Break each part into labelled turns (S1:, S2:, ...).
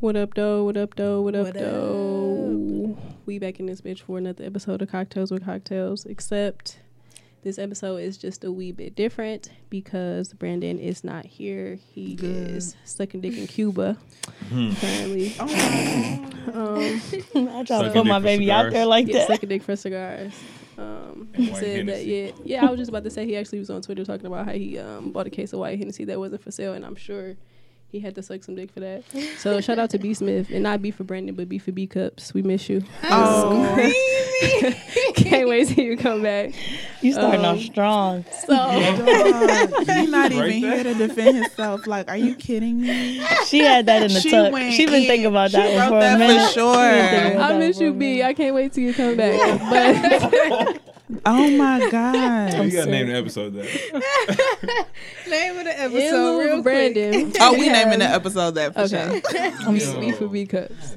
S1: What up, though? What up, though? What up,
S2: What up?
S1: though? We back in this bitch for another episode of Cocktails with Cocktails, except this episode is just a wee bit different because Brandon is not here. He
S2: Good.
S1: is sucking dick in Cuba,
S3: Hmm.
S1: apparently. um,
S4: I try
S3: Sucking
S4: to put my
S3: dick for
S4: baby out
S3: cigars.
S4: there like
S1: yeah,
S4: that.
S1: sucking dick for cigars. Um,
S3: And
S1: he
S3: white
S1: said that, yeah,
S3: Hennessy.
S1: yeah. I was just about to say he actually was on Twitter talking about how he um, bought a case of white Hennessy that wasn't for sale, and I'm sure he had to suck some dick for that. So shout out to B Smith, and not B for Brandon, but B for B Cups. We miss you.
S2: Oh,
S1: Can't wait till you come back.
S4: You starting
S1: Um,
S4: off strong.
S1: So
S2: Dog, Oh, he not even
S3: Right there.
S2: here to defend himself. Like, are you kidding me?
S4: She had that in the
S2: She
S4: tuck.
S2: went
S4: She been
S2: in.
S4: thinking about
S2: She
S4: that one
S2: wrote
S4: for a
S2: that for
S4: minute. She been
S2: sure.
S4: thinking about
S1: I
S4: that
S1: miss
S4: for a
S1: you,
S4: minute.
S1: B. I can't wait till you come back. But
S2: Oh my god.
S3: You gotta name the episode that.
S5: Name of the
S1: in lieu
S5: episode,
S1: of
S5: real quick.
S1: Brandon.
S2: Oh, we
S1: have-
S2: naming the episode that for
S1: Okay.
S2: sure.
S3: I'm
S1: B, B for B Cups.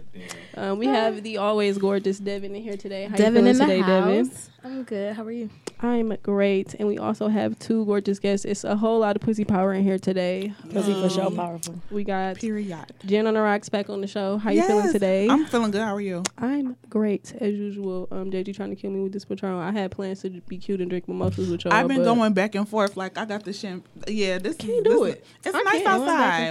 S1: Um, we have the always gorgeous Devin in here today. How
S5: Devin
S1: you
S5: in
S1: feeling
S5: the
S1: today, Devin?
S5: house. I'm good. How are you?
S1: I'm great, and we also have two gorgeous guests. It's a whole lot of pussy power in here today.
S4: Pussy for sure powerful.
S1: We got
S2: Period.
S1: Jen on the Rocks back on the show. How you feeling
S2: Yes,
S1: today?
S2: I'm feeling good. How are you?
S1: I'm great as usual. Um, JG trying to kill me with this Patron. I had plans to be cute and drink mimosas with y'all.
S2: I've been
S1: Oh, but
S2: going back and forth. Like I got the shim. Yeah, this
S1: Can't do
S2: this-
S1: it.
S2: It's
S1: I
S2: nice
S1: can't. I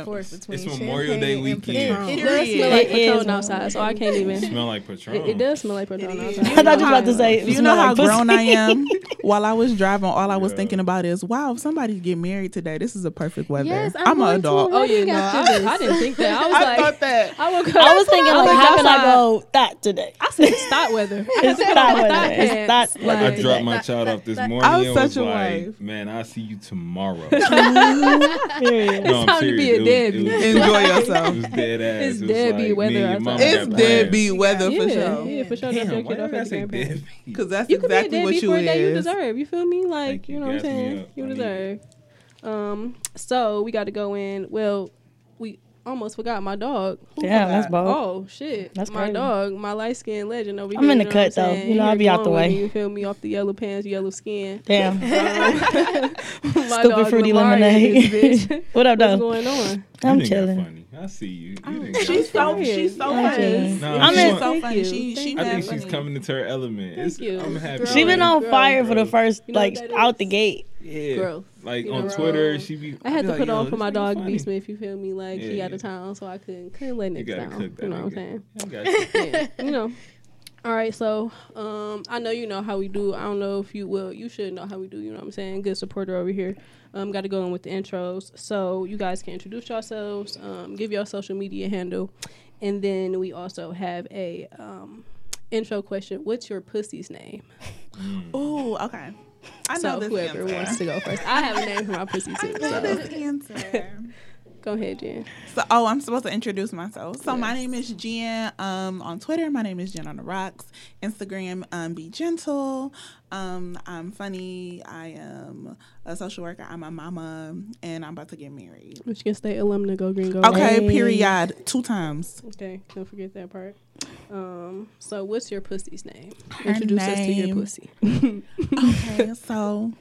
S1: went
S2: outside.
S3: It's Memorial Day weekend.
S1: It
S2: Period.
S1: does smell like
S4: It is
S1: Patron
S4: one.
S1: outside, so I can't even. it,
S3: Smell like Patron.
S1: it does smell like Patron
S2: is.
S1: outside.
S4: Mm. I thought you was about to say. it
S2: You know
S4: smell
S2: how
S4: like pussy.
S2: grown I am. While I was driving, all I was
S3: Yeah.
S2: thinking about is, wow, if somebody get married today, this is a perfect weather.
S5: Yes, I'm
S2: I'm, an
S5: going to
S2: adult.
S1: Oh yeah,
S5: You
S1: no,
S5: got
S1: I, I didn't think that. I was
S2: I
S1: like,
S2: thought that.
S1: I woke up.
S4: I was thinking
S1: I
S4: like,
S1: was
S4: how can I
S1: outside.
S4: go that today?
S1: I said it's not weather. I
S4: It's
S1: said
S4: not
S1: it's
S4: weather.
S1: not
S4: It's
S1: pants.
S4: not weather.
S3: I
S1: Like,
S3: dropped my
S5: That-
S3: child
S5: that-
S3: off this
S5: that-
S3: morning.
S2: I was
S3: and
S2: such a
S3: like,
S2: wife.
S3: Man, I'll see you tomorrow.
S4: Period.
S3: no,
S1: time
S3: I'm
S1: to be a
S3: serious. it, was,
S1: deadbeat.
S3: it, was,
S2: Enjoy
S3: it
S2: yourself.
S3: was dead ass.
S1: It's
S3: it was
S1: deadbeat
S3: like,
S1: weather
S3: Me and
S1: outside.
S3: your mama
S2: It's
S3: got plans.
S2: deadbeat weather
S1: yeah,
S2: for sure.
S1: yeah, for sure. Drop your
S3: Damn, why
S1: kid off
S3: did
S1: at
S3: I
S1: the
S3: say
S1: grandparents.
S3: deadbeat?
S2: Because that's
S1: you can be
S2: exactly
S1: a
S2: what
S1: deadbeat
S2: you
S1: for a day you
S2: is.
S1: deserve. You feel me? Like
S3: Thank
S1: you,
S3: you.
S1: know what I'm
S3: Gas me
S1: saying?
S3: up.
S1: You
S3: I need
S1: deserve. Um, so we got to go in. Well, we almost forgot my dog. Who forgot?
S4: Damn, that's bold.
S1: Oh shit,
S4: That's
S1: my
S4: crazy.
S1: dog, my light skinned legend over
S4: I'm
S1: here.
S4: in the
S1: you know what
S4: cut, though.
S1: saying?
S4: You know,
S1: Here
S4: I be out the
S1: going with
S4: way.
S1: me, You feel me? Off the yellow pants, yellow skin.
S4: Damn.
S1: My
S4: Stupid
S1: dog,
S4: fruity
S1: Lamar,
S4: lemonade.
S1: is this bitch.
S4: What up,
S1: What's
S4: though?
S1: going on?
S4: I'm
S3: You done got
S4: chilling.
S3: Funny. I see you. you done got
S2: She's so
S3: funny.
S2: she's so
S4: I'm
S2: funny.
S4: chilling.
S3: Nah,
S4: I'm
S3: she
S4: in-
S2: She's so
S1: Thank
S2: funny.
S1: you.
S2: She she
S1: Thank
S3: I
S2: mad
S3: think
S2: funny.
S3: she's coming into her element. It's,
S1: Thank you.
S3: I'm happy.
S1: Girl,
S4: She been on
S1: Girl.
S4: fire for the first
S1: You know
S4: like
S1: what that
S4: out
S1: is?
S4: the gate.
S3: Yeah.
S1: Growth.
S3: Like
S1: You
S3: on
S1: know,
S3: Twitter,
S1: um,
S3: she be.
S1: I had
S3: be
S1: to
S3: like,
S1: put
S3: yo,
S1: on for
S3: this
S1: my
S3: nigga
S1: dog
S3: funny.
S1: B Smith. You feel me? Like he
S3: Yeah.
S1: out of town, so I couldn't couldn't let
S3: You
S1: niggas
S3: gotta
S1: down.
S3: cook that.
S1: you know what I'm
S3: nigga.
S1: saying?
S3: I got you.
S1: Yeah, you know. All right, so um, I know you know how we do. I don't know if you will. You should know how we do. You know what I'm saying? Good supporter over here. Um, got to go in with the intros. So you guys can introduce yourselves, um, give your social media handle, and then we also have a um, intro question. What's your pussy's name?
S2: Ooh, okay. I
S1: so
S2: know this
S1: whoever
S2: answer.
S1: wants to go first, I have a name for my pussy too. So
S2: This answer.
S1: go ahead, Jen.
S2: So, oh, I'm supposed to introduce myself. So, my name is Jen. Um, on Twitter, my name is Jen on the Rocks. Instagram, um, be gentle. Um, I'm funny. I am a social worker. I'm a mama, and I'm about to get married.
S1: Michigan State alumna, go green, go red.
S2: Okay,
S4: Hey.
S2: period. Two times.
S1: Okay, don't forget that part. Um, so what's your pussy's name?
S2: Her
S1: Introduce us to your
S2: name-
S1: pussy.
S2: Okay, so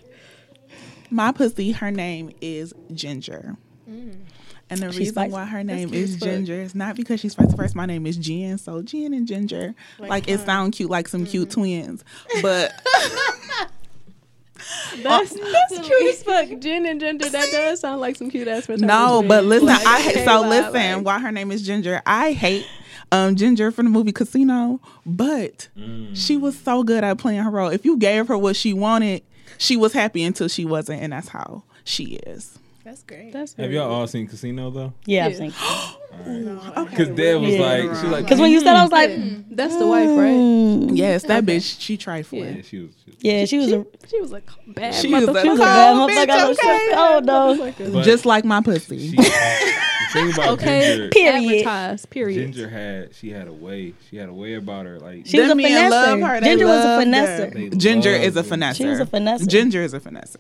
S2: my pussy, her name is Ginger.
S1: Mm.
S2: And the
S4: She's
S2: reason
S4: spicy.
S2: why her name
S1: cute
S2: is
S1: as fuck.
S2: Ginger is not because she's spicy first. My name is Jen, so Jen and Ginger, like, it sound cute, like some cute
S1: Mm-hmm.
S2: twins. But
S1: That's, that's cute as fuck. Gin and ginger. That does sound like some cute ass.
S2: no, but listen, I
S1: okay,
S2: hate, so
S1: why,
S2: listen.
S1: like-
S2: Why her name is Ginger? I hate um Ginger from the movie Casino, but she was so good at playing her role. If you gave her what she wanted, she was happy until she wasn't, and that's how she is.
S5: That's great.
S1: That's
S3: Have y'all all seen Casino though?
S4: Yeah, I'm
S1: Yeah.
S4: thinking.
S3: Because Dad was
S4: Yeah.
S3: like, she like,
S4: Because when you said, I was like,
S1: That's the wife,
S4: Mm.
S1: right?
S2: Yes, that bitch, she
S3: yeah, she
S2: trifling.
S3: was. She was
S4: yeah, she was a
S1: She was like bad.
S2: She was a
S1: motherfucker.
S4: she was a
S2: Oh,
S4: bad
S2: bitch,
S4: motherfucker. I was
S2: okay.
S4: just- Oh no,
S3: but
S2: Just like my
S3: she,
S2: pussy.
S3: the thing about
S1: Okay.
S3: Ginger,
S4: period.
S1: Advertise. Period.
S3: Ginger had she had a way. She had a way about her. Like
S4: She was a
S2: Them men love her.
S4: finesser.
S2: They
S4: Ginger was a
S2: loved her.
S4: finesser.
S3: they
S2: Ginger
S3: loved
S2: is a
S3: her.
S2: finesser.
S4: She was a finesser.
S2: Ginger is a finesser.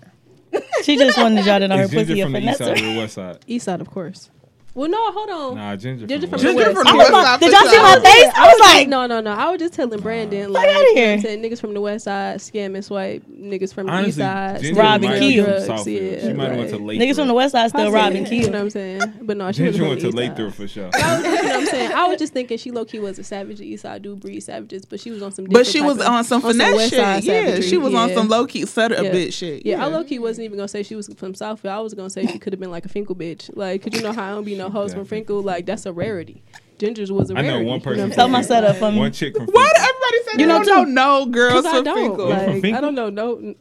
S4: She just wanted y'all to know her
S3: Is
S4: pussy
S3: Ginger
S4: a
S3: from the east side
S4: finesser.
S3: or the west side?
S1: East side, of course. Well, no, hold on.
S3: Nah, Ginger.
S1: Ginger
S3: from
S1: from
S3: West.
S1: the West.
S4: I was like, did y'all see my face? I was like,
S1: no, no, no. I was just telling Brandon, like,
S4: outta
S1: you know what
S4: here.
S1: I'm saying, niggas from the West Side scam and swipe, niggas from the East
S3: Honestly,
S1: Side,
S3: Ginger
S4: Rob
S3: might
S4: and
S3: have
S4: Kill.
S3: been
S1: drugs,
S3: from Southfield.
S1: yeah,
S3: She might have went to
S1: like-
S3: Lathrop.
S4: niggas from the west side still
S1: Possibly,
S4: robbing
S1: You know what
S4: kids.
S1: I'm saying? But no, she was
S3: Ginger
S1: from
S3: went
S1: the
S3: to
S1: East Side.
S3: Lathrop for sure.
S1: I was, you know what I'm saying? I was just thinking she low key was a savage East Side. I do breed savages, but she was on some.
S2: But
S1: different
S2: she
S1: type
S2: was
S1: of-
S2: on some
S1: West
S2: finesse
S1: Side
S2: shit. Yeah,
S1: savagery,
S2: she was on
S1: yeah.
S2: some low key set a
S1: Yeah.
S2: bitch shit.
S1: Yeah, I low key wasn't even gonna say she was from Southfield. I was gonna say she could have been like a Finkel bitch, like 'cause you know how I don't be no hoes from Finkel. Like that's a rarity. Ginger's was a
S3: I
S1: rarity.
S3: know one person.
S4: Tell my
S3: from-
S4: setup for me.
S3: One chick from.
S2: Why do
S3: Finkel.
S2: everybody say
S4: You
S2: you
S4: know,
S2: they don't
S4: too.
S2: know no girls
S1: Because I
S2: from
S1: don't.
S2: Finkel?
S3: You're from
S1: Like, I
S3: Finkel?
S1: don't know. No.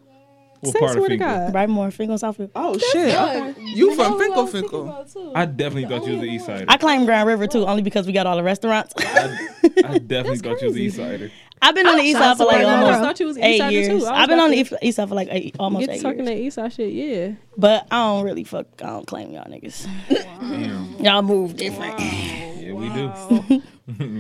S3: What
S1: say, swear
S3: part of
S1: to
S3: Finkel?
S1: God.
S4: Right more finger Southfield.
S2: oh shit, okay. you from Finkel Finkel?
S3: I definitely thought you was an
S1: Oh
S3: East Sider.
S4: I claim Grand River too, only because we got all the restaurants.
S3: I definitely thought you was an East Sider.
S4: I've been on the east side for like
S1: I almost
S4: almost
S1: thought you was an East
S4: eight
S1: Sider
S4: years.
S1: too. I was
S4: I've been
S1: about
S4: on the
S1: to-
S4: east, east side for like eight, almost
S1: Get
S4: eight
S1: talking
S4: years.
S1: that East Side shit, yeah.
S4: But I don't really fuck. I don't claim y'all niggas.
S3: Damn.
S4: Y'all move different.
S3: Yeah, we do.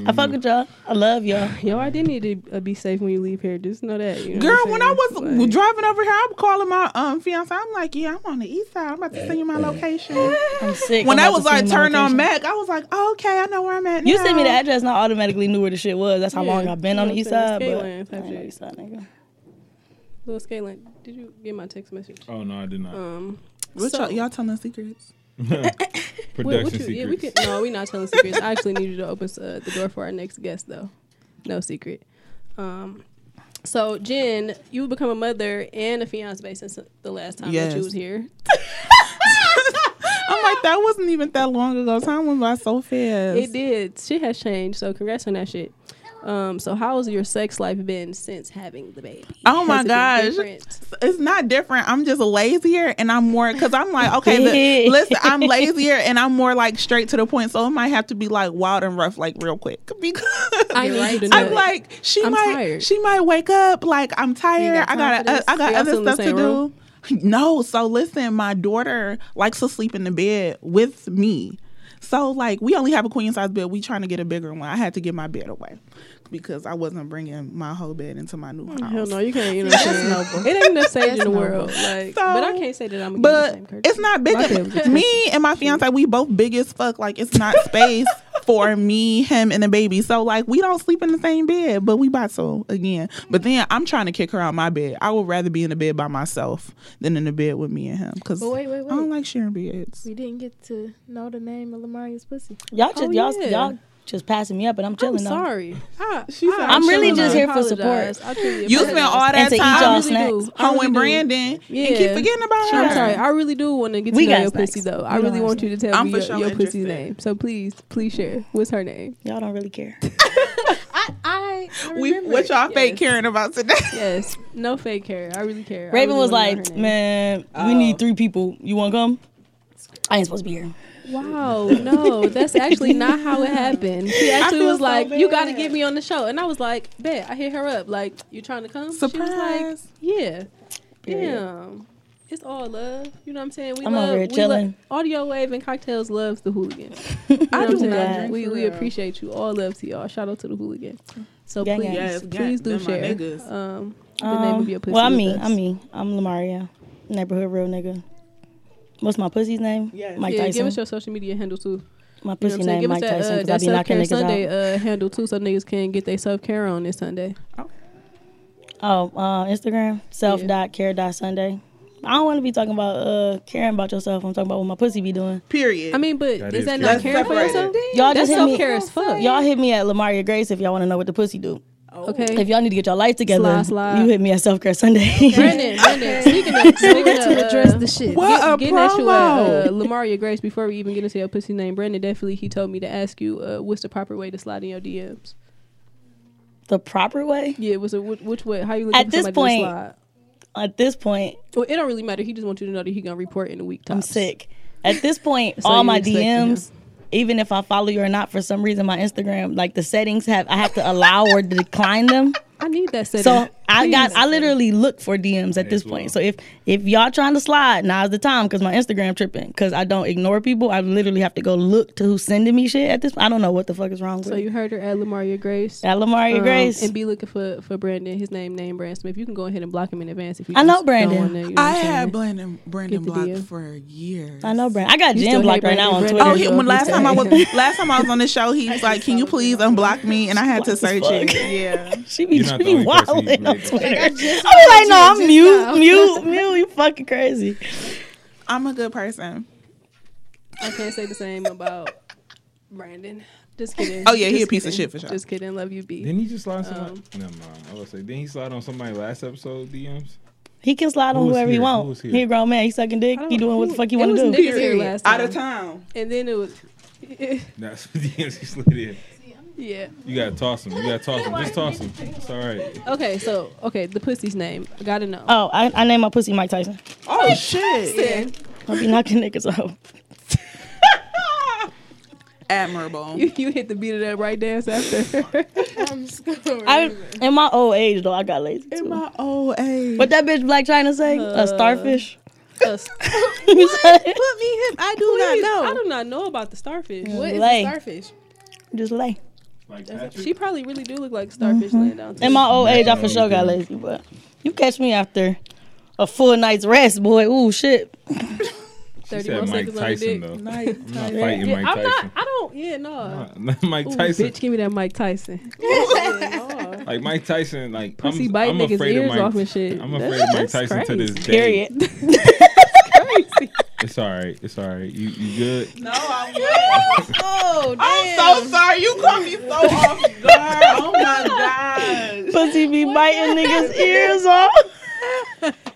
S4: I fuck with y'all. I love y'all.
S1: Yo, I did need to uh, be safe when you leave here. Just know that. you know
S2: Girl,
S1: what I'm
S2: when I
S1: saying?
S2: was
S1: Like-
S2: driving over here, I'm calling my um fiance. I'm like, yeah, I'm on the east side. I'm about to send you my location.
S4: I'm sick.
S2: When
S4: I'm
S2: I
S4: about
S2: was
S4: to see
S2: like,
S4: my
S2: turn on
S4: location.
S2: Mac, I was like, oh, okay, I know where I'm at.
S4: You
S2: now.
S4: sent me the address, and I automatically knew where the shit was. That's how
S1: Yeah,
S4: long I've been
S1: you
S4: on
S1: know
S4: the east
S1: what I'm
S4: side.
S1: saying?
S4: But I
S1: It's Caitlin,
S4: ain't
S1: type
S4: on the
S1: shit.
S4: east side, nigga.
S1: Little Scalen, did you get my text message?
S3: Oh no, I did not.
S1: Um,
S2: What
S1: So-
S2: y'all, y'all telling secrets?
S1: what, what
S3: Production
S1: you,
S3: secrets.
S1: yeah, we could, no, we're not telling secrets. I actually need you to open uh, the door for our next guest, though. No secret. Um, so Jen, you become a mother and a fiance since the last time that you
S2: Yes.
S1: was here.
S2: I'm like, that wasn't even that long ago. Time went by so fast.
S1: It did. Shit has changed. So congrats on that shit. Um, so how's your sex life been since having the baby?
S2: Oh
S1: Has
S2: my
S1: it
S2: gosh.
S1: been different?
S2: It's not different. I'm just lazier and I'm more because I'm like, okay,
S4: Bitch.
S2: li- listen, I'm lazier and I'm more like straight to the point. So it might have to be like wild and rough, like real quick. Because
S1: I need you to know.
S2: I'm like, she
S1: I'm
S2: might,
S1: tired.
S2: she might wake up like I'm tired.
S1: got time
S2: I got,
S1: for
S2: uh,
S1: this?
S2: I got
S1: Y'all
S2: other
S1: still in the
S2: stuff to
S1: same room?
S2: do. No, so listen, my daughter likes to sleep in the bed with me. So like, we only have a queen size bed. We trying to get a bigger one. I had to give my bed away because I wasn't bringing my whole bed into my new house.
S1: Oh, Hell no, you can't. You know, what I'm saying? it ain't enough sage in the world. Like, but I
S2: So-
S1: can't say that I'm. But the
S2: but
S1: same curtain.
S2: it's not big.
S1: My family
S2: Me and my fiance, we both big as fuck. Like it's not space for me, him, and the baby. So like we don't sleep in the same bed, but we about to again. But then I'm trying to kick her out my bed. I would rather be in the bed by myself than in the bed with me and him because
S5: But wait, wait,
S2: I don't
S5: wait.
S2: like sharing beds.
S5: We didn't get to know the name of Lamaria's pussy.
S4: Y'all just
S1: Oh,
S4: y'all
S1: yeah.
S4: y'all just passing me up, and I'm
S1: I'm
S4: chilling. though.
S1: sorry. I,
S2: She said,
S4: I'm really
S1: chilling.
S4: just
S1: I
S4: here for
S1: apologize.
S4: support.
S1: I truly
S2: You spent
S1: apologize.
S2: all
S4: And
S2: that
S4: to eat
S1: I
S4: y'all
S2: time
S1: really do.
S4: snacks.
S1: I
S2: home
S1: really
S2: with
S1: do.
S2: Brandon and
S1: Yeah.
S2: keep forgetting about her.
S1: I'm sorry. I really do want to get
S4: We
S1: to know
S4: got
S1: your
S4: snacks.
S1: pussy though. I
S4: We
S1: really
S4: got
S1: want you to tell
S2: I'm
S1: me
S2: for
S1: your,
S2: sure
S1: your pussy's
S2: interested.
S1: name. So please, please share. What's her name?
S4: Y'all don't really care.
S5: I, I, I
S2: we,
S5: remember.
S2: what y'all fake
S1: Yes.
S2: caring about today?
S1: Yes. No fake care. I really care. Oh. I
S4: Raven
S1: really
S4: was
S1: wanna know
S4: like,
S1: her name.
S4: "Man, we need three people. You want to come? I ain't supposed to be here.
S1: Wow, no, that's actually not how it happened. She actually
S2: feel
S1: was
S2: so
S1: like, "You got to
S2: bad.
S1: get me on the show," and I was like, "Bet." I hit her up, like, "You trying to come?" She was like,
S2: Surprise.
S1: "Yeah,
S4: Period.
S1: damn, it's all love." You know what I'm saying? We
S4: I'm
S1: love,
S4: over here
S1: we love
S4: chilling.
S1: audio wave and cocktails loves the hooligan.
S4: I
S1: You know
S4: do
S1: what I'm saying?
S4: not.
S1: We we appreciate you. All love to y'all. Shout out to the hooligan. So
S4: Gang,
S1: please,
S4: gang.
S2: Yes, gang.
S1: please do
S2: Them my
S1: share
S2: niggas.
S1: um, the name of your pussy.
S4: well, I'm
S1: with
S4: me.
S1: us.
S4: I'm me. I'm Lamaria, neighborhood real nigga. What's my pussy's name?
S2: Yes.
S4: Mike
S1: Yeah,
S4: Tyson.
S1: give us your social media handle too. You
S4: my
S1: know
S4: pussy
S1: what I'm saying?
S4: name
S1: Give us
S4: Mike
S1: that,
S4: Tyson
S1: uh,
S4: because I
S1: that
S4: be knocking
S1: self-care
S4: niggas
S1: Sunday
S4: out.
S1: uh, handle too so niggas can get their self-care on this Sunday.
S4: Oh, uh, Instagram self dot care dot Sunday. I don't want to be talking about uh, caring about yourself. I'm talking about what my pussy be doing.
S2: Period.
S1: I mean, but
S3: That
S1: is
S3: is
S1: that
S3: care.
S1: not caring for
S2: That's
S1: yourself?
S4: Y'all
S1: That's
S4: just hit me.
S1: self-care as fuck.
S4: Y'all hit me at Lamaria Grace if y'all want to know what the pussy do.
S1: Okay.
S4: If y'all need to get your life together,
S1: Slide, slide.
S4: you hit me at Self Care Sunday.
S1: Brandon, Brandon, speaking of, speaking of,
S5: to
S1: uh,
S5: address the shit.
S2: what
S1: get-
S2: a
S1: getting at you,
S2: promo.
S1: uh, uh, Lamaria Grace, before we even get into your pussy name, Brandon definitely he told me to ask you uh, what's the proper way to slide in your DMs.
S4: the proper way.
S1: Yeah, what's a, which, which way? How you looking
S4: At
S1: for
S4: this
S1: somebody
S4: point-
S1: to slide?
S4: At this point,
S1: Well, it don't really matter. He just wants you to know that he gonna report in a week.
S4: I'm
S1: tops.
S4: sick. At this point,
S1: So
S4: all
S1: you
S4: my
S1: expecting
S4: DMs, even if I follow you or not, for some reason, my Instagram, like the settings have, I have to allow or decline them.
S1: I need that setting.
S4: So I got. I literally look for DMs at this
S3: As well.
S4: point. So if if y'all trying to slide, now's the time because my Instagram tripping because I don't ignore people. I literally have to go look to who's sending me shit at this. I don't know what the fuck is wrong with.
S1: So you heard her at Lamaria Grace.
S4: at Lamaria
S1: Um,
S4: Grace.
S1: and be looking for for Brandon. His name name Brandon Smith. You can go ahead and block him in advance if you.
S4: I know
S1: just don't
S4: Brandon.
S1: wanna, you know
S2: I
S1: what I'm
S2: had
S1: saying?
S2: Brandon Brandon
S1: Get the
S2: blocked
S1: deal.
S2: for years.
S4: I know, Brand. I got
S1: You
S4: Jen
S1: still
S4: blocked
S1: hate
S4: right now on
S1: Brandon
S4: Twitter.
S1: Brandon? uh,
S2: Oh, he,
S1: Brandon?
S2: when last time I was
S1: Okay.
S2: last time I was on the show, he was like, "Can you please unblock me?" And I had to
S4: Blocked as
S2: search it.
S4: fuck.
S2: Yeah,
S4: She be,
S3: You're not
S4: she be
S3: the only person
S4: wilding
S3: who's
S4: on
S3: made it.
S4: Twitter. I
S5: I
S4: be
S5: just
S4: like, no,
S5: told
S4: I'm
S5: you just
S4: mute, mute, mute. You fucking crazy.
S2: I'm a good person.
S1: I can't say the same about Brandon. Just kidding.
S2: Oh, yeah, he
S1: Just
S2: a piece of
S1: kidding.
S2: shit for sure.
S1: Just kidding. Love you, B.
S3: Didn't he just slide on somebody?
S1: Um,
S3: Never mind. I was say, didn't he slide on somebody last episode DMs?
S4: He can slide on
S3: Who was
S4: whoever he
S3: here? Who
S4: want.
S3: was here?
S4: He a grown man. He sucking dick.
S1: I
S4: He
S1: don't-
S4: doing what
S1: who-
S4: the fuck he
S1: it
S4: want
S1: was
S4: to do.
S1: niggas here last
S2: Out
S1: time.
S2: of town.
S1: And then it was,
S3: That's the DMs he slid in.
S1: yeah.
S3: You gotta toss him. You gotta toss him. Just toss him. It's all right.
S1: Okay, so okay, the pussy's name. I gotta know.
S4: Oh, I, I named my pussy Mike Tyson.
S2: Oh shit!
S1: Listen,
S4: I be knocking niggas out.
S2: Admirable.
S1: you, you hit the beat of that right dance after.
S5: I'm scoring.
S4: I in my old age though, I got lazy.
S2: In
S4: too.
S2: my old age.
S4: what that bitch Black China say?
S1: Uh,
S4: a starfish.
S1: Us.
S2: put me hip. I do
S1: Please,
S2: not
S1: I
S2: know.
S1: do not know about the starfish.
S5: what is
S4: Lay.
S5: a starfish?
S4: Just lay.
S3: Like Patrick.
S1: She probably really do look like starfish laying down.
S4: In my old age, I for
S3: Yeah,
S4: sure got
S3: yeah.
S4: lazy. But you catch me after a full night's rest, boy. Ooh shit.
S3: She
S1: 30 more
S3: said Mike
S1: seconds on the
S3: Tyson
S1: dick.
S3: though. I'm
S2: Night.
S3: not fighting
S1: Yeah,
S3: Mike
S1: I'm not.
S3: Tyson.
S1: I don't. Yeah, no.
S3: Not Mike
S1: Ooh,
S3: Tyson.
S1: Bitch, give me that Mike Tyson.
S3: Like Mike Tyson, like
S1: Pussy
S3: I'm,
S1: bite
S3: I'm
S1: niggas'
S3: afraid of
S1: ears
S3: Mike.
S1: off and shit.
S3: I'm
S1: That's-
S3: afraid of Mike
S1: that's
S3: Tyson to
S1: crazy.
S3: this day.
S4: Period.
S1: Crazy.
S3: It's all right. It's all right. You you good?
S2: No, I'm good.
S5: Oh,
S2: I'm so sorry. You caught me so off guard. Oh my gosh.
S4: pussy be biting niggas' ears off.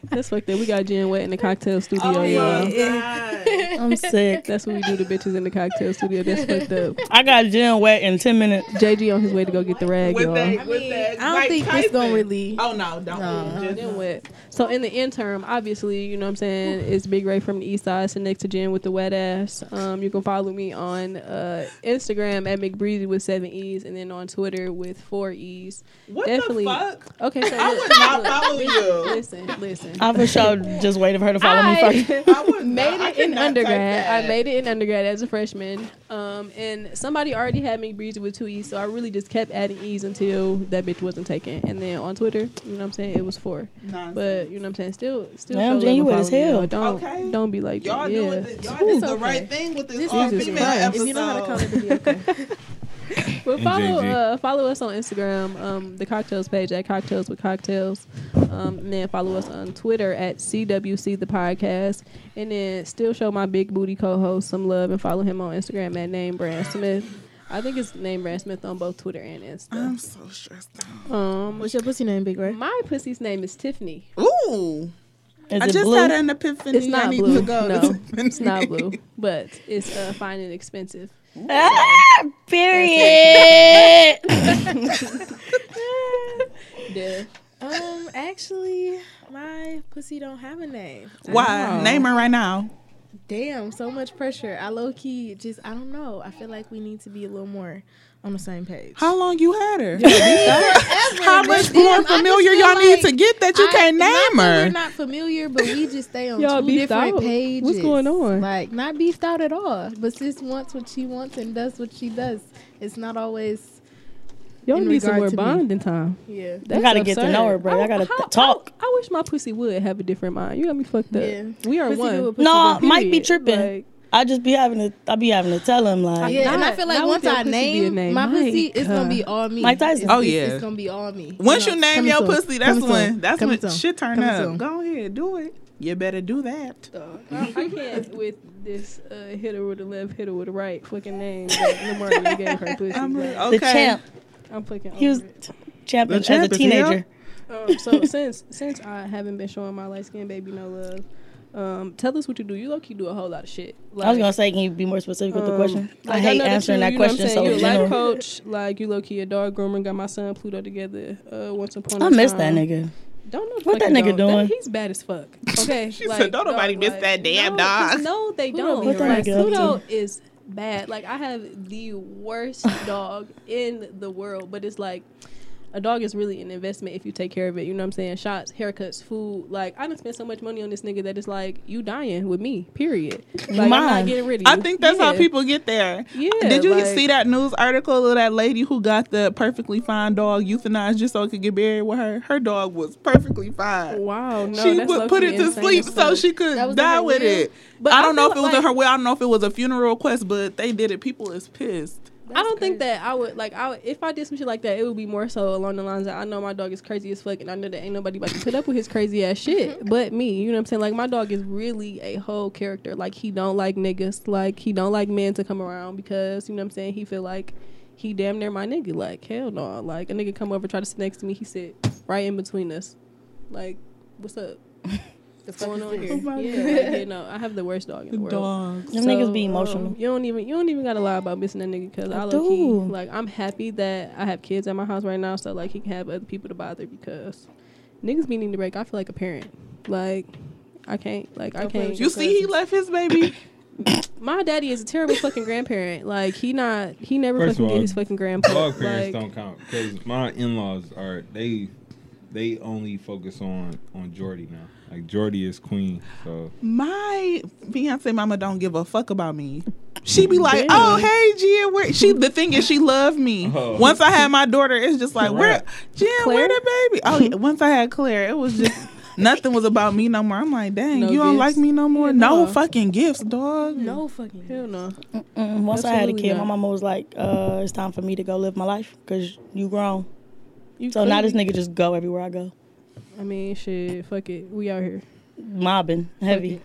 S1: That's fucked up. We got Jen wet in the cocktail studio,
S2: Oh
S1: y'all.
S2: my God.
S4: I'm sick.
S1: That's what we do to bitches in the cocktail studio. That's fucked up.
S4: I got Jen wet in ten minutes.
S1: JG on his way to go get the rag,
S2: With
S1: y'all.
S2: that, with that.
S5: I don't
S2: Mike
S5: think
S2: Tyson.
S5: this gonna really.
S2: Oh no, don't.
S5: No.
S2: Just-
S1: Then wet. So in the interim, obviously, you know what I'm saying, it's Big Ray from the East Side, so next to Jen with the wet ass. Um, you can follow me on uh, Instagram at McBreezy with seven E's and then on Twitter with four E's.
S2: What
S1: Definitely.
S2: the fuck?
S1: Okay, so
S2: I
S1: look,
S2: would not
S1: look,
S2: follow you.
S1: listen, listen.
S4: I for sure just waited for her to follow me
S1: I-
S4: first.
S2: I would
S1: made
S2: not. I
S1: it
S2: could
S1: in
S2: not take
S1: undergrad.
S2: that.
S1: I made it in undergrad as a freshman. Um, and somebody already had me breezy with two E's, so I really just kept adding E's until that bitch wasn't taken. And then on Twitter, you know what I'm saying, it was four.
S2: Nonsense.
S1: But you know what I'm saying, still, still.
S4: Damn,
S1: show
S4: Jen, you
S1: love and
S4: wet as
S1: follow me,
S4: hell.
S1: y'all. Don't,
S2: Okay.
S1: don't be like
S2: Y'all
S1: that.
S2: doing
S1: Yeah.
S2: the, y'all did the
S5: okay.
S2: right thing with this
S5: This
S2: all
S1: Jesus
S2: female
S1: Christ.
S2: episode.
S5: If you know how to come, it'll be okay.
S1: But
S3: And
S1: follow
S3: JG.
S1: uh, follow us on Instagram, um, the cocktails page at cocktails with cocktails. Um, and then follow us on Twitter at CWC the podcast. And then still show my big booty co-host some love and follow him on Instagram at name Brand Smith. I think it's name Brand Smith on both Twitter and Insta.
S2: I'm so stressed out.
S5: Uh-huh.
S1: Um,
S5: What's your pussy name, Big Ray?
S1: my pussy's name is Tiffany.
S2: Ooh,
S4: Is
S2: I
S4: it
S2: just
S4: blue?
S2: had an epiphany.
S1: It's not
S2: I need
S1: blue.
S2: to go.
S1: No, it's
S2: It's
S1: not blue, but it's uh, fine and expensive.
S4: Ah, period.
S1: Duh.
S5: Um, actually, my pussy don't have a name.
S2: Why?
S1: Wow.
S2: Name her right now.
S5: Damn, so much pressure. I low key just I don't know. I feel like we need to be a little more on the same page.
S2: How long you had her?
S5: How
S2: How much more familiar y'all need to get that you can't name
S5: We're
S2: her?
S5: not familiar, but we just stay on
S1: Y'all
S5: two
S1: beefed
S5: different
S1: out?
S5: pages.
S1: What's going on?
S5: Like not beefed out at all. But sis wants what she wants and does what she does. It's not always
S1: Y'all
S5: In
S1: need some
S5: regard
S1: more
S5: to me.
S1: bonding time.
S5: yeah.
S1: That's
S4: gotta get to
S1: absurd.
S4: know her, bro. Y'all
S1: I-
S4: gotta
S1: how-
S4: th- talk.
S1: I, I wish my pussy would have a different mind. You got me fucked up.
S5: Yeah.
S1: We are
S5: Pussy do
S1: one.
S5: what pussy
S4: no,
S5: do.
S4: Mike be
S1: Period.
S4: tripping.
S1: Like,
S4: I just be having to. I be having to tell him like.
S5: Yeah, and I
S1: Not-
S5: feel like
S1: not
S5: once
S1: with your
S5: I
S1: pussy
S5: name
S1: being named
S5: my pussy,
S1: Mike,
S5: it's gonna
S1: uh,
S5: be all me.
S4: Mike Tyson.
S5: It's-
S2: Oh,
S5: it's-
S2: yeah.
S5: it's gonna be all me.
S2: Once you
S5: No,
S2: name
S5: coming
S2: your
S5: soon.
S2: pussy, that's
S5: Coming
S2: when
S5: soon.
S2: that's
S5: Coming
S2: when
S5: soon.
S2: shit turn
S5: Coming
S2: up.
S5: soon.
S2: Go ahead, do it. You better do that.
S1: I can't with this uh, hitter with the left, hitter with the right fucking name. Like, Lamar gave her pussy.
S2: I'm
S1: Like,
S2: okay.
S4: The champ.
S1: I'm fucking.
S4: He was
S1: over it.
S4: champ
S2: The
S4: as a
S2: champ is here.
S4: teenager.
S1: Um, so since since I haven't been showing my light skin baby no love, um, tell us what you do. You low key do a whole lot of shit.
S4: I was
S1: Like,
S4: gonna say, can you be more specific with the
S1: Um,
S4: question? I
S1: like,
S4: hate
S1: know that
S4: answering
S1: you-
S4: that
S1: you know what I'm
S4: question
S1: saying,
S4: so
S1: you a life
S4: general.
S1: coach, like you low key a dog groomer. Got my son Pluto together. Uh, once upon a
S4: I miss that
S1: time.
S4: nigga.
S1: Don't know the
S4: What
S1: fuck
S4: that
S1: you
S4: nigga
S1: don't.
S4: doing?
S1: he's bad as fuck. Okay,
S2: She said, "Don't nobody miss that damn
S1: no, 'cause
S2: dog."
S1: No, they
S5: Pluto
S1: don't.
S5: be What that
S1: Like,
S4: nigga up
S1: Pluto is bad. Like I have the worst dog in the world, but it's like. a dog is really an investment if you take care of it. You know what I'm saying? Shots, haircuts, food. Like I done spent so much money on this nigga that it's like you dying with me. Period. Like I'm not
S4: Mine.
S1: getting rid of you.
S2: I think that's how
S1: Yeah.
S2: people get there.
S1: Yeah,
S2: Did you
S1: like-
S2: see that news article of that lady who got the perfectly fine dog euthanized just so it could get buried with her? Her dog was perfectly fine.
S1: Wow, Oh, no,
S2: she
S1: that's
S2: would put
S1: low-key
S2: it to
S1: insane
S2: sleep
S1: as
S2: so
S1: fuck.
S2: she
S5: That
S2: could
S5: was
S2: die
S5: in her
S2: with
S5: will?
S2: it.
S1: But
S2: I
S1: I
S2: don't know if it
S1: feel
S2: was in
S1: like-
S2: her will. I don't know if it was a funeral request, but they did it. People is pissed.
S1: I don't think that I would like I would, if I did some shit like that, it would be more so along the lines that I know my dog is crazy as fuck and I know that ain't nobody about to put up with his crazy ass shit but me. You know what I'm saying? Like my dog is really a whole character. Like he don't like niggas. Like he don't like men to come around because, you know what I'm saying, he feel like he damn near my nigga. Like, hell no. Like a nigga come over, try to sit next to me, he sit right in between us. Like, what's up? What's going on here? yeah, like, yeah, no, I have the worst dog in Oh the, world.
S2: Dogs.
S4: Them
S1: So,
S4: niggas be
S1: um,
S4: emotional.
S1: you don't even you don't even gotta lie about missing that nigga because I,
S4: I
S1: low key,
S4: do.
S1: like I'm happy that I have kids at my house right now so like he can have other people to bother because niggas be needing to break. I feel like a parent. Like I can't like I
S5: Don't play
S1: can't.
S5: with
S2: You see, he left his baby.
S1: my daddy is a terrible fucking grandparent. Like he not he never
S3: First of
S1: fucking
S3: all,
S1: get his fucking grandpa.
S3: Dog parents
S1: like,
S3: don't count because my in-laws are they they only focus on on Jordy now. Like Jordy is queen, so
S2: my fiance mama don't give a fuck about me. She be like, "Oh, hey, Gia, where?" She the thing is, she loved me.
S3: Oh.
S2: Once I had my daughter, it's just like, "Where,
S3: Right.
S2: Gia, where
S1: Claire?
S2: the baby?" Oh, yeah, once I had Claire, it was just nothing was about me no more. I'm like, "Dang,
S1: No
S2: you don't
S1: gifts.
S2: like me no more?
S1: Yeah, no.
S2: no. fucking gifts, dog."
S5: No fucking.
S1: Hell no.
S4: Mm, once I had a
S1: Absolutely
S4: kid, my
S1: not.
S4: mama was like, uh, "It's time for me to go live my life because you grown."
S1: You
S4: So now
S1: cool.
S4: this nigga just go everywhere I go,
S1: I mean shit, fuck it. We out here.
S4: mobbing heavy.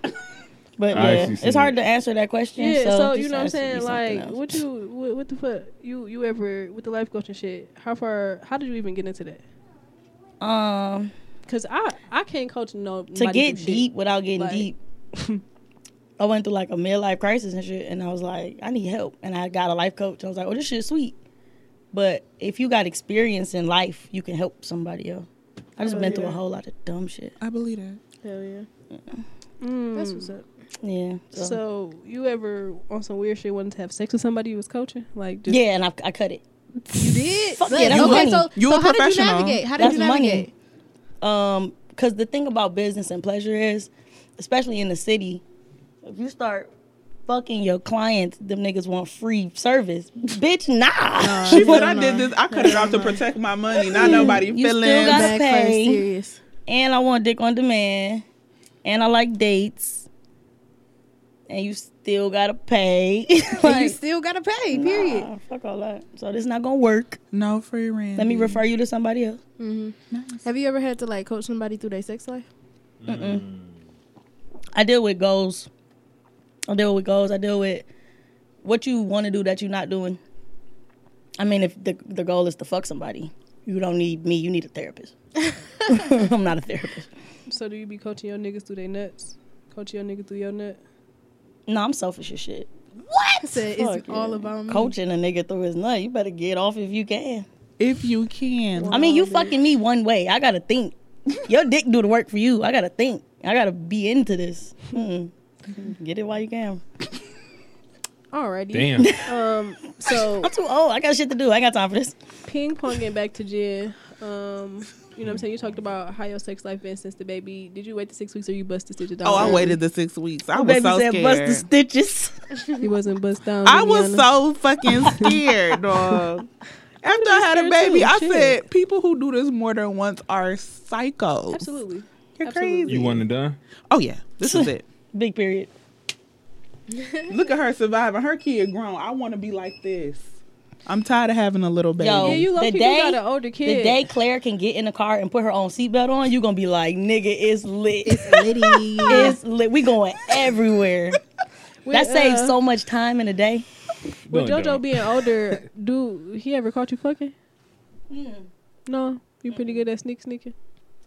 S4: But
S3: I
S4: yeah,
S3: actually see
S4: it's hard to answer that question.
S1: Yeah, so,
S4: so,
S1: you
S4: just
S1: know what I'm
S4: has to be
S1: saying?
S4: something
S1: Like,
S4: else.
S1: what you, what, what the fuck, you, you ever with the life coach and shit? How far? How did you even get into that?
S4: um
S1: Cause I, I can't coach no
S4: to
S1: nobody
S4: get
S1: do shit.
S4: deep without getting
S1: Like-
S4: deep. I went through like a midlife crisis and shit, and I was like, I need help, and I got a life coach. I was like, oh, this shit's sweet, but if you got experience in life, you can help somebody else. I just
S1: Oh,
S4: been through a
S1: yeah.
S4: whole lot of dumb shit.
S2: I believe that.
S5: Hell yeah.
S1: Mm.
S5: That's what's up.
S4: Yeah. So,
S1: so. you ever on some weird shit wanted to have sex with somebody you was coaching? Like just
S4: yeah, and I, I cut it.
S5: You did.
S4: Fuck yeah, that's money.
S5: So,
S2: You
S5: so
S2: a
S5: how did you
S2: professional.
S5: navigate? How did
S4: That's
S5: you navigate?
S4: money. Um, because the thing about business and pleasure is, especially in the city, if you start fucking your clients, them niggas want free service. Bitch, nah.
S2: She said, "I did this. I cut it off to protect my money, not nobody
S4: Uh, You still
S2: feelings."
S4: got-
S5: Back first,
S4: Pay.
S5: serious.
S4: and I want dick on demand, and I like dates, and you still gotta pay.
S5: And you
S4: Like,
S5: still gotta pay. Period.
S4: nah, fuck all that. So this not gonna work.
S2: no free rent.
S5: Mm-hmm.
S4: Let me refer you to somebody else.
S5: Have you ever had to like coach somebody through their sex life?
S3: Mm.
S4: I deal with goals. I deal with goals. I deal with what you want to do that you're not doing. I mean, if the the goal is to fuck somebody, you don't need me. You need a therapist. I'm not a therapist.
S1: so do you be coaching your niggas through their nuts? Coach your nigga through your nut?
S4: No, I'm selfish as shit.
S5: I said it's
S4: Fuck
S5: all
S4: yeah.
S5: about me.
S4: Coaching a nigga through his nut, you better get off if you can.
S2: if you can.
S4: I mean, you fucking me one way. I gotta think. Your dick do the work for you. I gotta think. I gotta be into this. Mm. Get it while you can.
S1: Alrighty.
S3: damn.
S1: Um. So
S4: I'm too old. I got shit to do. I ain't got time for this.
S1: ping ponging back to Jen. Um. You know what I'm saying? You talked about how your sex life been since the baby. Did you wait the six weeks or you bust the stitches down?
S2: Oh, I
S1: early?
S2: waited the six weeks. I was
S4: Baby
S2: so
S4: said,
S2: scared.
S4: bust the stitches.
S1: He wasn't bust down.
S2: I was
S1: Liliana.
S2: so fucking scared, dog. After I had a
S1: scared
S2: baby,
S1: too,
S2: I
S1: shit.
S2: said people who do this more than once are psychos.
S1: absolutely.
S2: You're
S1: absolutely.
S2: crazy.
S3: You want it done?
S2: oh yeah, this is it.
S4: Big period.
S2: Look at her surviving. Her kid grown. I want to be like this. I'm tired of having a little baby.
S4: Yo.
S1: Yeah, you
S4: The
S1: low key
S4: day-
S1: got an older kid.
S4: The day Claire can get in the car and put her own seatbelt on, you gonna be like, nigga, it's lit.
S5: Liddy.
S4: It's lit. We going everywhere. That
S1: With,
S4: saves
S1: uh,
S4: so much time in a day.
S1: With
S3: No,
S1: JoJo
S3: don't.
S1: being older, do he ever caught you fucking? Hmm. No, you pretty good at sneak sneaking.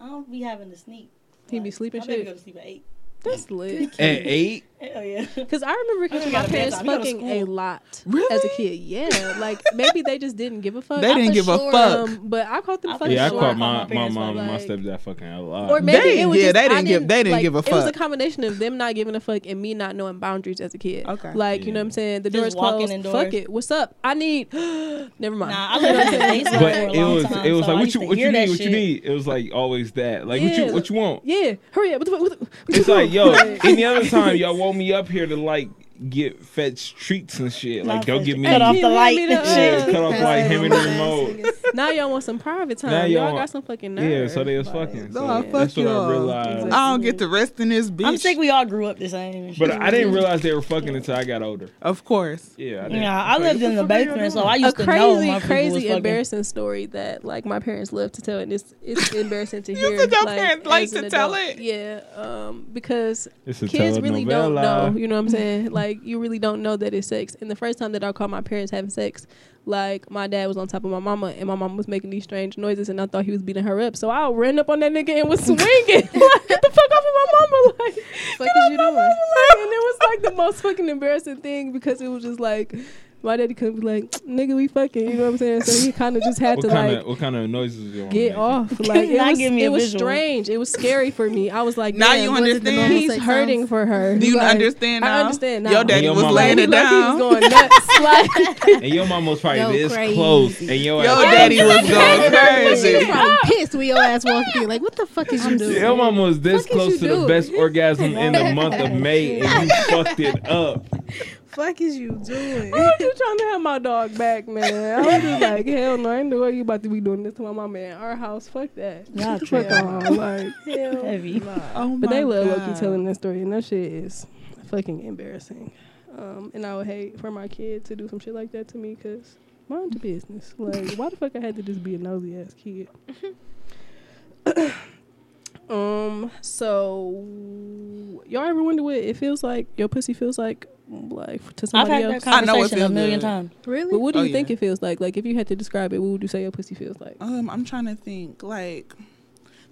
S4: I don't be having to sneak.
S1: He be sleeping
S4: I better go
S1: shit.
S4: to sleep at eight.
S1: That's lit.
S3: At eight,
S4: Hell yeah.
S1: Because I remember catching
S4: gotta
S1: my
S4: be
S1: parents
S4: outside. We go to
S1: fucking
S4: school.
S1: a lot
S2: Really?
S1: as a kid. Yeah, like maybe they just didn't give a fuck.
S2: They
S1: I-
S2: didn't
S4: for
S2: give a
S4: sure,
S2: fuck.
S1: Um, but I caught them
S4: I for
S1: fucking.
S3: Yeah, I
S1: a
S4: sure.
S1: lot.
S3: called my
S4: I called my
S3: my
S4: parents,
S3: mom and my
S1: like-
S3: stepdad fucking a lot.
S1: Or maybe
S2: They-
S1: it was
S2: yeah,
S1: just,
S2: they
S1: I
S2: didn't give- they didn't
S1: like,
S2: give a
S1: It was a
S2: fuck.
S1: combination of them not giving a fuck and me not knowing boundaries as a kid.
S2: Okay.
S1: like you
S3: Yeah.
S1: know what I'm saying. The
S4: Just
S1: door's
S4: walking
S1: closed.
S4: in
S1: Fuck
S4: doors.
S1: it. What's up? I need. Never mind.
S4: Nah, I lived in the basement
S3: but
S4: for a
S3: it
S4: long
S3: was
S4: time.
S3: it was
S4: so I
S3: like what
S4: used
S3: you
S4: to
S3: what you
S4: hear that
S3: need what you
S4: shit.
S3: need. It was like always that like what
S1: Yeah.
S3: you what you want.
S1: yeah, hurry up. What the fuck? What the, what
S3: It's
S1: the-
S3: like, yo, any other time y'all woke me up here to like get fetch treats and shit. Like,
S4: Not
S3: go
S4: fetch-
S3: give me
S4: cut off
S1: Give
S4: the
S1: me
S4: light
S1: the-
S4: and
S3: yeah,
S4: shit.
S3: cut off like him and the remote.
S1: now y'all want some private time.
S3: Now
S1: y'all,
S3: y'all want-
S1: got some fucking
S3: Yeah,
S1: nerve.
S3: so they was
S1: Like,
S3: fucking.
S2: No,
S3: So
S2: I fuck
S3: that's what
S2: y'all.
S3: I realized.
S1: Exactly.
S2: I don't get to rest in this bitch.
S4: I'm sick. We all grew up the same.
S3: But I didn't realize they were fucking until I got older.
S2: of course.
S3: Yeah, I didn't.
S4: Yeah, I lived in the basement, so I
S1: A
S4: used to know
S1: crazy,
S4: my people was
S1: crazy,
S4: fucking.
S1: embarrassing story that like my parents love to tell, and it's it's embarrassing to
S2: You
S1: hear.
S2: said your
S1: like,
S2: parents like
S1: as an
S2: to tell
S1: adult.
S2: it?
S1: Yeah, um, because
S3: It's a
S1: kids really don't
S3: telenovela.
S1: know. You know what I'm saying? Like you really don't know that it's sex. And the first time that I caught my parents having sex, like my dad was on top of my mama, and my mom was making these strange noises, and I thought he was beating her up. So I ran up on that nigga and was swinging. like, get the fuck off of my mama! Like,
S5: Fuck
S1: get
S5: is
S1: off
S5: you
S1: my
S5: doing?
S1: mama! Like, and it was like the most fucking embarrassing thing because it was just like. My daddy couldn't be like, nigga, we fucking, you know what I'm saying? So he kind of just had to
S3: What kind
S1: like
S3: of what kind of noises was going
S1: get off. Like it
S4: Not
S1: was,
S4: give me a
S1: it was
S4: visual.
S1: strange. It was scary for me. I was like,
S2: Now
S1: damn,
S2: you
S1: was it the
S2: understand?
S1: normal He's
S5: sex
S1: hurting
S5: sounds?
S1: for her.
S2: Do you
S1: Like,
S2: understand now?
S1: I understand now.
S2: Your daddy
S3: Your
S2: was
S3: mama-
S2: laying
S1: Like,
S2: it
S1: he looked-
S2: down.
S1: He was going nuts. like,
S3: And your mom was probably
S5: Go
S3: this
S5: crazy.
S3: close, and your
S2: Your
S3: ass-
S2: daddy was going
S5: She was
S2: crazy.
S5: probably pissed when your ass walked in. Like, what the fuck is you doing?
S3: Your mom was
S1: Fuck
S3: this
S1: is you
S3: close to the
S1: doing?
S3: best orgasm in the month of May, and you fucked it up.
S5: fuck is you doing?
S1: I was just trying to have my dog back, man. I was just like, hell no, I ain't the way you about to be doing this to my mama in our house. Fuck that.
S4: Y'all
S1: Fuck
S4: tripping.
S1: all. Like, hell.
S4: Heavy.
S2: Oh
S1: But
S2: my
S1: they love
S2: God.
S1: Loki telling that story, and that shit is fucking embarrassing. Um, and I would hate for my kid to do some shit like that to me because mind your business. Like, why the fuck I had to just be a nosy ass kid? um, so y'all ever wonder what it feels like? Your pussy feels like, like to
S4: I've
S1: somebody
S4: had
S1: else.
S4: that
S2: I know it
S4: conversation a
S2: feels
S4: million
S2: good.
S4: times.
S1: But
S5: Really?
S1: what do
S2: Oh,
S1: you think
S2: yeah.
S1: it feels like? Like, if you had to describe it, what would you say your pussy feels like?
S2: Um, I'm trying to think. Like,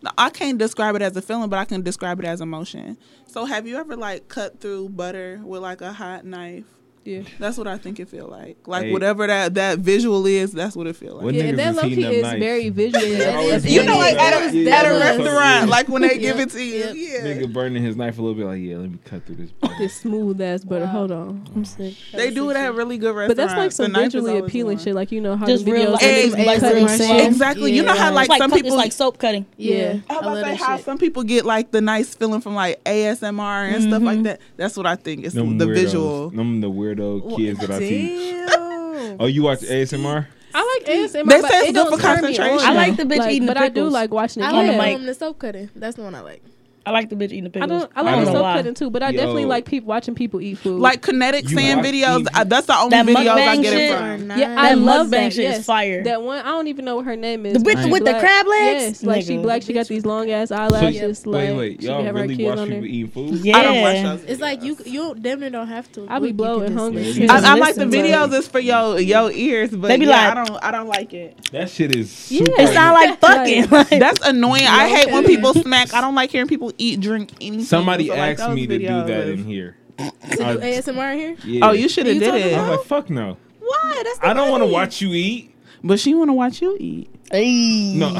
S2: no, I can't describe it as a feeling, but I can describe it as emotion. So, have you ever like cut through butter with like a hot knife?
S1: Yeah.
S2: That's what I think it feel like. Like
S3: Hey.
S2: whatever that that visual is, that's what it feel like.
S3: When
S1: yeah,
S3: niggas
S1: and that
S3: is
S1: low
S3: heating
S1: key
S3: up
S1: is
S3: nice.
S1: very visual.
S5: Yeah, it is.
S2: you know, like
S5: funny.
S2: at a,
S5: Yeah,
S2: at a
S5: yeah.
S2: restaurant, like when they give
S5: Yep,
S2: it to you,
S5: yep.
S2: yeah.
S3: Nigga burning his knife a little bit, like, yeah, let me cut through this. butter.
S1: This smooth ass butter.
S5: Wow.
S1: Hold on.
S4: I'm sick.
S2: They do it at really good
S1: But
S2: restaurants.
S1: that's like
S2: The
S1: some
S2: knife is
S1: visually
S2: always
S1: appealing
S2: on.
S1: shit. Like you know how
S4: Just
S1: the
S4: real
S1: videos
S4: life,
S2: Eggs,
S1: like,
S4: like
S1: cut
S4: real
S1: my
S4: slow.
S1: shit.
S2: Exactly. You know
S5: Yeah.
S2: how like
S4: It's like
S2: some
S4: cut-
S2: people
S4: it's like soap cutting.
S5: Yeah.
S2: I,
S5: I
S2: was about to
S5: love
S2: say
S5: that
S2: how
S5: shit.
S2: some people get like the nice feeling from like ASMR and stuff like that. That's what I think. It's
S3: Them
S2: the
S3: weirdos.
S2: visual.
S3: Them the weirdo kids that I teach.
S5: Damn.
S3: Oh, you watch ASMR?
S1: I like ASMR.
S2: They
S1: but
S2: say it's
S1: it
S2: good
S1: don't
S2: for
S1: turn me
S2: concentration.
S1: on.
S2: I like
S4: the bitch eating the
S1: but I do
S4: pickles.
S1: like watching it.
S5: I
S4: On the
S5: like
S1: yeah.
S4: mic.
S5: um, the soap cutting. That's the one I like.
S4: I like the bitch eating the
S1: I
S4: pickles.
S1: don't. I like
S3: don't
S1: the
S3: know
S1: soap
S4: why.
S1: cutting too, but I
S3: Yo.
S1: definitely like people watching people eat food.
S2: Like kinetic
S3: You
S2: sand
S3: watch
S2: videos.
S3: TV.
S2: I, that's the only
S4: That
S2: videos I
S4: mukbang
S2: get
S4: shit?
S2: it
S5: Are
S2: from.
S5: not-
S1: yeah, I
S4: That
S1: love
S4: mukbang
S1: that.
S4: shit is
S1: yes.
S4: fire.
S1: That one, I don't even know what her name is.
S4: The bitch
S1: but she
S4: with the
S1: black-
S4: crab legs?
S1: Yes, like she
S4: Nigga.
S1: black. She got these long ass
S3: So,
S1: eyelashes. like,
S3: wait, wait,
S1: she
S3: y'all
S1: can have her
S3: really
S1: kids
S3: watch
S1: on
S3: people
S1: there.
S3: eating food?
S4: Yeah.
S2: I don't watch those.
S5: It's like you you damn near don't have to.
S1: I be
S5: You can
S1: blowing
S5: just-
S1: hungry.
S3: Yeah.
S1: as
S2: I, I
S1: hell.
S2: like the
S4: listen to
S2: videos. It's for your your ears, but
S4: They be
S2: yeah,
S4: like-
S2: I don't I don't like it.
S3: That shit is
S1: Yeah.
S3: super.
S4: It's not like fucking. Like,
S2: That's annoying. I hate when
S5: okay.
S2: people smack. I don't like hearing people eat, drink anything.
S3: Somebody
S2: So, like,
S3: asked
S2: those
S3: me to do
S2: videos
S3: that
S2: is-
S3: in here.
S5: To do
S3: I-
S5: ASMR in here?
S3: yeah.
S2: Oh, you should have
S5: You
S2: did
S5: told
S2: it.
S3: I'm like, fuck no.
S5: Why? That's
S3: I don't want to watch you eat.
S2: But she want to watch you eat.
S4: Ayy.
S3: No.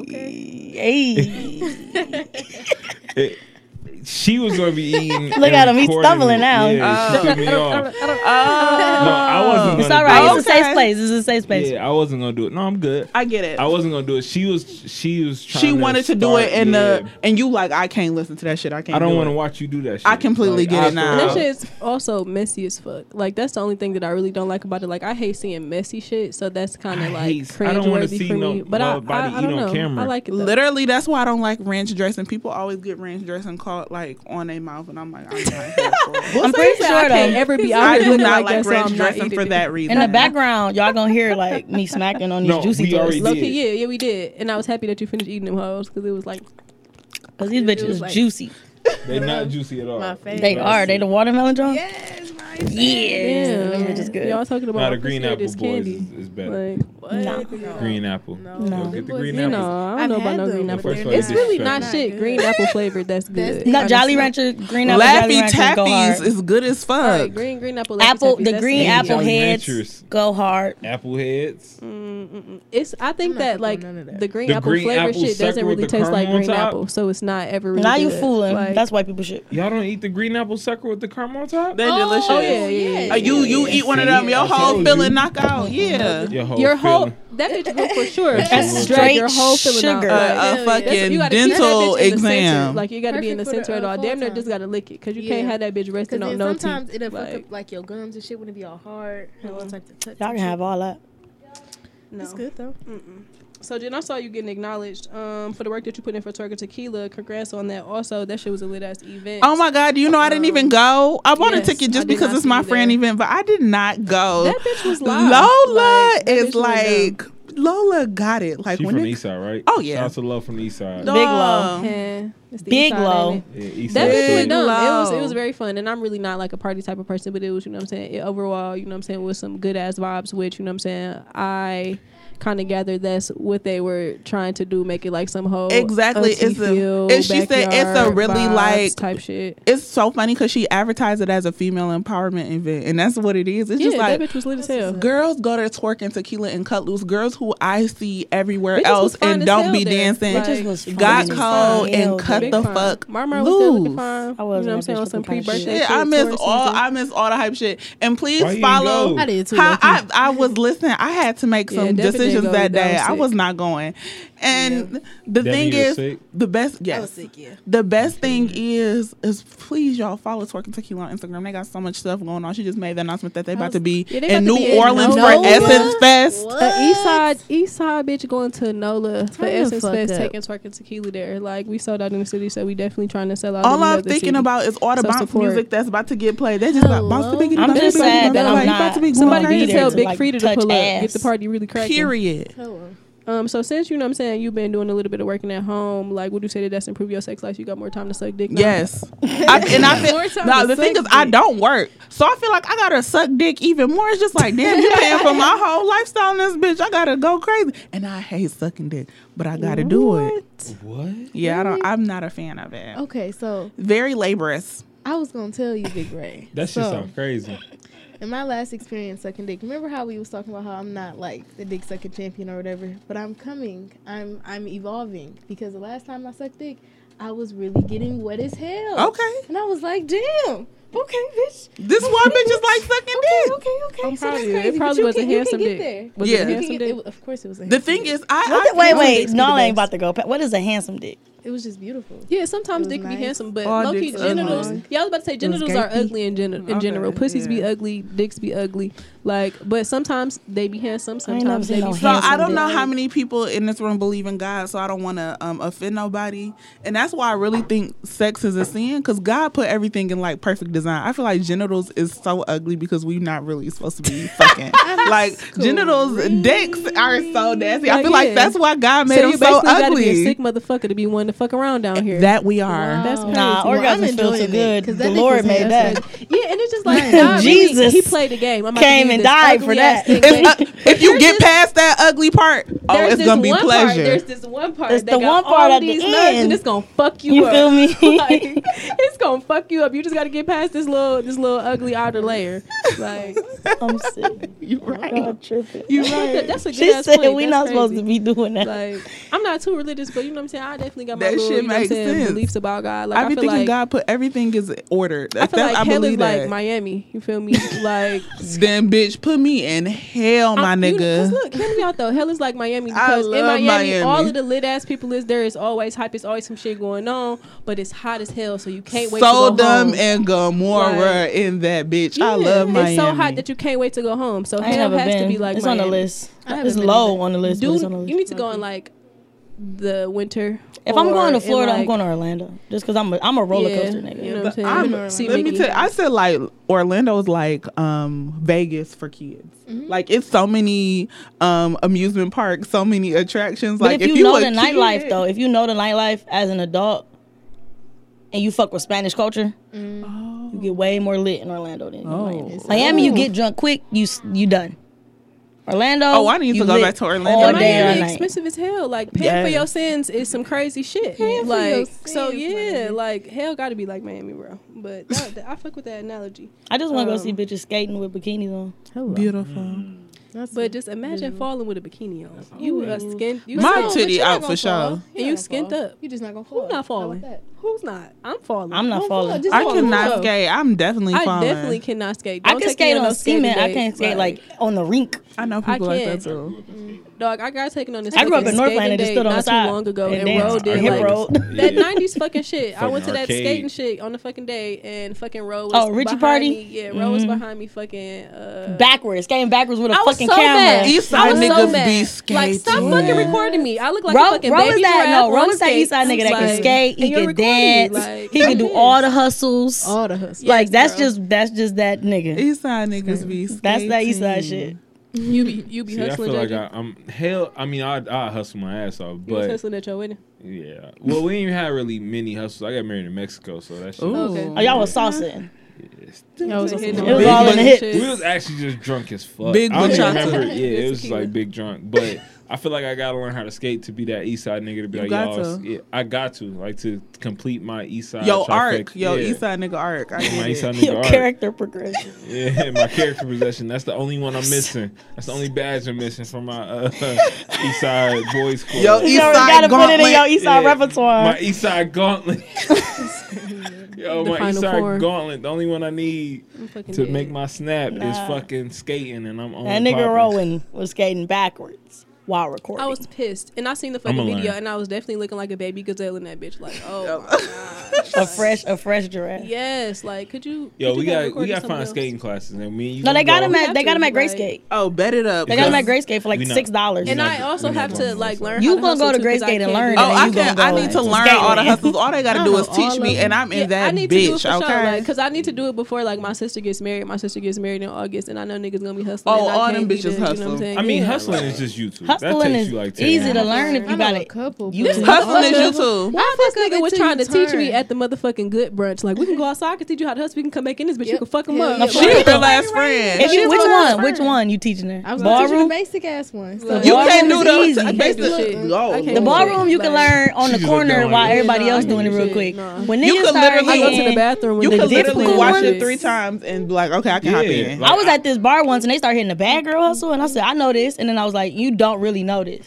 S4: Ayy.
S3: It- she was gonna be eating.
S4: Look
S3: and
S4: at him, he's
S3: recording
S4: stumbling
S3: it.
S4: now.
S3: Yeah, she
S2: Oh.
S3: threw me off. No,
S2: Oh,
S3: I wasn't.
S4: It's
S3: gonna
S4: all right.
S3: do it.
S4: It's a safe
S2: Okay.
S4: place. It's a safe place.
S3: Yeah, I wasn't gonna do it. No, I'm good.
S2: I get it.
S3: I wasn't gonna do it. She was. She was. Trying
S2: she wanted to do
S3: start-
S2: it in the
S3: yeah.
S2: and you like I can't listen to that shit. I can't.
S3: I don't want
S2: to.
S3: to watch you do that. shit.
S2: I completely get
S3: I
S2: it now.
S1: And
S3: throw
S1: that
S3: up.
S1: shit is also messy as fuck. Like that's the only thing that I really don't like about it. Like I hate seeing messy shit, so that's kind
S3: I
S1: of like
S3: hate- I don't wanna
S1: cringeworthy
S3: see
S1: for
S3: no-
S1: me. But I,
S3: nobody
S1: I, I
S3: eat
S1: don't
S3: on
S1: know.
S3: camera.
S1: I like it. Though.
S2: Literally, that's why I don't like ranch dressing. People always get ranch dressing caught like on their mouth, and I'm like, I'm not here for it.
S4: I'm pretty sure
S1: I can't
S4: though.
S1: ever be out
S2: I
S1: here
S2: do
S1: looking
S2: not
S1: like,
S2: like
S1: that, so
S2: ranch
S1: I'm not
S2: dressing
S1: eating
S2: for
S1: it.
S2: that reason.
S4: In the background, y'all gonna hear like me smacking on these
S3: No,
S4: juicy
S3: we
S4: toys.
S3: already
S4: Look,
S1: Low key,
S3: did.
S1: yeah, yeah, we did, and I was happy that you finished eating them hoes because it was like,
S4: Cause these
S5: It
S4: bitches
S5: was
S4: is
S5: like-
S4: juicy.
S3: They're not juicy at all.
S5: My face.
S4: They are. They the watermelon John.
S5: Yes, my
S2: nice.
S4: Yeah,
S1: Yeah.
S4: them bitches good.
S1: Y'all talking about
S3: Nah, the
S1: this
S3: green
S1: here,
S3: apple
S1: this
S3: boys
S1: candy.
S3: is, is better.
S1: Like, what?
S4: Nah.
S3: green apple.
S5: No.
S4: No.
S3: Yo, get the
S5: Boys,
S3: green
S5: you
S1: You
S3: apple.
S1: know, I
S5: I've
S1: don't know about
S5: had
S1: no
S5: them,
S1: green
S5: but
S1: apple.
S3: they're
S1: flavor.
S3: not
S1: It's really
S3: good.
S1: not
S5: Not
S1: shit.
S5: good.
S1: Green apple flavored. That's
S5: That's
S1: good.
S5: the-
S4: Not Jolly
S5: Honestly.
S4: Rancher, green apple Jolly
S2: Laffy
S4: Ranchers go
S2: Tappies
S4: hard.
S2: is good as fuck.
S1: All right, green green apple.
S4: Apple,
S1: Laffy Taffy,
S4: the
S1: that's
S4: green
S1: it.
S4: apple
S3: Jolly
S4: heads
S3: Ranchers.
S4: go hard.
S3: Apple heads.
S1: Mm, mm, mm. It's. I think
S5: I'm not
S1: that
S5: fucking
S1: like
S5: with none of that.
S1: the green
S3: The
S1: apple
S3: green
S1: flavored
S3: apple
S1: shit doesn't
S3: sucker with
S1: really
S3: the
S1: taste
S3: caramel
S1: like
S3: on
S1: green
S3: top?
S1: apple, so it's not ever really.
S4: now you
S1: good.
S4: fooling.
S1: Like,
S4: That's white people shit.
S3: Y'all don't eat the green apple sucker with the caramon on top?
S2: They're delicious.
S1: Oh, yeah, yeah, yeah,
S2: Uh, you you eat one of them, your
S3: I
S2: whole
S3: told
S2: feeling
S3: you.
S2: knockout. Yeah.
S3: Your whole.
S1: your whole
S3: feeling.
S1: that bitch broke for sure.
S3: That's
S1: That's
S3: straight
S1: straight your whole feeling out.
S4: sugar.
S2: Uh,
S1: Like,
S2: a
S5: Hell
S1: That's-
S5: yeah.
S2: fucking
S1: you gotta keep that
S2: dental
S1: bitch in the center.
S2: exam.
S1: Like you gotta be in the
S5: Perfect for
S1: center
S5: the,
S1: at all.
S5: uh,
S1: Damn near
S5: full
S1: just gotta lick it because you
S5: Yeah.
S1: can't have that bitch resting
S5: Because
S1: on
S5: then
S1: no
S5: sometimes
S1: teeth.
S5: it'll fuck
S1: Like,
S5: up like your gums and shit wouldn't be all hard. and all types of touch
S4: Y'all
S5: and
S4: can have all that.
S5: shit. It's
S1: no.
S5: good though.
S1: So Jen, I saw you getting acknowledged um, for the work that you put in for Target Tequila. Congrats on that. Also, that shit was a lit ass event.
S2: Oh my God! You know I didn't even go. I bought
S1: Um, Yes,
S2: a ticket
S1: I
S2: just
S1: did
S2: because
S1: not
S2: it's
S1: see
S2: my
S1: you
S2: friend
S1: there.
S2: event, but I did not go.
S1: That bitch was live.
S2: Lola
S1: Like, that
S2: is
S1: bitch really
S2: like Lola got it. Like
S3: She
S2: when
S3: from the
S2: it,
S3: east side, right?
S2: Oh, yeah.
S3: Shout out to love from the east side.
S2: Dog.
S4: Big Lo.
S1: dumb. Yeah, it's the
S4: Big
S1: inside, ain't
S4: low.
S1: it?
S3: Yeah, east
S1: That
S3: side
S1: bitch was
S3: shit.
S2: Big
S1: dumb. It was it
S2: low.
S1: was very fun, and I'm really not like a party type of person, but it was you know what I'm saying. It, overall, you know what I'm saying was some good ass vibes, which you know what I'm saying I kind of gathered that's what they were trying to do, make it like some whole
S2: Exactly.
S1: auntie
S2: It's a-
S1: feel,
S2: and she said it's a
S1: backyard
S2: really,
S1: vibes
S2: like-
S1: type shit.
S2: It's so funny because she advertised it as a female empowerment event, and that's what it is. It's
S1: Yeah,
S2: just like
S1: that bitch was lit as hell.
S2: Girls go to twerk and tequila and cut loose. Girls who I see everywhere
S1: Bitches was
S2: else
S1: fine
S2: and
S1: as
S2: don't
S1: hell
S2: be
S1: there.
S2: dancing.
S1: Like,
S4: Bitches was
S2: got
S4: fine.
S2: cold
S4: Hell
S2: and cut
S4: yeah.
S2: the
S1: fine.
S2: fuck
S1: Marmar was there looking
S2: loose.
S1: fine. You know
S4: I was
S1: what
S4: in
S1: I'm
S4: that
S1: saying
S4: bitch
S1: on some
S4: looking kinda
S1: pre-birthday
S4: shit.
S1: shit.
S2: Shit, I miss
S1: tourist
S2: all.
S1: season.
S2: I miss all the hype shit. And please
S3: Why you ain't
S2: follow.
S3: go? I
S5: did too,
S2: How-
S5: low-key.
S2: I, I was listening. I had to make
S1: Yeah,
S2: some
S1: Devin didn't
S2: decisions
S1: go. That
S2: that day.
S1: was
S2: I was
S1: sick.
S2: not going. And the
S3: Devin,
S2: thing
S3: you was
S2: is,
S3: sick?
S2: the best. Yes.
S1: Oh,
S4: yeah.
S2: The best thing is, is please y'all follow Twerking Tequila on Instagram. They got so much stuff going on. She just made the announcement that they about to be
S1: Yeah, they
S2: in
S1: about
S2: New
S1: to be in
S2: Orleans
S1: Nola?
S2: for Essence Fest.
S1: A east side, east side Uh, bitch going to NOLA for
S5: the
S1: Essence
S5: fuck
S1: Fest,
S5: up.
S1: taking twerking tequila there. Like we sold out in the city, so we definitely trying to sell out. in
S2: All I'm
S1: another
S2: thinking
S1: city.
S2: about is all the
S1: So
S2: bounce
S1: support.
S2: music that's about to get played. They just like bounce the
S5: Hello?
S2: biggity,
S4: I'm
S2: bounce
S4: just
S2: the biggity,
S4: sad
S2: bounce
S4: that
S2: the
S4: I'm
S2: biggity.
S4: not-
S2: About to be
S1: somebody
S2: going
S1: need
S4: Nobody
S1: to
S2: crazy.
S1: tell
S4: to,
S1: Big
S4: like,
S1: Frida to
S4: touch
S1: pull up, get
S4: ass.
S1: the party really cracking.
S2: Period.
S5: Hello.
S1: Um, so since you know what I'm saying, you've been doing a little bit of working at home. Like, would you say that that's improved your sex life? You got more time to suck dick. now?
S2: Yes, I, and I
S5: More
S2: feel
S5: time
S2: no.
S5: to
S2: The thing is,
S5: suck
S2: I
S5: dick.
S2: don't work, so I feel like I gotta suck dick even more. It's just like, damn, you paying for my whole lifestyle in this bitch. I gotta go crazy, and I hate sucking dick, but I gotta do it.
S3: What?
S2: Yeah, I don't. I'm not a fan of it.
S1: Oh.
S5: Okay, so
S2: Very laborious.
S5: I was gonna tell you, Big Ray.
S3: That shit
S5: so,
S3: sounds crazy.
S5: In my last experience sucking dick, remember how we was talking about how I'm not like the dick sucking champion or whatever, but I'm coming. I'm I'm evolving because the last time I sucked dick, I was really getting wet as hell.
S2: Okay,
S5: And I was like, damn. Okay, bitch.
S2: this one bitch is like sucking
S5: Okay,
S2: dick.
S5: okay, okay.
S1: I'm
S5: so
S1: proud
S5: that's
S1: of you.
S5: crazy.
S1: It
S5: but
S1: probably
S5: you
S1: was a
S5: can- you
S1: handsome
S5: can get
S1: dick.
S5: there.
S1: Was
S2: Yeah.
S1: it a
S5: You can
S1: handsome
S5: get-
S1: dick?
S5: it- of course, it was a
S2: The
S5: handsome
S2: thing
S5: dick.
S2: is,
S4: What
S2: I, I
S4: the, wait,
S2: can't-
S4: wait.
S5: be
S4: No,
S5: the
S4: I ain't
S5: best.
S4: about to go. pa- What is a handsome dick?
S5: it was just beautiful.
S1: Yeah, sometimes
S5: It was
S1: dick can be
S5: nice.
S1: handsome, but
S2: All
S1: low key
S2: dicks
S1: genitals.
S5: ugly.
S1: Yeah, I was about to say genitals are
S2: gapey.
S1: ugly in, gen- in
S2: Okay,
S1: general. Pussies be
S2: yeah.
S1: ugly, dicks be ugly. Like, but sometimes they be handsome.
S4: I ain't
S1: Sometimes
S4: never
S1: they
S4: seen
S1: be
S4: no
S2: So I
S4: handsome
S2: don't know
S4: dick.
S2: how many people in this room believe in God, so I don't want to um, offend nobody, and that's why I really think sex is a sin because God put everything in like perfect design. I feel like genitals is so ugly because we're not really supposed to be fucking like genitals. Dicks are so nasty. I
S1: Like,
S2: feel like
S1: yeah.
S2: that's why God made
S1: so you
S2: them so
S1: basically gotta be a
S2: ugly.
S1: sick motherfucker to be one to fuck around down here.
S2: That we are.
S1: That's crazy.
S4: Nah,
S5: Well, I'm
S4: orgasms feel
S5: enjoying
S4: too
S5: it,
S4: good.
S5: 'cause
S4: The
S5: that dick
S4: Lord
S5: was
S4: made
S5: nasty.
S4: that.
S1: yeah, and it's just like God really,
S4: Jesus
S1: he played the game. I'm about
S4: came
S1: to give you
S4: and
S1: this
S4: died for
S1: ugly ass
S4: that.
S1: dick,
S2: It's,
S1: bitch.
S2: uh, if you
S1: There's
S2: get
S1: this-
S2: past that ugly part, oh,
S1: there's
S2: it's
S1: this
S2: gonna be
S1: one Part,
S2: pleasure.
S1: there's this one part.
S4: It's
S1: that
S4: the
S1: got
S4: one part
S1: all
S4: at
S1: these
S4: the
S1: nerves
S4: end.
S1: And it's gonna fuck you.
S4: You
S1: up.
S4: feel me?
S1: like, it's gonna fuck you up. You just gotta get past this little, this little ugly outer layer. Like, Oh
S4: I'm sick.
S2: You're right.
S4: God tripping.
S2: You're
S1: That-
S2: right.
S1: that's a good
S4: She
S1: ass
S4: said
S1: point.
S4: we
S1: That's
S4: not supposed to
S1: crazy.
S4: be doing that.
S1: Like, I'm not too religious, but you know what I'm saying. I definitely got my
S2: That
S1: little, you
S2: shit
S1: know what I'm
S2: makes
S1: saying,
S2: sense.
S1: beliefs about God. Like,
S2: I
S1: I
S2: be
S1: feel
S2: thinking
S1: like
S2: God put everything is ordered.
S1: I feel
S2: That's-
S1: like
S2: I
S1: hell is
S2: believe that.
S1: like Miami. You feel me? Like,
S2: Then bitch, put me in hell, my
S1: I'm- you- 'cause
S2: nigga.
S1: look, hear me out though. Hell is like Miami
S2: I
S1: because in
S2: love
S1: Miami,
S2: Miami.
S1: all of the lit ass people is there. It's always hype. It's always some shit going on, but it's hot as hell, so you can't wait. to
S2: so
S1: go
S2: dumb
S1: home.
S2: and Gomorrah
S1: Like-
S2: in that bitch. I love
S1: it's
S2: Miami.
S1: so hot that you can't wait to go home. So
S4: I ain't
S1: hell
S4: never
S1: has
S4: been.
S1: to be like
S4: it's
S1: Miami.
S4: on the list.
S5: I haven't
S4: It's
S5: been
S4: low on the list. but
S1: Do
S4: it's on the list.
S1: you need to go in like the winter?
S4: If I'm going
S1: or
S4: to
S1: in,
S4: Florida, I'm
S1: like-
S4: going to Orlando. Just because I'm a, I'm a roller
S1: Yeah,
S4: coaster nigga.
S1: You know
S2: But
S1: what I'm
S2: I'm-
S1: saying? See
S2: Let me
S1: Mickey.
S2: tell you, I said like Orlando is like um Vegas for kids.
S1: Mm-hmm.
S2: Like it's so many um amusement parks, so many attractions.
S4: But
S2: like
S4: if you, know
S2: a
S4: the
S2: kid-
S4: nightlife, though, if you
S2: Oh.
S4: know the nightlife as an adult and you fuck with Spanish culture, you get way more lit in Orlando than you do in Miami.
S5: Oh.
S4: Miami, you get drunk quick, you s- you done. Orlando.
S2: Oh, I need to
S4: you
S2: go
S4: lit
S2: back to Orlando.
S4: All
S2: Miami
S4: day, all
S1: Miami
S4: night.
S1: expensive as hell. Like paying
S2: Yeah.
S1: for your sins is some crazy shit.
S5: Paying for your
S1: like so,
S5: sins,
S1: yeah.
S5: Miami.
S1: Like hell, got to be like Miami, bro. But that, that- I fuck with that analogy.
S4: I just want to go
S2: Oh.
S1: Um,
S4: see bitches skating with bikinis on.
S2: Beautiful.
S5: That's
S1: But just imagine falling with a bikini on. You a skin. You
S2: My
S1: skint-
S2: titty
S1: but you
S2: out
S1: not
S2: for
S1: gonna
S2: sure.
S1: fall. And you skinned up.
S5: You're just not gonna fall.
S1: Who's not
S5: How about
S1: falling?
S5: that?
S1: Who's not? I'm falling.
S4: I'm not
S5: Don't fall,
S4: falling.
S5: just
S2: I
S5: fall,
S2: cannot
S5: go.
S2: skate. I'm definitely
S1: I
S2: falling.
S1: definitely cannot skate.
S4: I
S1: Don't
S4: can
S1: take me
S4: skate on
S1: no skating
S4: cement. I
S1: dates.
S4: can't skate like on the rink.
S2: I know people like that
S1: can't.
S2: too.
S1: Dog, I got taken on this.
S4: I grew up
S1: fucking
S4: in North
S1: skating
S4: Atlanta, just
S1: date
S4: stood on the
S1: not
S4: side
S1: too long ago,
S4: and
S1: and,
S4: danced.
S1: Ro
S4: Or
S1: did
S4: hip
S1: like
S4: rolled.
S1: that '90s fucking shit. I
S3: Fucking
S1: went to that
S3: arcade.
S1: skating shit on the fucking day, and fucking Ro was
S4: Oh, Richie
S1: behind
S4: Party?
S1: Me. Yeah, Ro was behind me, fucking uh,
S4: Backwards, skating backwards with a
S1: I was
S4: fucking
S1: so
S4: camera.
S1: mad.
S2: Eastside
S1: I was so
S2: niggas
S1: mad.
S2: be
S1: Like, stop
S2: skating.
S1: fucking recording me. I look like
S4: Ro,
S1: a fucking
S4: Ro
S1: baby
S4: is that
S1: giraffe
S4: no? Ro
S1: on
S4: is that
S1: skates.
S4: east side nigga that
S1: Like,
S4: can skate. He
S1: and you're
S4: can
S1: recording me,
S4: dance.
S1: like-
S4: he can do
S1: Yes.
S4: all the hustles.
S5: All the hustle.
S4: like
S1: Yes,
S4: that's
S1: bro.
S4: just that's just that nigga.
S2: Eastside niggas be skating.
S4: That's that east side shit.
S1: You be you be
S3: See, I feel
S1: hustling,
S3: like
S1: JJ.
S3: I, I'm hell. I mean, I I hustle my ass off,
S1: You was
S3: but
S1: hustling at your wedding.
S3: yeah. Well, we ain't even had really many hustles. I got married in Mexico, so that shit.
S2: Ooh.
S3: Was,
S1: Okay.
S4: Oh, y'all was saucing.
S5: Y'all was
S1: It
S5: hustling.
S4: It was all in the hip.
S3: We was actually just drunk as fuck.
S2: Big
S3: I don't even
S2: bachata.
S3: remember. Yeah, it was just
S1: Tequila.
S3: like big drunk. But I feel like I gotta learn how to skate to be that east side nigga to be
S2: You
S3: like
S2: got
S3: y'all.
S2: to.
S3: Yeah, I got to like to complete my east side.
S2: Yo,
S3: trifecta.
S2: arc. Yo,
S3: yeah.
S2: east side nigga arc. I
S3: My east
S2: get it.
S3: side nigga
S4: Your
S3: arc.
S4: character progression.
S3: Yeah, my character possession. That's the only one I'm missing. That's the only badge I'm missing from my uh, east side boys club.
S2: Yo,
S4: You
S2: East
S4: already gotta
S2: side
S4: put it in
S2: gauntlet.
S4: your east side
S3: Yeah.
S4: repertoire.
S3: My east side gauntlet. Yo,
S1: The
S3: my east
S1: Final
S3: side
S1: Four.
S3: gauntlet. The only one I need
S1: I'm fucking
S3: to
S1: dead.
S3: make my snap is
S4: Nah.
S3: fucking skating, and I'm on.
S4: that nigga
S3: popping.
S4: Rowan was skating backwards while recording.
S1: I was pissed, and I seen the
S3: I'ma
S1: fucking video,
S3: learn.
S1: and I was definitely looking like a baby gazelle in that bitch. Like, oh my gosh.
S4: a fresh, a fresh giraffe.
S1: Yes, like, could you?
S3: Yo,
S1: could
S3: we
S1: you have
S3: got we
S1: recorded
S3: got to
S1: someone
S3: find
S1: else?
S3: skating classes, and me. and You
S4: No, they
S3: gonna
S4: got
S3: go.
S4: him
S1: have
S4: at they
S1: to,
S4: got him
S1: like-
S4: at Grayscape.
S2: Oh, bet it up.
S4: They got him at
S3: Because-
S4: Grayscape for
S3: We
S4: like
S3: not-
S4: six dollars.
S1: And
S3: We're
S1: I
S3: not-
S1: also
S3: we're not
S1: have
S3: doing
S1: to
S3: this,
S1: like
S3: like-
S1: learn.
S4: You
S1: how to
S4: gonna go
S1: hustle
S4: to
S1: too, 'cause
S4: Grayscape and
S1: can't
S4: learn.
S1: do
S2: Oh,
S1: it.
S4: And then
S2: I
S4: you
S2: can.
S4: gonna
S2: I
S4: go,
S2: need to
S4: like,
S2: learn
S4: skate
S2: all the
S4: around.
S2: hustles. All they gotta do is
S5: I don't know,
S2: teach
S5: all
S2: me,
S5: of
S2: and I'm in
S1: yeah, I
S2: that
S1: need to do it
S2: bitch.
S1: for sure,
S2: Okay.
S1: like, cause I need to do it before like my sister gets married. My sister gets married in August, and I know niggas gonna be hustling.
S2: Oh,
S1: and I
S2: all
S1: can't
S2: them
S1: be
S2: bitches
S1: there, you know what
S2: hustle.
S1: I'm saying?
S3: I mean,
S1: Yeah,
S3: hustling
S1: like-
S3: is just YouTube. that
S4: Hustling
S3: takes
S4: is
S3: you like 10
S4: easy to
S3: minutes.
S4: learn if
S5: I
S4: you
S5: know
S4: got
S5: a
S4: it.
S5: couple.
S4: You
S5: but-
S4: just
S2: hustling
S5: Hustle
S2: is
S5: is-
S2: YouTube.
S1: Why
S5: Fuck
S1: this
S5: up
S1: nigga was
S5: until
S1: trying to
S5: you
S1: teach me
S5: turn.
S1: at the motherfucking good brunch? Like, we can go outside, I can teach you how to hustle. We can come back in this bitch.
S5: Yep.
S1: You can fuck him
S5: Hell
S1: up.
S5: yeah.
S1: Like,
S2: She her last friend.
S4: If you,
S5: She
S4: which
S5: was
S4: one?
S5: first.
S4: Which one you teaching her?
S5: I was gonna teach you the
S4: Ballroom.
S5: basic ass ones.
S1: Look,
S5: So-
S2: You
S4: Ballroom
S2: can't
S4: is
S2: do
S4: easy.
S2: the
S4: I can't
S2: basically-
S1: do shit.
S2: Oh,
S1: I can't
S4: The
S1: do
S2: Lord.
S4: ballroom you can
S1: Like-
S4: learn on the
S3: She's a
S4: corner
S3: dumb
S4: while
S3: one.
S4: everybody
S5: Yeah,
S4: else
S5: no,
S4: doing it real
S1: shit,
S4: quick.
S1: no.
S4: When
S2: You
S4: niggas
S2: could
S4: start
S2: literally-
S1: I go to the
S4: hitting-
S1: bathroom
S2: You
S1: with the
S2: could literally
S1: discipline
S2: watch
S1: ones.
S2: it three times and be like, okay, I can hop
S3: Yeah,
S2: in.
S3: like-
S4: I was at this bar once and they started hitting the bad girl hustle and I said I know this and then I was like you don't really know this.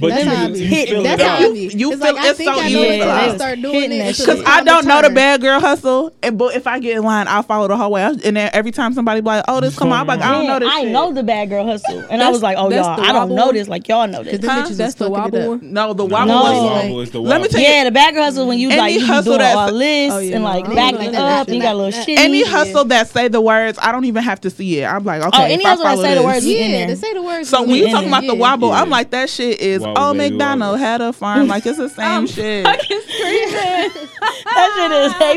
S3: But
S5: That's
S3: you,
S5: how I
S3: you
S5: be.
S3: feel
S5: That's
S3: it
S5: how
S3: out.
S5: I
S2: You-
S5: be.
S2: you
S5: it's
S2: feel-
S5: like, I
S2: it's so
S5: think I know
S4: easy.
S5: it, but I
S4: Yeah.
S5: start doing
S4: Hitting
S5: it.
S4: that
S5: until
S2: Cause
S5: it's
S2: I
S5: time to
S2: don't know the
S5: turn.
S2: bad girl hustle, and but if I get in line, I'll follow the whole way. I was- And then every time somebody be like, "Oh, this come on," I'm like, "I don't
S4: Yeah,
S2: know this."
S4: I
S2: shit.
S4: know the bad girl hustle and I
S1: That's-
S4: was like oh
S1: that's
S4: y'all
S1: the
S4: I don't
S1: wobble
S4: know
S1: one.
S4: this like y'all know this.
S5: Them
S2: Huh?
S5: bitches
S1: That's
S5: was
S1: the
S5: fucking it
S1: wobble
S5: up.
S1: one.
S2: No, the wobble
S4: No.
S2: was
S3: The
S4: Oh,
S2: like,
S3: wobble
S5: like-
S3: is the
S2: Let me
S3: wobble.
S2: tell you-
S4: Yeah, the bad girl hustle when you
S2: Any
S4: like you
S2: hustle
S4: doing
S2: that's-
S4: all this
S1: Oh, yeah,
S4: and
S1: no,
S4: like
S1: I ain't
S4: backing
S1: doing
S5: that
S4: up and you
S5: shit.
S4: got a little
S5: That-
S4: shitty.
S2: any hustle that say the words, I don't even have to see it. I'm like, okay.
S4: Oh, any
S2: if I
S4: hustle that
S2: follow
S4: say the
S2: this.
S4: words is in
S5: Yeah,
S4: there.
S5: to say the words.
S2: So
S5: is
S2: when you
S5: in
S2: talking
S5: there.
S2: about the
S5: Yeah.
S2: wobble,
S3: Yeah.
S2: I'm like, that shit is.
S3: Wobble,
S2: oh,
S3: baby,
S2: McDonald
S3: wobble.
S2: had a farm. Like it's the same shit.
S4: that shit is A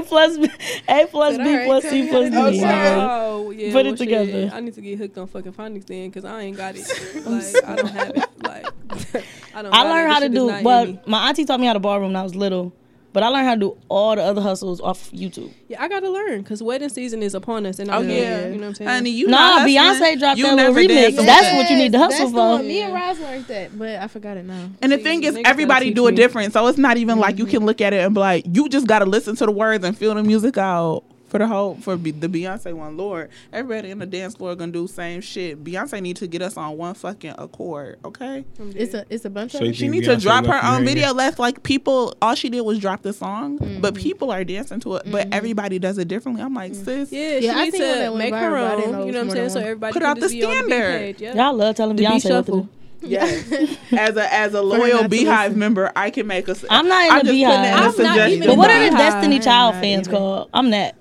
S4: plus B- A plus
S5: Said,
S4: B
S5: alright,
S4: plus
S5: tell
S4: C
S5: me
S4: plus D.
S5: how to do it.
S4: bruh.
S1: Oh, yeah,
S4: Put it
S1: well, shit,
S4: together.
S1: I need to get hooked on fucking phonics then, cause I ain't got it. Like I don't have it. Like I don't.
S4: I
S1: got it. This
S4: learned how to
S1: shit is
S4: do
S1: not in me.
S4: well my auntie taught me how to ballroom when I was little, but I learned how to do all the other hustles off YouTube.
S1: Yeah, I gotta learn because wedding season is upon us, and I
S2: Oh,
S1: know,
S2: yeah.
S1: yeah, you know what I'm saying.
S2: Honey, you
S4: Nah,
S2: not hustling.
S4: Beyonce dropped
S2: You
S4: that little
S2: never did
S4: remix.
S2: some
S4: That's
S2: shit.
S4: what you need to
S5: Yes,
S4: hustle
S5: that's the
S4: for.
S5: one. Me and Roz learned that, but I forgot it now.
S2: And the thing is,
S1: Niggas gotta
S2: everybody
S1: teach
S2: do it
S1: me. Mm-hmm.
S2: different. So it's not even like you can look at it and be like, you just gotta listen to the words and feel the music out for the whole for be, the Beyonce one. Lord, everybody in the dance floor gonna do same shit. Beyonce need to get us on one fucking accord, okay?
S1: I'm dead.
S5: It's a it's a bunch
S3: So
S5: of.
S3: you
S5: them.
S2: She
S3: think
S2: need to
S3: Beyonce
S2: drop her
S3: left
S2: own
S3: Mariah?
S2: video. Left like people, all she did was drop the song, but
S1: Mm-hmm.
S2: people are dancing to it. But everybody does it differently. I'm like, sis,
S1: Mm. yeah, she
S5: Yeah, I
S1: needs
S5: seen one that
S1: to
S5: went
S1: make
S5: viral,
S1: her
S5: but I
S1: own.
S5: didn't
S1: You
S5: know
S1: know what
S5: it was
S1: I'm
S5: more
S1: saying?
S5: than
S1: So
S5: one.
S1: everybody
S2: Put
S1: can
S2: out
S1: just
S2: the
S1: be on B
S2: standard.
S1: page, yeah.
S4: Y'all love telling
S1: The B
S4: Beyonce what to
S1: shuffle.
S4: do.
S2: yes. as a as a
S5: her not
S2: loyal
S5: to
S2: Beehive
S5: listen.
S2: member, I can make a. s-
S4: I'm not in the
S2: I'm just
S4: Beehive.
S2: putting that in
S1: I'm
S2: the
S1: not
S2: suggestion.
S1: even
S4: But what
S1: in
S4: are the
S1: Beehive.
S4: Destiny Child
S5: I'm not
S4: fans
S5: either.
S4: called? I'm that.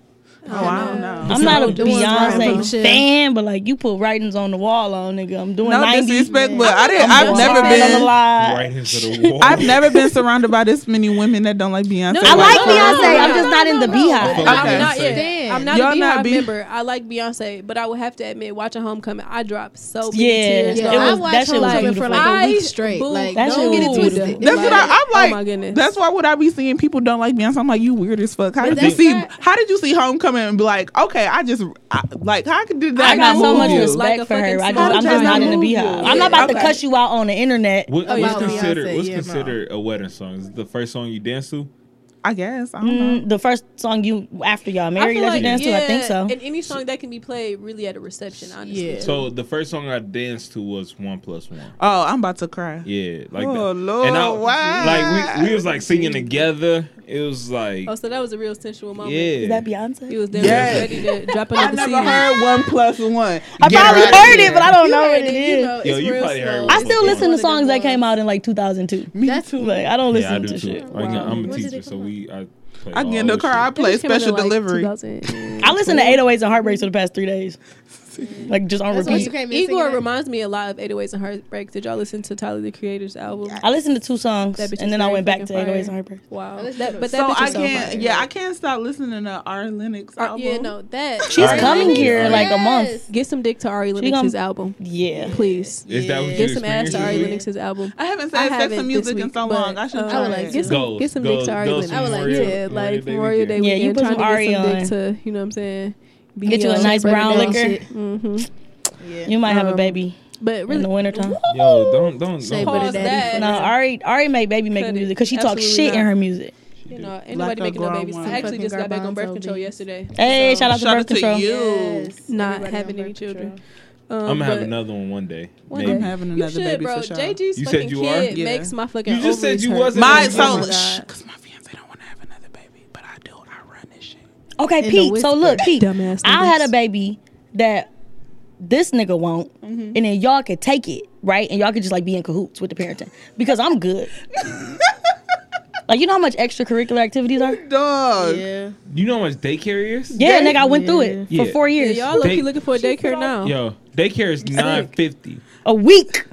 S2: Oh, I don't know.
S4: I'm not a
S5: the ones right from
S4: Beyonce
S5: Chill.
S4: fan, but like you put writings on the wall on nigga. I'm doing
S2: no
S4: 90s.
S2: disrespect, but I
S4: I'm
S2: didn't. I've
S4: doing
S2: never
S4: Hard on the
S2: been.
S4: Line.
S3: Right into the wall.
S2: I've never been surrounded by this many women that don't like Beyonce.
S1: No,
S4: I
S1: no,
S4: like
S1: no,
S2: her.
S1: no,
S4: Beyonce.
S1: no,
S4: I'm
S1: no,
S4: just
S1: no,
S4: not in
S1: no,
S4: the
S1: no.
S4: Beehive.
S3: Okay.
S1: I'm not
S3: Okay.
S1: yet.
S5: saying.
S1: I'm not
S2: Y'all
S1: a Beehive
S2: not be-
S1: member. I like Beyonce, but I would have to admit, watching Homecoming, I dropped so many
S4: Yeah,
S1: tears.
S5: Yeah,
S4: It
S1: though.
S5: I
S4: was- that
S5: watched
S4: shit was
S5: Homecoming for
S4: beautiful.
S5: like a
S1: I-
S5: week straight.
S1: boo.
S5: Like,
S4: That shit
S5: don't get it
S4: was
S5: twisted.
S1: beautiful.
S2: That's what I,
S1: Oh
S2: I'm like.
S1: my goodness.
S2: That's why what I be seeing people don't like Beyonce. I'm like, you weird as fuck. How
S5: But
S2: did you
S5: that's
S2: see?
S5: not-
S2: how did you see Homecoming and be like, okay, I just I, like how could did that?
S4: I got
S2: not
S4: so
S2: move
S4: much
S2: you?
S1: res-
S4: respect
S1: Like a
S4: for her.
S1: fucking
S4: I just,
S2: small
S4: I'm just
S2: child.
S4: not in the
S2: Ooh.
S4: beehive. I'm not
S2: Yeah,
S4: about to
S2: okay.
S4: cuss you out on the internet.
S3: What,
S5: About
S3: what's
S5: Beyonce,
S3: considered what's
S5: yeah, no.
S3: considered a wedding song? Is it the first song you dance to?
S2: I guess. I don't know.
S4: Mm, the first song you after y'all
S1: I
S4: married
S1: feel
S4: that
S1: like,
S4: you danced to, I think so.
S1: And any song that can be played really at a reception, honestly.
S5: Yeah.
S3: So the first song I danced to was One Plus One.
S2: Oh, I'm about to cry.
S3: Yeah, like
S2: Oh,
S3: that.
S2: Lord,
S3: and I,
S2: why?
S3: Like we, we was like singing together. It was like
S1: Oh, so that was a real sensual moment.
S3: yeah.
S4: Is that
S1: He
S4: Beyonce?
S1: was there
S2: Yes.
S1: ready to drop
S2: I
S1: another seed.
S2: never heard one plus one.
S4: I
S3: Get
S4: probably
S3: right
S4: heard
S3: here.
S4: it, but I don't
S5: You
S4: know
S5: heard
S4: what it
S5: it, you
S4: is.
S5: know,
S3: Yo,
S5: it's
S3: you
S5: real
S3: probably heard
S5: slow.
S3: what
S4: I
S3: It's
S4: still
S3: one
S4: listen
S5: of
S4: to
S5: the
S4: songs that came
S5: ones.
S4: out in like 2002.
S2: Mm-hmm.
S5: That's
S4: Like I don't
S3: yeah, I
S4: listen
S3: do
S4: to
S3: too.
S4: shit.
S3: Like
S1: Wow.
S3: I'm a
S5: When did it
S3: teacher, so
S5: come out?
S3: we I play.
S2: I
S3: all
S2: get in the
S3: those
S2: car. I
S3: shit.
S1: That
S2: play
S1: just came out in,
S2: special
S1: like,
S2: delivery.
S1: 2000.
S4: I listened to 808s and Heartbreaks for the past three days, like just on
S5: That's why
S4: repeat.
S5: you came in. singing
S1: Igor
S5: that.
S1: reminds me a lot of 808s and Heartbreak. Did y'all listen to Tyler the Creator's album?
S4: I listened to two songs
S1: That bitch
S4: and
S1: is
S4: then I
S1: very
S4: went back to
S1: fucking
S4: 808s and
S1: fire.
S4: Heartbreaks.
S1: Wow.
S5: That's
S1: That,
S5: true.
S1: but that
S2: So
S1: bitch
S2: I
S1: is so
S2: can't.
S1: fire.
S2: yeah, I can't stop listening to R. Lennox
S1: Uh,
S2: album.
S1: yeah, no, that
S4: She's
S3: Alright.
S4: coming here in like a
S5: Yes.
S4: month.
S1: Get some dick to Ari
S4: She
S1: Lennox's
S4: gon-
S1: album,
S4: Yeah.
S1: please.
S3: Is that what
S5: Yeah.
S3: you
S1: Get some ass
S3: experienced
S1: to Ari
S3: this week?
S1: Lennox's album.
S2: I haven't
S1: I
S2: said sex
S1: haven't
S2: and
S1: this
S2: music in
S1: week,
S2: so
S1: but,
S2: long. I should
S1: uh,
S5: I
S2: try
S5: would
S2: like
S5: like
S1: Get
S5: this.
S1: some,
S3: Goals.
S1: get some dick
S3: Goals.
S1: to Ari Lennox.
S3: Goals from
S5: I would like
S3: Memorial-
S5: to.
S1: Yeah, like
S3: Memorial
S1: Memorial
S3: Day
S1: Day
S3: weekend.
S4: Yeah, you
S1: weekend.
S4: put
S1: trying
S4: some
S1: to get
S4: Ari
S1: some dick
S4: on.
S1: to, you know what I'm saying? Be
S4: Get you a
S1: on.
S4: nice brown
S5: Burn it down
S4: liquor.
S5: shit.
S1: Mhm.
S5: Yeah.
S4: You might have a
S1: Um,
S4: baby
S1: But
S4: in the
S1: really,
S4: wintertime.
S3: Yo, don't don't
S5: Say
S3: don't
S5: but
S1: pause
S5: it daddy
S1: that.
S5: for
S4: No, Ari Ari made baby
S1: Cut
S4: making
S1: it.
S4: music because she talks
S1: Absolutely
S4: shit in
S1: not.
S4: her music.
S3: She
S1: you
S3: did.
S1: know, ain't nobody
S2: a
S1: making no
S2: grown
S1: babies.
S2: woman.
S1: I actually
S5: Fucking
S1: just got back on birth
S5: garbanzo
S1: control
S5: beans.
S1: yesterday.
S4: Hey,
S1: So,
S4: shout out to
S2: Shout
S4: birth
S2: out to
S4: control.
S2: you.
S5: Yes.
S1: Not
S5: Everybody
S1: having
S5: on
S1: any
S5: birth control.
S1: children. um,
S3: I'm having
S1: but-
S3: another one one day.
S1: One
S3: maybe.
S1: day.
S2: having
S1: You
S2: another
S1: should,
S2: baby
S1: bro.
S2: for sure.
S1: JG's
S3: You said
S1: fucking
S3: you are?
S1: kid
S2: Yeah.
S1: makes my fucking.
S3: You just said
S1: ovaries
S3: you
S1: hurt.
S3: wasn't
S2: My
S3: Oh
S2: so
S1: my
S2: shh,
S1: God.
S2: cause my fiance don't want to have another baby, but I do. I run this shit.
S4: Okay,
S5: the
S4: Pete. So
S5: whisper.
S4: look, Pete.
S1: Dumbass
S4: I
S1: niggas.
S4: had a baby that this nigga won't,
S1: Mm-hmm.
S4: and then y'all could take it right, and y'all could just like be in cahoots with the parenting because I'm good. like you know how much extracurricular activities are?
S2: Dog.
S5: Yeah.
S3: You know how much daycare is?
S4: Yeah, nigga, I went through it
S3: Yeah.
S4: for four years,
S1: Y'all look,
S3: They-
S1: you looking for a daycare now.
S3: Yo, daycare is nine fifty.
S4: a week.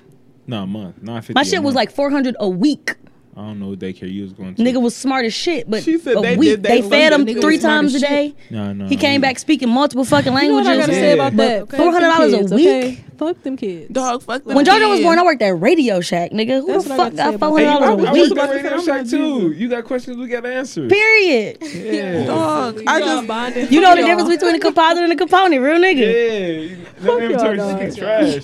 S3: No, a month. Nine fifty.
S4: My shit was like four hundred a week.
S3: I don't know what daycare you was going to.
S4: Nigga was smart as shit, but
S2: She said
S4: a
S2: they
S4: week
S2: did
S4: they
S2: they
S4: fed him
S2: London.
S5: Nigga
S4: three
S5: was smart
S4: times a
S5: as
S4: day.
S3: no, no.
S4: He came
S3: we-
S4: back speaking multiple fucking
S1: You know
S4: languages.
S1: what I gotta
S3: Yeah.
S1: say about
S4: But
S1: that? Fuck them
S4: $400 a
S1: kids,
S4: week?
S1: okay? Fuck them kids.
S2: Dog. Fuck them
S4: when Jojo was
S2: kids.
S4: born, I worked at Radio Shack, nigga. Who
S1: That's
S4: the
S1: what I
S4: fuck
S1: gotta
S4: got
S1: say about
S4: four
S3: Hey,
S4: hundred
S3: you
S1: that.
S4: dollars
S3: probably-
S4: a
S3: I was
S4: week?
S3: about to say, I'm Shack too. You got questions, we got answers.
S4: Period.
S3: Yeah.
S2: Dog. I just.
S1: bonded.
S4: You know the difference between a composite and a component, real
S3: Yeah.
S4: nigga.
S3: That inventory
S1: y'all,
S3: is trash.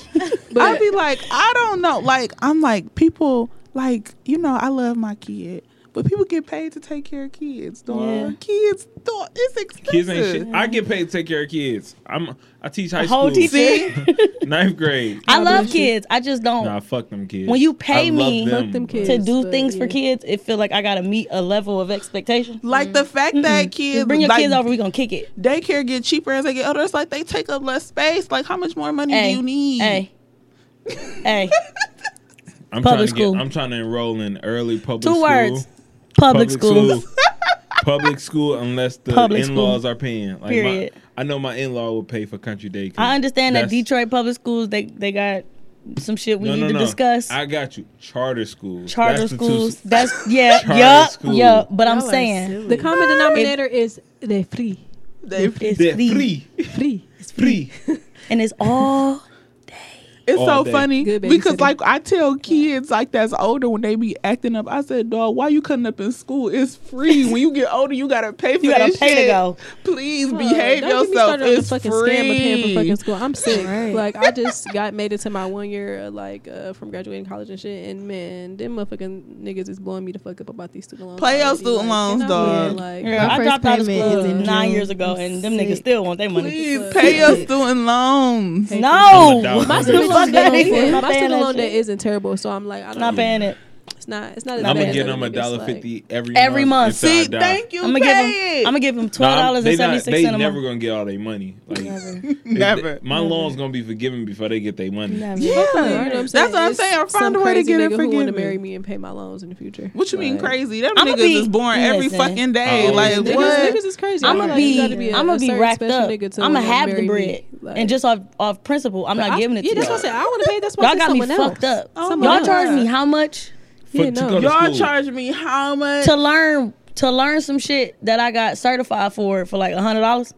S2: I'd be like, I don't know. Like, I'm like, people, like, you know, I love my kid, but people get paid to take care of kids, dog.
S4: Yeah.
S2: Kids, dog, it's expensive.
S3: Kids ain't shit. I get paid to take care of kids. I'm. I teach high
S4: Whole
S3: school.
S4: teacher.
S3: Ninth grade.
S4: I love kids. I just don't.
S3: Nah, fuck them kids.
S4: When you pay
S3: I love
S4: me-
S1: Fuck them
S3: but-
S1: kids.
S4: To do
S1: but
S4: things for
S1: yeah.
S4: kids, it feel like I gotta meet a level of expectation.
S2: Like the fact that kids
S4: Just bring your
S2: like,
S4: kids over, we gonna kick it.
S2: Daycare get cheaper as they get older. It's like they take up less space. Like, how much more money
S4: Hey,
S2: do you need?
S4: hey, hey, Public
S3: I'm trying to get-
S4: school.
S3: I'm trying to enroll in early public
S4: Two
S3: school.
S4: words. public, school.
S3: public school unless the
S4: Public school.
S3: in-laws are paying. Like
S4: Period.
S3: My, I know my in-law would pay for country day. 'cause
S4: I understand that
S3: that's-
S4: Detroit public schools they they got some shit we
S3: No,
S4: need
S3: no,
S4: to
S3: no.
S4: discuss.
S3: I got you. Charter schools.
S4: Charter
S3: That's the two-
S4: schools. That's yeah,
S3: Charter
S4: yup,
S3: schools.
S4: yup. But I'm
S5: Y'all are
S4: saying
S5: silly.
S1: The common denominator is they free,
S2: They,
S4: it's
S3: They're
S4: free
S3: free. Free.
S1: free.
S4: and it's all
S2: It's
S3: all
S2: so
S3: day.
S2: funny
S1: Good
S2: because
S1: babysitting.
S2: like I tell kids like that's older when they be acting up. I said, dog, why you cutting up in school? It's free. when you get older, you gotta pay for
S4: you gotta
S2: this
S4: pay
S2: shit.
S4: to go.
S2: Please
S1: Uh,
S2: behave
S1: don't get me
S2: yourself.
S1: started on the
S2: It's
S1: fucking
S2: free.
S1: scam of paying for fucking school. I'm sick.
S5: Right.
S1: Like I just got made it to my one year, uh, like uh, from graduating college and shit. And man, them motherfucking niggas is blowing me the fuck up about these student loans.
S2: Play your
S1: already.
S2: student
S1: Like,
S2: loans,
S1: and I'm
S2: dog.
S1: Like,
S4: Girl, I
S5: first
S4: dropped out of
S5: payment
S1: is
S4: school
S1: in
S4: nine
S5: June.
S4: years ago, and them
S5: Sick.
S4: niggas still want their money.
S2: Please pay your student loans.
S3: I'm
S4: No,
S3: a dog.
S1: my
S3: Fuck
S1: student
S3: that
S1: loan debt, is- my
S4: Fuck that shit.
S1: student loan
S4: Not
S1: debt isn't terrible, so I'm like, I don't.
S4: Not paying it.
S1: It's not. It's not. as
S4: Not
S3: I'm
S1: bad
S3: gonna
S1: as
S3: get
S1: other
S3: them a
S1: niggas,
S3: dollar
S1: like-
S3: fifty every
S4: Every
S3: month.
S4: month.
S2: See, thank you.
S4: I'm gonna
S2: pay
S4: give them.
S2: it.
S4: I'm gonna give them twelve dollars
S3: Dollars they
S4: and
S3: not,
S4: seventy six
S3: they
S4: cents a
S3: never
S4: month.
S3: gonna get all their money. Like,
S4: Never.
S2: Never.
S3: My loan's gonna be forgiven before they get their money.
S4: Never.
S2: Yeah,
S1: You know what I'm saying?
S2: that's what I'm
S1: It's
S2: saying.
S1: some
S2: Find a way to
S1: crazy
S2: get
S1: nigga
S2: it
S1: who want to
S2: forgiven.
S1: marry me and pay my loans in the future.
S2: What you mean
S1: Like,
S2: crazy? Them
S4: I'ma
S2: niggas
S4: be-
S2: is born every
S4: listen.
S2: fucking day.
S3: Oh,
S2: like
S3: yeah.
S1: Niggas,
S2: what?
S1: niggas is crazy.
S4: I'm
S1: I
S4: gonna
S1: feel like you
S4: be,
S1: gotta
S4: I'm
S1: a-
S4: gonna
S1: a
S4: be
S1: certain
S4: racked
S1: special
S4: up.
S1: nigga to
S4: I'm gonna
S1: wanna
S4: have the
S1: marry me.
S4: bread,
S1: Like-
S4: and just off off principle, I'm not
S1: I-
S4: giving it to
S1: Yeah,
S4: you.
S1: that's what I said. I want to pay. That's why I
S4: Y'all
S1: said
S4: got me
S1: someone else.
S4: fucked up.
S2: Oh
S1: Someone
S2: my
S4: Y'all
S1: else.
S4: charge
S2: God.
S4: me how much
S3: For-
S1: Yeah,
S3: to
S1: no.
S3: go to
S2: Y'all
S3: school.
S2: charge me how much?
S4: to learn to learn some shit that I got certified for for like a hundred dollars?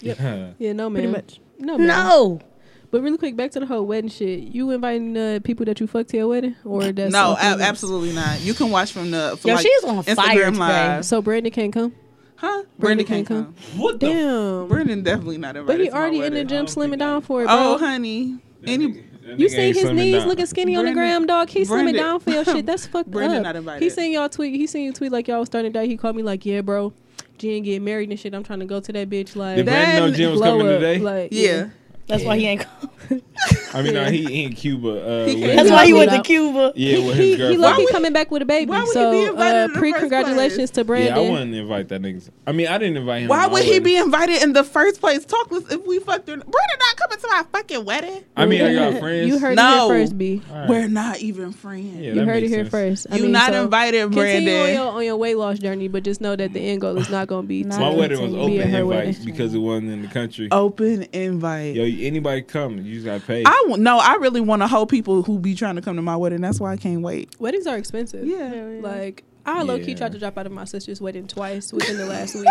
S3: Yep.
S1: Yeah, no, man.
S5: Pretty much.
S1: No, man.
S4: No.
S1: But really quick, back to the whole wedding shit. You inviting uh, people that you fucked to your wedding, or that's
S2: no,
S1: something
S2: ab-
S1: else?
S2: absolutely not. You can watch from the from
S4: Yo,
S2: like
S4: she's on
S2: Instagram
S4: fire today.
S2: Live.
S1: So Brandon can't come.
S2: Huh?
S1: Brandon
S2: Brandon
S1: can't
S2: can't
S1: come.
S2: come.
S3: What
S1: Damn.
S2: Brandon definitely not invited.
S1: but he
S2: to my
S1: already in the
S2: wedding.
S1: gym
S3: I don't
S1: slimming
S3: think
S1: down for it, bro.
S2: Oh, honey. Any
S1: You seen his knees looking skinny on the gram,
S2: Brandon-
S1: dog. He's slimming
S2: Brandon-
S1: down for your shit. That's fucked
S2: Brandon
S1: up.
S2: not invited.
S1: He seen y'all tweet. He seen you tweet like y'all was starting to date. He called me like, yeah, bro, Jen getting married and shit. I'm trying to go to that bitch like
S3: Did Brandon know
S2: Then
S3: Jim was
S1: blow
S3: coming
S1: up.
S3: today?
S1: Like,
S2: yeah.
S4: That's why he ain't. come.
S3: I mean, no, he in Cuba. Uh,
S2: He
S3: with-
S2: can't-
S4: That's why he went to
S1: Yeah.
S4: Cuba.
S3: yeah,
S1: he,
S3: with
S1: he,
S3: his
S1: he
S3: girlfriend.
S1: low key
S2: would-
S1: coming back with a baby.
S2: why would he
S1: so
S2: be invited
S1: uh,
S2: in the
S1: pre
S2: first
S1: congratulations
S2: place?
S1: to Brandon.
S3: Yeah, I wouldn't invite that nigga. I mean, I didn't invite him.
S2: Why
S3: to my
S2: would he
S3: wedding.
S2: be invited in the first place? Talk to us if we fucked her. Brandon not coming to my fucking wedding.
S3: I mean, I got friends.
S1: You heard
S2: No.
S1: it here first, B.
S3: All right.
S2: We're not even friends.
S3: Yeah,
S1: you
S3: that
S1: heard it
S3: makes
S1: here
S3: sense.
S1: first. I
S2: you
S1: mean,
S2: not
S1: so
S2: invited,
S1: Continue on
S2: Brandon.
S1: your, on your weight loss journey, but just know that the end goal is not going to be.
S4: Not
S1: to-
S3: My wedding was
S4: Be
S3: open
S1: at her
S3: invite
S1: wedding.
S3: because it wasn't in the country.
S2: Open invite.
S3: Yo, anybody come, you just got paid.
S2: I w- no, I really want to hold people who be trying to come to my wedding. That's why I can't wait.
S1: Weddings are expensive.
S2: Yeah.
S1: Like I low key
S3: Yeah.
S1: tried to drop out of my sister's wedding twice within the last week,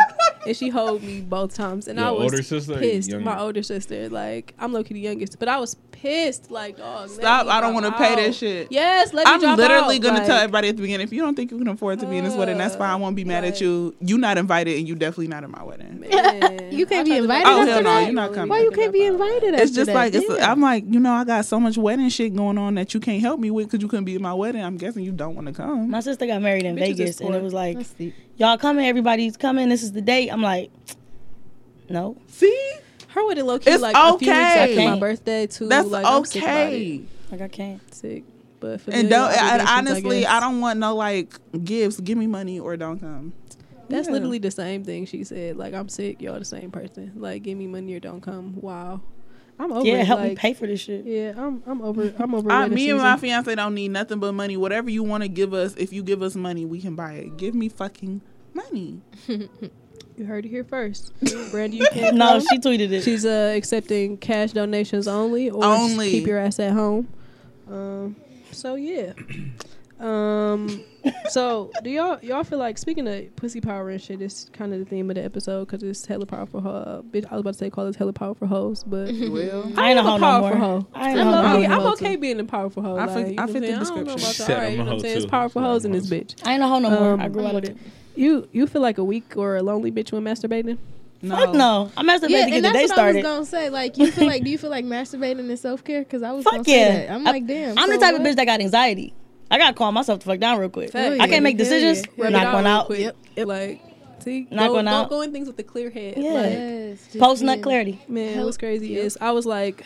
S1: and she hold me both times, and
S3: Your
S1: I was
S3: older sister or
S1: pissed.
S3: younger?
S1: My older sister, like I'm low key the youngest, but I was pissed. Like, dog, let
S2: Stop.
S1: me
S2: I don't
S1: drop
S2: wanna pay that
S1: out.
S2: shit.
S1: Yes, let me
S2: I'm
S1: Oh. drop
S2: literally
S1: out.
S2: gonna
S1: like,
S2: tell everybody at the beginning if you don't think you can afford to be in this wedding, that's fine. I won't be mad
S1: like-
S2: at you. You not invited, and you definitely not in my wedding.
S1: man,
S5: You can't
S1: I
S5: be
S1: tried to drop
S5: invited
S2: after
S1: out.
S2: Oh, hell no, that. you're not coming.
S5: Why you can't be invited?
S2: It's just
S5: after
S2: like
S5: that?
S2: it's,
S5: Yeah.
S2: I'm like you know I got so much wedding shit going on that you can't help me with because you couldn't be at my wedding. I'm guessing you don't want to come.
S4: My sister got married
S1: Bitches
S4: in
S1: is
S4: Vegas, and
S1: poor.
S4: it was like,
S5: That's deep.
S4: y'all coming, everybody's coming. This is the date. I'm like, no.
S2: See,
S1: Her wedding low key
S2: It's
S1: like a few weeks after
S2: okay.
S1: my birthday too.
S2: that's
S1: like, I'm sick about it.
S2: okay.
S4: Like I can't.
S1: Sick, but
S2: And
S1: familial
S2: don't. And
S1: obligations,
S2: honestly,
S1: guess.
S2: I, don't want no like gifts. Give me money or don't come.
S1: That's
S2: Yeah.
S1: literally the same thing she said. Like, I'm sick. Y'all the same person. Like, give me money or don't come. Wow. I'm over
S4: yeah,
S1: it.
S4: help me
S1: Oh, like-
S4: pay for this shit.
S1: Yeah, I'm, I'm over I'm over
S2: I,
S1: wedding
S2: me and my
S1: season.
S2: fiance don't need nothing but money. Whatever you want to give us, if you give us money, we can buy it. Give me fucking money.
S1: You heard it here first. Brandy, you can't
S4: No,
S1: no,
S4: she tweeted it.
S1: She's uh, accepting cash donations only or just
S2: Only.
S1: keep your ass at home. Um, so, yeah. Um, so do y'all y'all feel like speaking of pussy power and shit? It's kind of the theme of the episode because it's hella powerful. Uh, bitch, I was about to say call it hella powerful hoes, but
S2: Well,
S4: I ain't a hoe no
S1: powerful
S4: more.
S1: hoe.
S4: I ain't a
S1: I'm,
S4: hoe no
S1: okay,
S4: more.
S1: I'm okay being a powerful hoe.
S2: I
S1: like,
S2: fit-
S1: you know
S2: I
S1: what
S2: fit
S1: I'm
S2: the
S1: saying? I don't know
S2: description.
S1: about y'all.
S3: Shit,
S1: All right,
S3: I'm
S1: you know
S3: a
S1: what I'm
S3: hoe
S1: saying? It's
S3: too.
S1: powerful
S3: Shit,
S1: hoes in
S3: I'm a
S1: this
S3: hoe
S1: bitch.
S4: I ain't a hoe no more.
S1: Um,
S4: I grew out of it.
S1: You you feel like a weak or a lonely bitch when masturbating?
S2: no.
S4: Fuck no. I masturbated
S5: Yeah,
S4: to get
S5: and
S4: the day
S5: that's what I was
S4: started.
S5: gonna say. Like, you feel like, do you feel like masturbating is self care? Because I was
S4: Fuck
S5: gonna
S4: yeah.
S5: say that. I'm
S4: I-
S5: like, damn.
S4: I'm the
S5: so
S4: type of
S5: what?
S4: bitch that got anxiety. I gotta calm myself the fuck down real quick.
S1: Facts.
S4: I can't make
S5: Hell yeah.
S4: decisions.
S5: Rub
S1: it
S4: Knock one
S1: real
S4: out.
S1: quick. Like, see,
S4: Knock
S1: go,
S4: one
S1: don't
S4: out.
S1: go in things with a clear head.
S4: Yeah.
S1: Like,
S5: Yes, just
S4: Post nut
S5: yeah.
S4: clarity.
S1: Man,
S5: Hell-
S1: what's crazy
S5: Yep.
S1: is I was like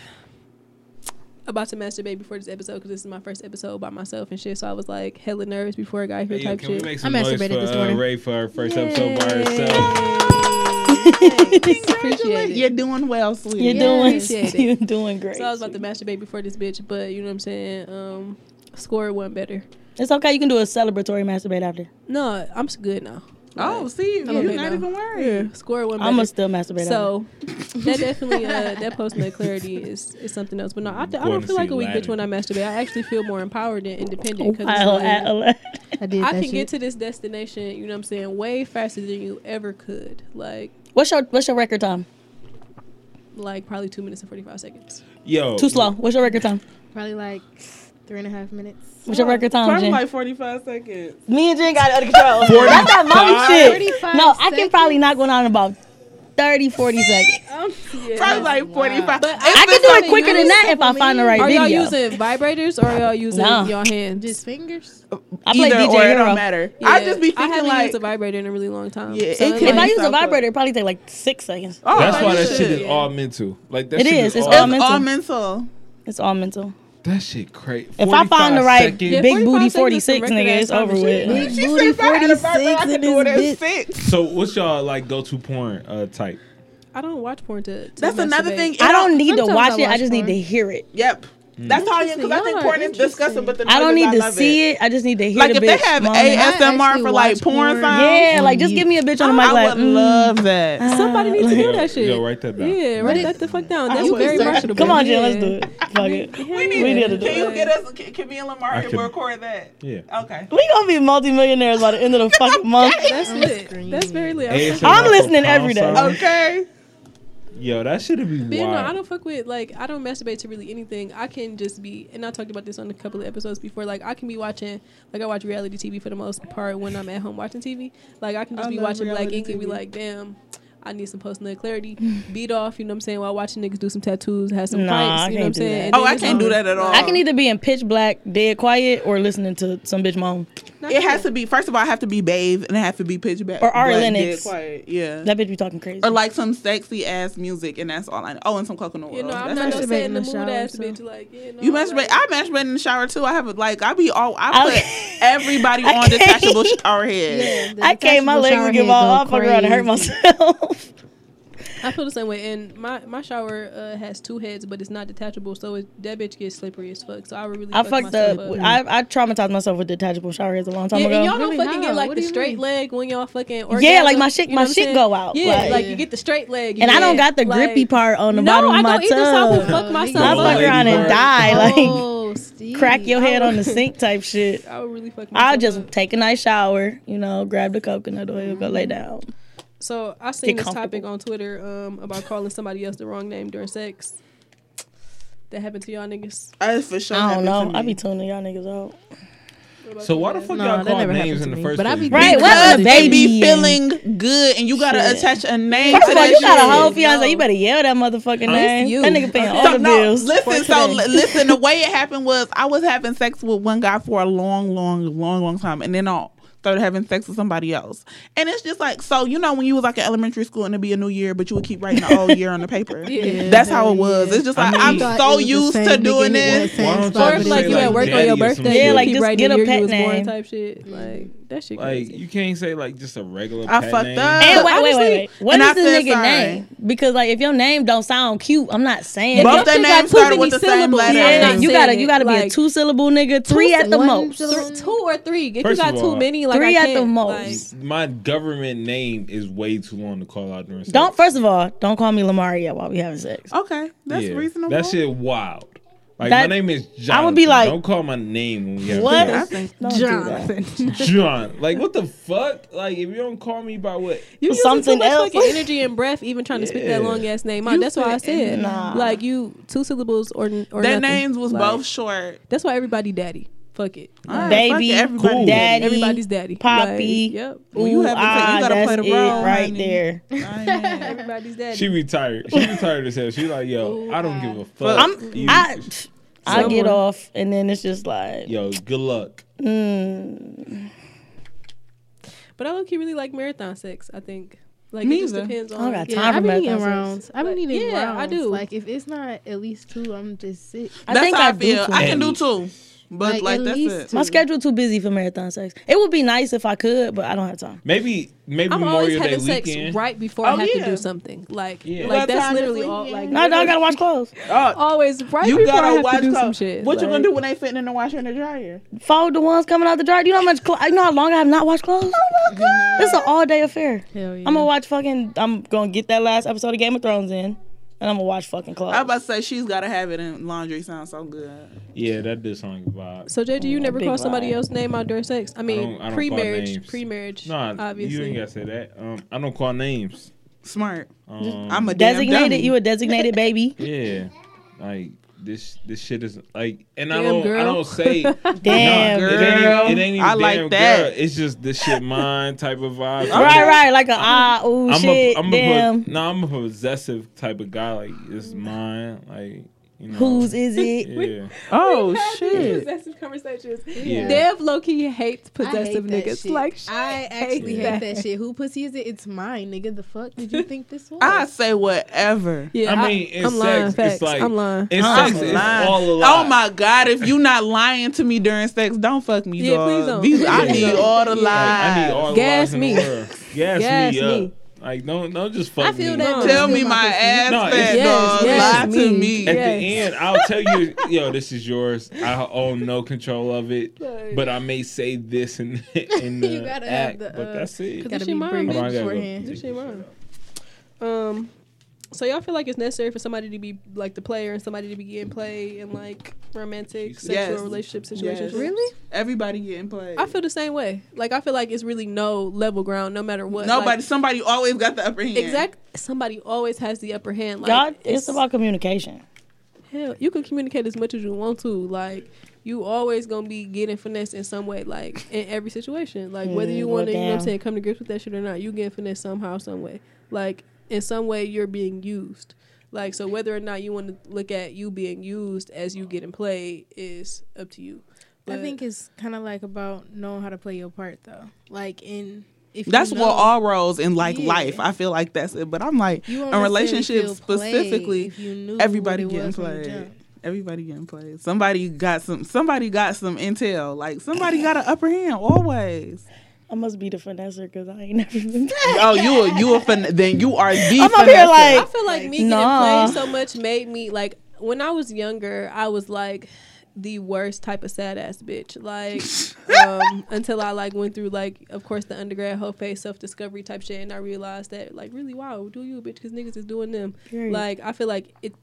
S1: about to masturbate before this episode because this is my first episode by myself and shit. So I was like hella nervous before I got here
S3: Hey, yo,
S1: type
S3: can
S1: shit.
S3: we make some
S5: I
S3: noise
S5: masturbated
S3: for
S5: this
S3: uh,
S5: morning.
S3: Ray for her first episode by herself?
S1: Yay. Thanks. Appreciate it.
S2: You're doing well, sweetie.
S4: You're
S5: Yeah,
S4: doing
S1: appreciate it.
S4: you're doing great.
S1: So I was about to masturbate before this bitch, but you know what I'm saying? Um, score one better.
S4: It's okay, you can do a celebratory masturbate after.
S1: No, I'm s- good now.
S2: Oh, see,
S1: I'm
S2: you're
S1: okay
S2: not
S1: now.
S2: even worried.
S1: Score one better.
S4: I'ma still masturbate after.
S1: so that definitely uh, that post nut clarity is, is something else. But no, I, d- I
S3: Going
S1: don't
S3: to
S1: feel like
S3: see
S1: a weak bitch when I
S3: Aladdin.
S1: masturbate. I actually feel more empowered and independent because
S4: I'll add a lot.
S5: I did.
S1: I
S5: that
S1: can
S5: shit.
S1: get to this destination. You know what I'm saying? Way faster than you ever could. Like
S4: What's your what's your record time?
S1: like probably two minutes and forty five seconds.
S3: Yo,
S4: Too slow. What's your record time?
S5: probably like three and a half minutes.
S4: What's your record time,
S2: Probably
S4: Jen?
S2: like 45 seconds.
S4: Me and Jen got it under control. That's that mommy
S3: 45?
S4: shit.
S5: 45
S4: No, I can
S5: seconds?
S4: probably knock one out in about 30, 40 seconds.
S2: Probably like 45.
S1: But
S2: It's
S4: I
S2: been
S4: can do it
S2: something
S4: quicker than
S2: new.
S4: that if I find the right
S1: Are y'all
S4: video.
S1: using vibrators or are y'all using
S4: Nah.
S1: your hands?
S5: Just fingers.
S4: I play
S2: Either
S4: DJ
S2: or, it
S4: Hero.
S2: don't matter. I just be
S1: I
S2: thinking
S1: haven't
S2: like,
S1: used a vibrator in a really long time.
S2: Yeah,
S1: So
S2: it
S1: it's
S2: can-
S4: If
S1: like-
S4: I use a
S2: Yourself up.
S4: vibrator, it'd probably take like six seconds.
S2: oh,
S3: that's why that
S1: should,
S3: shit is
S1: yeah.
S3: all mental. Like that
S4: It
S3: shit
S4: is, it's
S3: all,
S2: It's
S4: mental.
S2: all mental.
S4: It's all mental.
S3: that shit crazy.
S4: If I find the right
S1: Yeah,
S4: big
S1: 45
S4: booty
S1: seconds is the record
S4: 46, nigga, it's
S1: ass time
S4: over
S1: to
S4: with.
S1: shit.
S2: She said if I had a vibrator, I could do it at six.
S3: So what's y'all like go to porn uh, type?
S1: I don't watch porn to. to
S2: That's another
S1: masturbate.
S2: thing. It
S4: I don't Mm. need to
S5: Sometimes
S4: watch
S5: I
S4: it. I
S5: watch
S4: just need
S5: porn.
S4: to hear it.
S2: Yep. That's how you because I
S1: Y'all
S2: think
S1: are
S2: porn is disgusting,
S1: interesting.
S2: but the
S4: I don't
S2: noises,
S4: need to
S2: love
S4: see
S2: it.
S4: it. I just need to hear
S2: Like
S4: the
S2: if
S4: bitch.
S2: they have
S4: moaning.
S2: ASMR for like
S5: watch
S2: porn
S5: porn.
S2: sounds,
S4: yeah, like just give me a bitch on the mic.
S2: I
S4: Like,
S2: would
S4: mm.
S2: love that.
S1: Somebody needs to do
S3: Yo,
S1: that shit.
S3: yo, write that down.
S1: Yeah,
S5: But
S1: write
S5: it-
S1: that the fuck down.
S2: I
S1: That's
S2: would
S1: very
S2: say-
S1: marketable.
S4: Come on,
S1: yeah.
S4: Jen, let's do it. Fuck it.
S1: We
S2: need-
S4: We need to do
S2: Can you
S4: it.
S2: get us? Can, can me and
S3: I
S2: Lamaria
S3: can-
S2: record that?
S3: Yeah.
S2: Okay.
S4: We gonna be multimillionaires by the end of the fucking month.
S1: That's lit. That's very lit.
S3: ASMR
S4: I'm
S3: for
S4: listening
S3: pound
S4: every day.
S3: sign?
S2: Okay.
S3: Yo, that should have been
S1: But you know, I
S3: wild.
S1: don't fuck with like I don't masturbate to really anything. I can just be, and I talked about this on a couple of episodes before. Like I can be watching, like I watch reality TV for the most part when I'm at home watching TV. Like I can just
S2: I
S1: be
S2: love
S1: watching Black
S2: reality
S1: Ink and be
S2: TV.
S1: like, damn. I need some post nut clarity. Beat off, you know what I'm saying, while watching niggas do some tattoos, have some
S4: Nah,
S1: fights,
S4: I
S1: you know what I'm
S4: can't do that.
S1: saying? and
S2: Oh,
S1: then
S2: I
S1: it's
S2: can't
S1: on.
S2: do that at all.
S4: I can either be in pitch black, dead quiet, or listening to some bitch moan.
S1: Not
S2: It has
S1: that.
S2: to be first of all, I have to be bathed and I have to be pitch back
S4: Or Ari
S2: black,
S4: Lennox.
S2: dead quiet. Yeah.
S4: That bitch be talking crazy.
S2: or like some sexy ass music, and that's all I know. Oh, and some coconut oil.
S1: You know, I'm
S2: That's
S1: not no
S2: it.
S5: masturbate
S1: saying
S5: in
S1: the
S5: the
S1: mood
S5: shower,
S1: ass
S5: so.
S1: bitch. Like, yeah, no,
S2: You
S1: I'm
S2: masturbate.
S1: like-
S2: I masturbate in the shower too. I have a, like I be all I
S4: I
S2: put
S4: can't-
S2: everybody
S4: I
S2: on
S4: can't.
S2: detachable shower head.
S5: Yeah, the
S4: I can't. My
S5: detachable
S4: leg
S5: shower
S4: would give
S5: head
S4: all I'll
S5: go
S4: fuck around and hurt
S5: crazy.
S4: myself.
S1: I feel the same way. And my my shower uh, has two heads, but it's not detachable, so it, that bitch gets slippery as fuck. So I really
S4: I
S1: fuck
S4: fucked
S1: myself
S4: up. I, I traumatized myself with detachable shower heads a long time
S1: yeah,
S4: ago.
S1: and y'all
S5: Really?
S1: don't fucking
S5: How?
S1: get like
S5: What
S1: the
S5: do you
S1: straight
S5: mean?
S1: leg when y'all fucking orgasm,
S4: Yeah, like my shit-
S1: you
S4: my
S1: know what I'm
S4: shit
S1: saying?
S4: go out,
S1: Yeah,
S4: like-
S1: like, you get the straight leg, you
S4: and I don't
S1: get,
S4: got the
S1: like-
S4: grippy part on the
S1: no,
S4: bottom
S1: I
S4: of my
S1: don't either. So I would
S4: tub.
S1: fuck
S5: Oh,
S1: myself.
S4: I
S3: The
S4: fuck
S3: lady
S4: around and
S3: bird.
S4: die, like
S5: Oh, Steve.
S4: crack your
S5: I
S4: head on
S5: would-
S4: the sink type shit.
S1: I would really fuck myself.
S4: I'll just
S1: up.
S4: take a nice shower, you know, grab the coconut oil, go lay down.
S1: so I seen
S4: get
S1: this topic
S4: comfortable.
S1: on Twitter um about calling somebody else the wrong name during sex. That happened to y'all niggas.
S2: I for sure.
S4: I don't
S2: happened to
S4: know. I
S2: me.
S4: be tuning y'all niggas out.
S1: What about
S3: So
S1: you
S3: why the
S1: guys?
S3: fuck
S5: Nah,
S3: y'all
S5: that
S3: call
S5: never happened
S3: names
S5: to
S3: in the
S5: me,
S3: first
S5: but I
S3: place?
S5: be-
S4: Right,
S2: because
S4: what a
S2: they
S4: baby.
S2: be feeling good, and you gotta
S4: Shit.
S2: attach a name
S4: First
S2: to
S4: of all,
S2: that
S4: you got a
S2: shit.
S4: whole fiance. You
S1: No.
S4: better yell that motherfucking name.
S5: you.
S4: That nigga paying all
S2: so,
S4: the
S2: no,
S4: bills.
S2: listen.
S5: for
S2: So l-
S5: today.
S2: listen. The way it happened was I was having sex with one guy for a long, long, long, long time, and then I started having sex with somebody else. And it's just like so. You know, when you was like in elementary school, and it'd be a new year, but you would keep writing the old year on the paper.
S1: Yeah.
S2: That's how it was. It's just
S3: I
S2: like
S3: mean-
S2: I'm
S5: thought
S2: so
S5: it was the
S2: used
S5: same
S2: to
S5: nigga
S2: doing
S5: in the
S2: this.
S5: same
S3: Why don't y'all
S5: spot, but
S1: Or
S5: it
S1: if,
S3: just
S1: like
S3: say,
S1: you
S5: was
S1: at
S3: like,
S1: work on
S3: daddy
S1: your
S3: or some
S1: birthday,
S3: shit.
S1: yeah,
S4: Yeah,
S1: like
S4: like,
S1: keep
S4: just
S1: writing
S4: get
S1: the
S4: a
S1: year
S4: pet
S1: you was born
S4: name.
S1: type shit. Like that shit
S3: Like
S1: crazy.
S3: you can't say like just a regular.
S2: I
S3: pet
S2: fucked
S3: name.
S2: up.
S4: And
S2: But
S4: wait, wait, wait,
S2: honestly,
S4: wait. What
S2: and I
S4: is the
S2: said
S4: nigga
S2: sorry.
S4: name? Because like, if your name don't sound cute, I'm not saying.
S2: Both
S4: it.
S1: Your shit
S2: their
S1: got
S2: names
S1: too
S2: started
S1: many
S2: with the same
S1: syllables.
S2: letter.
S1: I'm
S4: Yeah,
S1: not
S4: you
S1: saying
S4: gotta
S1: it.
S4: you gotta be a
S1: Like,
S4: two syllable nigga, three at the
S5: one
S4: most.
S5: syllable.
S1: Three- two or three. If
S3: First
S1: you got
S3: of all,
S1: too many, like
S4: three
S1: I
S4: at
S1: can't,
S4: the
S1: like-
S4: most.
S3: My government name is way too long to call out during. sex.
S4: Don't first of all, don't call me Lamaria while we having sex.
S2: Okay, that's
S3: Yeah,
S2: reasonable.
S3: That shit wild. Like
S4: That-
S3: my name is John.
S4: I would be like-
S3: don't call my name when we have
S4: What?
S3: sex.
S4: Don't do that.
S3: John. Like what the fuck? Like if you don't call me by what?
S1: You using
S4: Something
S1: too much
S4: else.
S1: fucking energy and breath, even trying to spit that
S3: Yeah.
S1: long ass name out. that's why I said,
S4: Nah.
S1: like you two syllables or n- or
S2: Their
S1: nothing.
S2: names was
S1: Like,
S2: both short.
S1: That's why everybody daddy. Fuck it.
S2: All right,
S4: Baby,
S2: fuck it, everybody
S3: Cool.
S2: did it.
S4: Daddy,
S1: Everybody's daddy.
S4: Poppy.
S1: Like, yep.
S2: When Oh, you
S4: Ooh,
S2: have to take- you
S4: ah,
S2: gotta play
S4: that's
S2: the role,
S4: it right
S2: honey.
S4: there.
S2: Amen.
S1: Everybody's daddy.
S3: She retired. She retired herself. She like, yo, I don't give a fuck.
S4: I'm
S3: You-
S4: I I get
S1: Someone-
S4: off and then it's just like
S3: yo, good luck.
S4: mm,
S1: But I look, he really like marathon sex. I think. Like
S2: Me
S1: it just
S2: either.
S1: depends on.
S4: I don't got
S5: Yeah,
S4: time for
S5: I've been needing
S4: marathon sex.
S5: rounds. I've been
S1: Like,
S5: needing
S1: yeah, I
S5: rounds.
S1: do.
S5: Like if it's not at least two, I'm just sick.
S4: I
S2: that's
S4: think
S2: how I,
S4: I do
S2: feel.
S4: too.
S2: I can do two, but like,
S5: Like, at
S2: that's
S5: least
S2: it.
S5: two.
S4: My schedule too busy for marathon sex. It would be nice if I could, but I don't have time.
S3: Maybe maybe
S1: I'm always
S3: Memorial Day
S1: having sex
S3: weekend.
S1: right before
S2: Oh,
S1: I have
S2: yeah.
S1: to do something. Like,
S3: Yeah. You
S1: like
S2: got
S1: that's
S2: time this
S1: literally all. Like,
S2: weekend?
S4: No, I gotta wash clothes.
S2: Oh,
S1: always right
S2: you
S1: before I
S2: gotta
S1: have
S2: watch
S1: to do some
S2: clothes.
S1: shit.
S2: What you
S1: like-
S2: gonna do when they fitting in the washer and the dryer?
S4: Fold the ones coming out the dryer. You know how much? Cl- you know how long I have not washed clothes? Oh my god! This is an all day affair.
S5: Hell yeah.
S4: I'm gonna watch fucking. I'm gonna get that last episode of Game of Thrones in, and I'm gonna watch fucking clothes.
S2: I about to say she's gotta have it, and laundry sounds so good.
S3: Yeah, that did sound like a vibe.
S1: So JJ, you never
S4: big
S1: call somebody
S4: lie.
S1: else's name out during sex. I
S3: I
S1: mean,
S3: don't- I don't call
S1: pre-marriage,
S3: names.
S1: pre-marriage.
S3: Nah,
S1: obviously.
S3: you ain't gotta say that. Um, I don't call names.
S2: Smart.
S3: Um,
S2: I'm a Damn
S4: designated.
S2: dummy.
S4: You a designated baby.
S3: Yeah, like this. This shit is like, and I
S1: Damn
S3: don't. I
S1: girl.
S3: don't say.
S4: Damn
S3: Nah,
S2: girl.
S3: It ain't, it ain't even
S2: I
S3: damn
S2: like
S3: girl.
S2: that.
S3: It's just this shit mine type of vibe.
S4: Right, right. Like a ah, ooh,
S3: I'm
S4: shit,
S3: a, I'm
S4: damn.
S3: a po- nah, I'm a possessive type of guy. Like it's mine. Like you know.
S4: Whose is it?
S3: Yeah.
S2: Oh
S1: Possessive conversations.
S3: Yeah.
S1: Dev low key hates
S5: I hate
S1: possessive
S5: that
S1: niggas.
S5: shit.
S1: Like shit.
S5: I actually
S3: hate
S5: hate that shit. Who pussy is it? It's mine, nigga. The fuck did you think this was?
S2: I say whatever.
S1: yeah,
S3: I mean, in
S1: I'm lying.
S3: sex, it's
S1: Facts.
S3: like-
S1: I'm lying.
S3: It's
S2: I'm
S3: sex. It's
S2: lying.
S3: all a lie.
S2: Oh my god! If you not lying to me during sex, don't fuck me,
S1: Yeah,
S2: dog.
S1: please don't.
S2: These- I
S3: Yeah.
S2: need all the lies.
S3: Like, I need all the
S1: Gas
S3: lies in the
S1: me.
S3: world. Gas,
S1: Gas
S3: me
S1: me.
S3: up. Like don't don't just fuck
S5: I feel
S3: me.
S5: that.
S1: No.
S2: Tell
S5: Still
S2: me my
S5: pussy.
S2: ass
S3: No,
S2: fat,
S3: it's-
S1: Yes,
S2: dog.
S1: yes,
S2: Lie to
S1: me.
S2: me.
S3: At the
S1: Yes.
S3: end, I'll tell you, yo, this is yours. I own no control of it,
S1: Like-
S3: but I may say this and in the
S5: You gotta have
S3: act,
S5: the,
S3: but
S5: uh,
S3: that's it.
S1: She
S5: Gotta be
S1: mine.
S5: brave
S3: Hold on, I gotta go.
S5: beforehand.
S1: This shit mine. Um, So y'all feel like it's necessary for somebody to be like the player and somebody to be getting play in like romantic, sexual
S2: Yes.
S1: relationship
S2: Yes.
S1: situations.
S5: Really?
S2: Everybody getting played.
S1: I feel the same way. Like I feel like it's really no level ground, no matter what.
S2: Nobody,
S1: Like,
S2: somebody always got the upper hand.
S1: exact. Somebody always has the upper hand. Like
S4: God, it's about communication.
S1: hell. You can communicate as much as you want to. Like you always gonna be getting finesse in some way. Like in every situation. Like whether
S4: Mm,
S1: you
S4: well,
S1: want to, you know, what I'm
S4: damn.
S1: saying, come to grips with that shit or not, you getting finesse somehow, some way. Like in some way, you're being used. Like so, whether or not you want to look at you being used as you getting played is up to you.
S5: I think it's kind of like about knowing how to play your part, though. Like in if
S2: That's
S5: you
S2: what
S5: know,
S2: all roles in like
S5: Yeah.
S2: life. I feel like that's it. But I'm like
S5: you won't
S2: in
S5: necessarily
S2: relationships
S5: feel played
S2: specifically,
S5: if you knew what
S2: everybody
S5: it
S2: getting
S5: was from the
S2: played.
S5: jump.
S2: Everybody getting played. Somebody got some. Somebody got some intel. Like somebody got an upper hand always.
S4: I must be the finesser because I ain't never been.
S2: Oh, you a you a fin- then you are the.
S4: I'm up here
S2: finesse.
S4: like,
S1: I feel like me
S4: nah.
S1: getting played so much made me like when I was younger, I was like the worst type of sad ass bitch. Like um, until I like went through like of course the undergrad whole phase self discovery type shit, and I realized that like really wow do you bitch because niggas is doing them.
S4: Period.
S1: Like I feel like it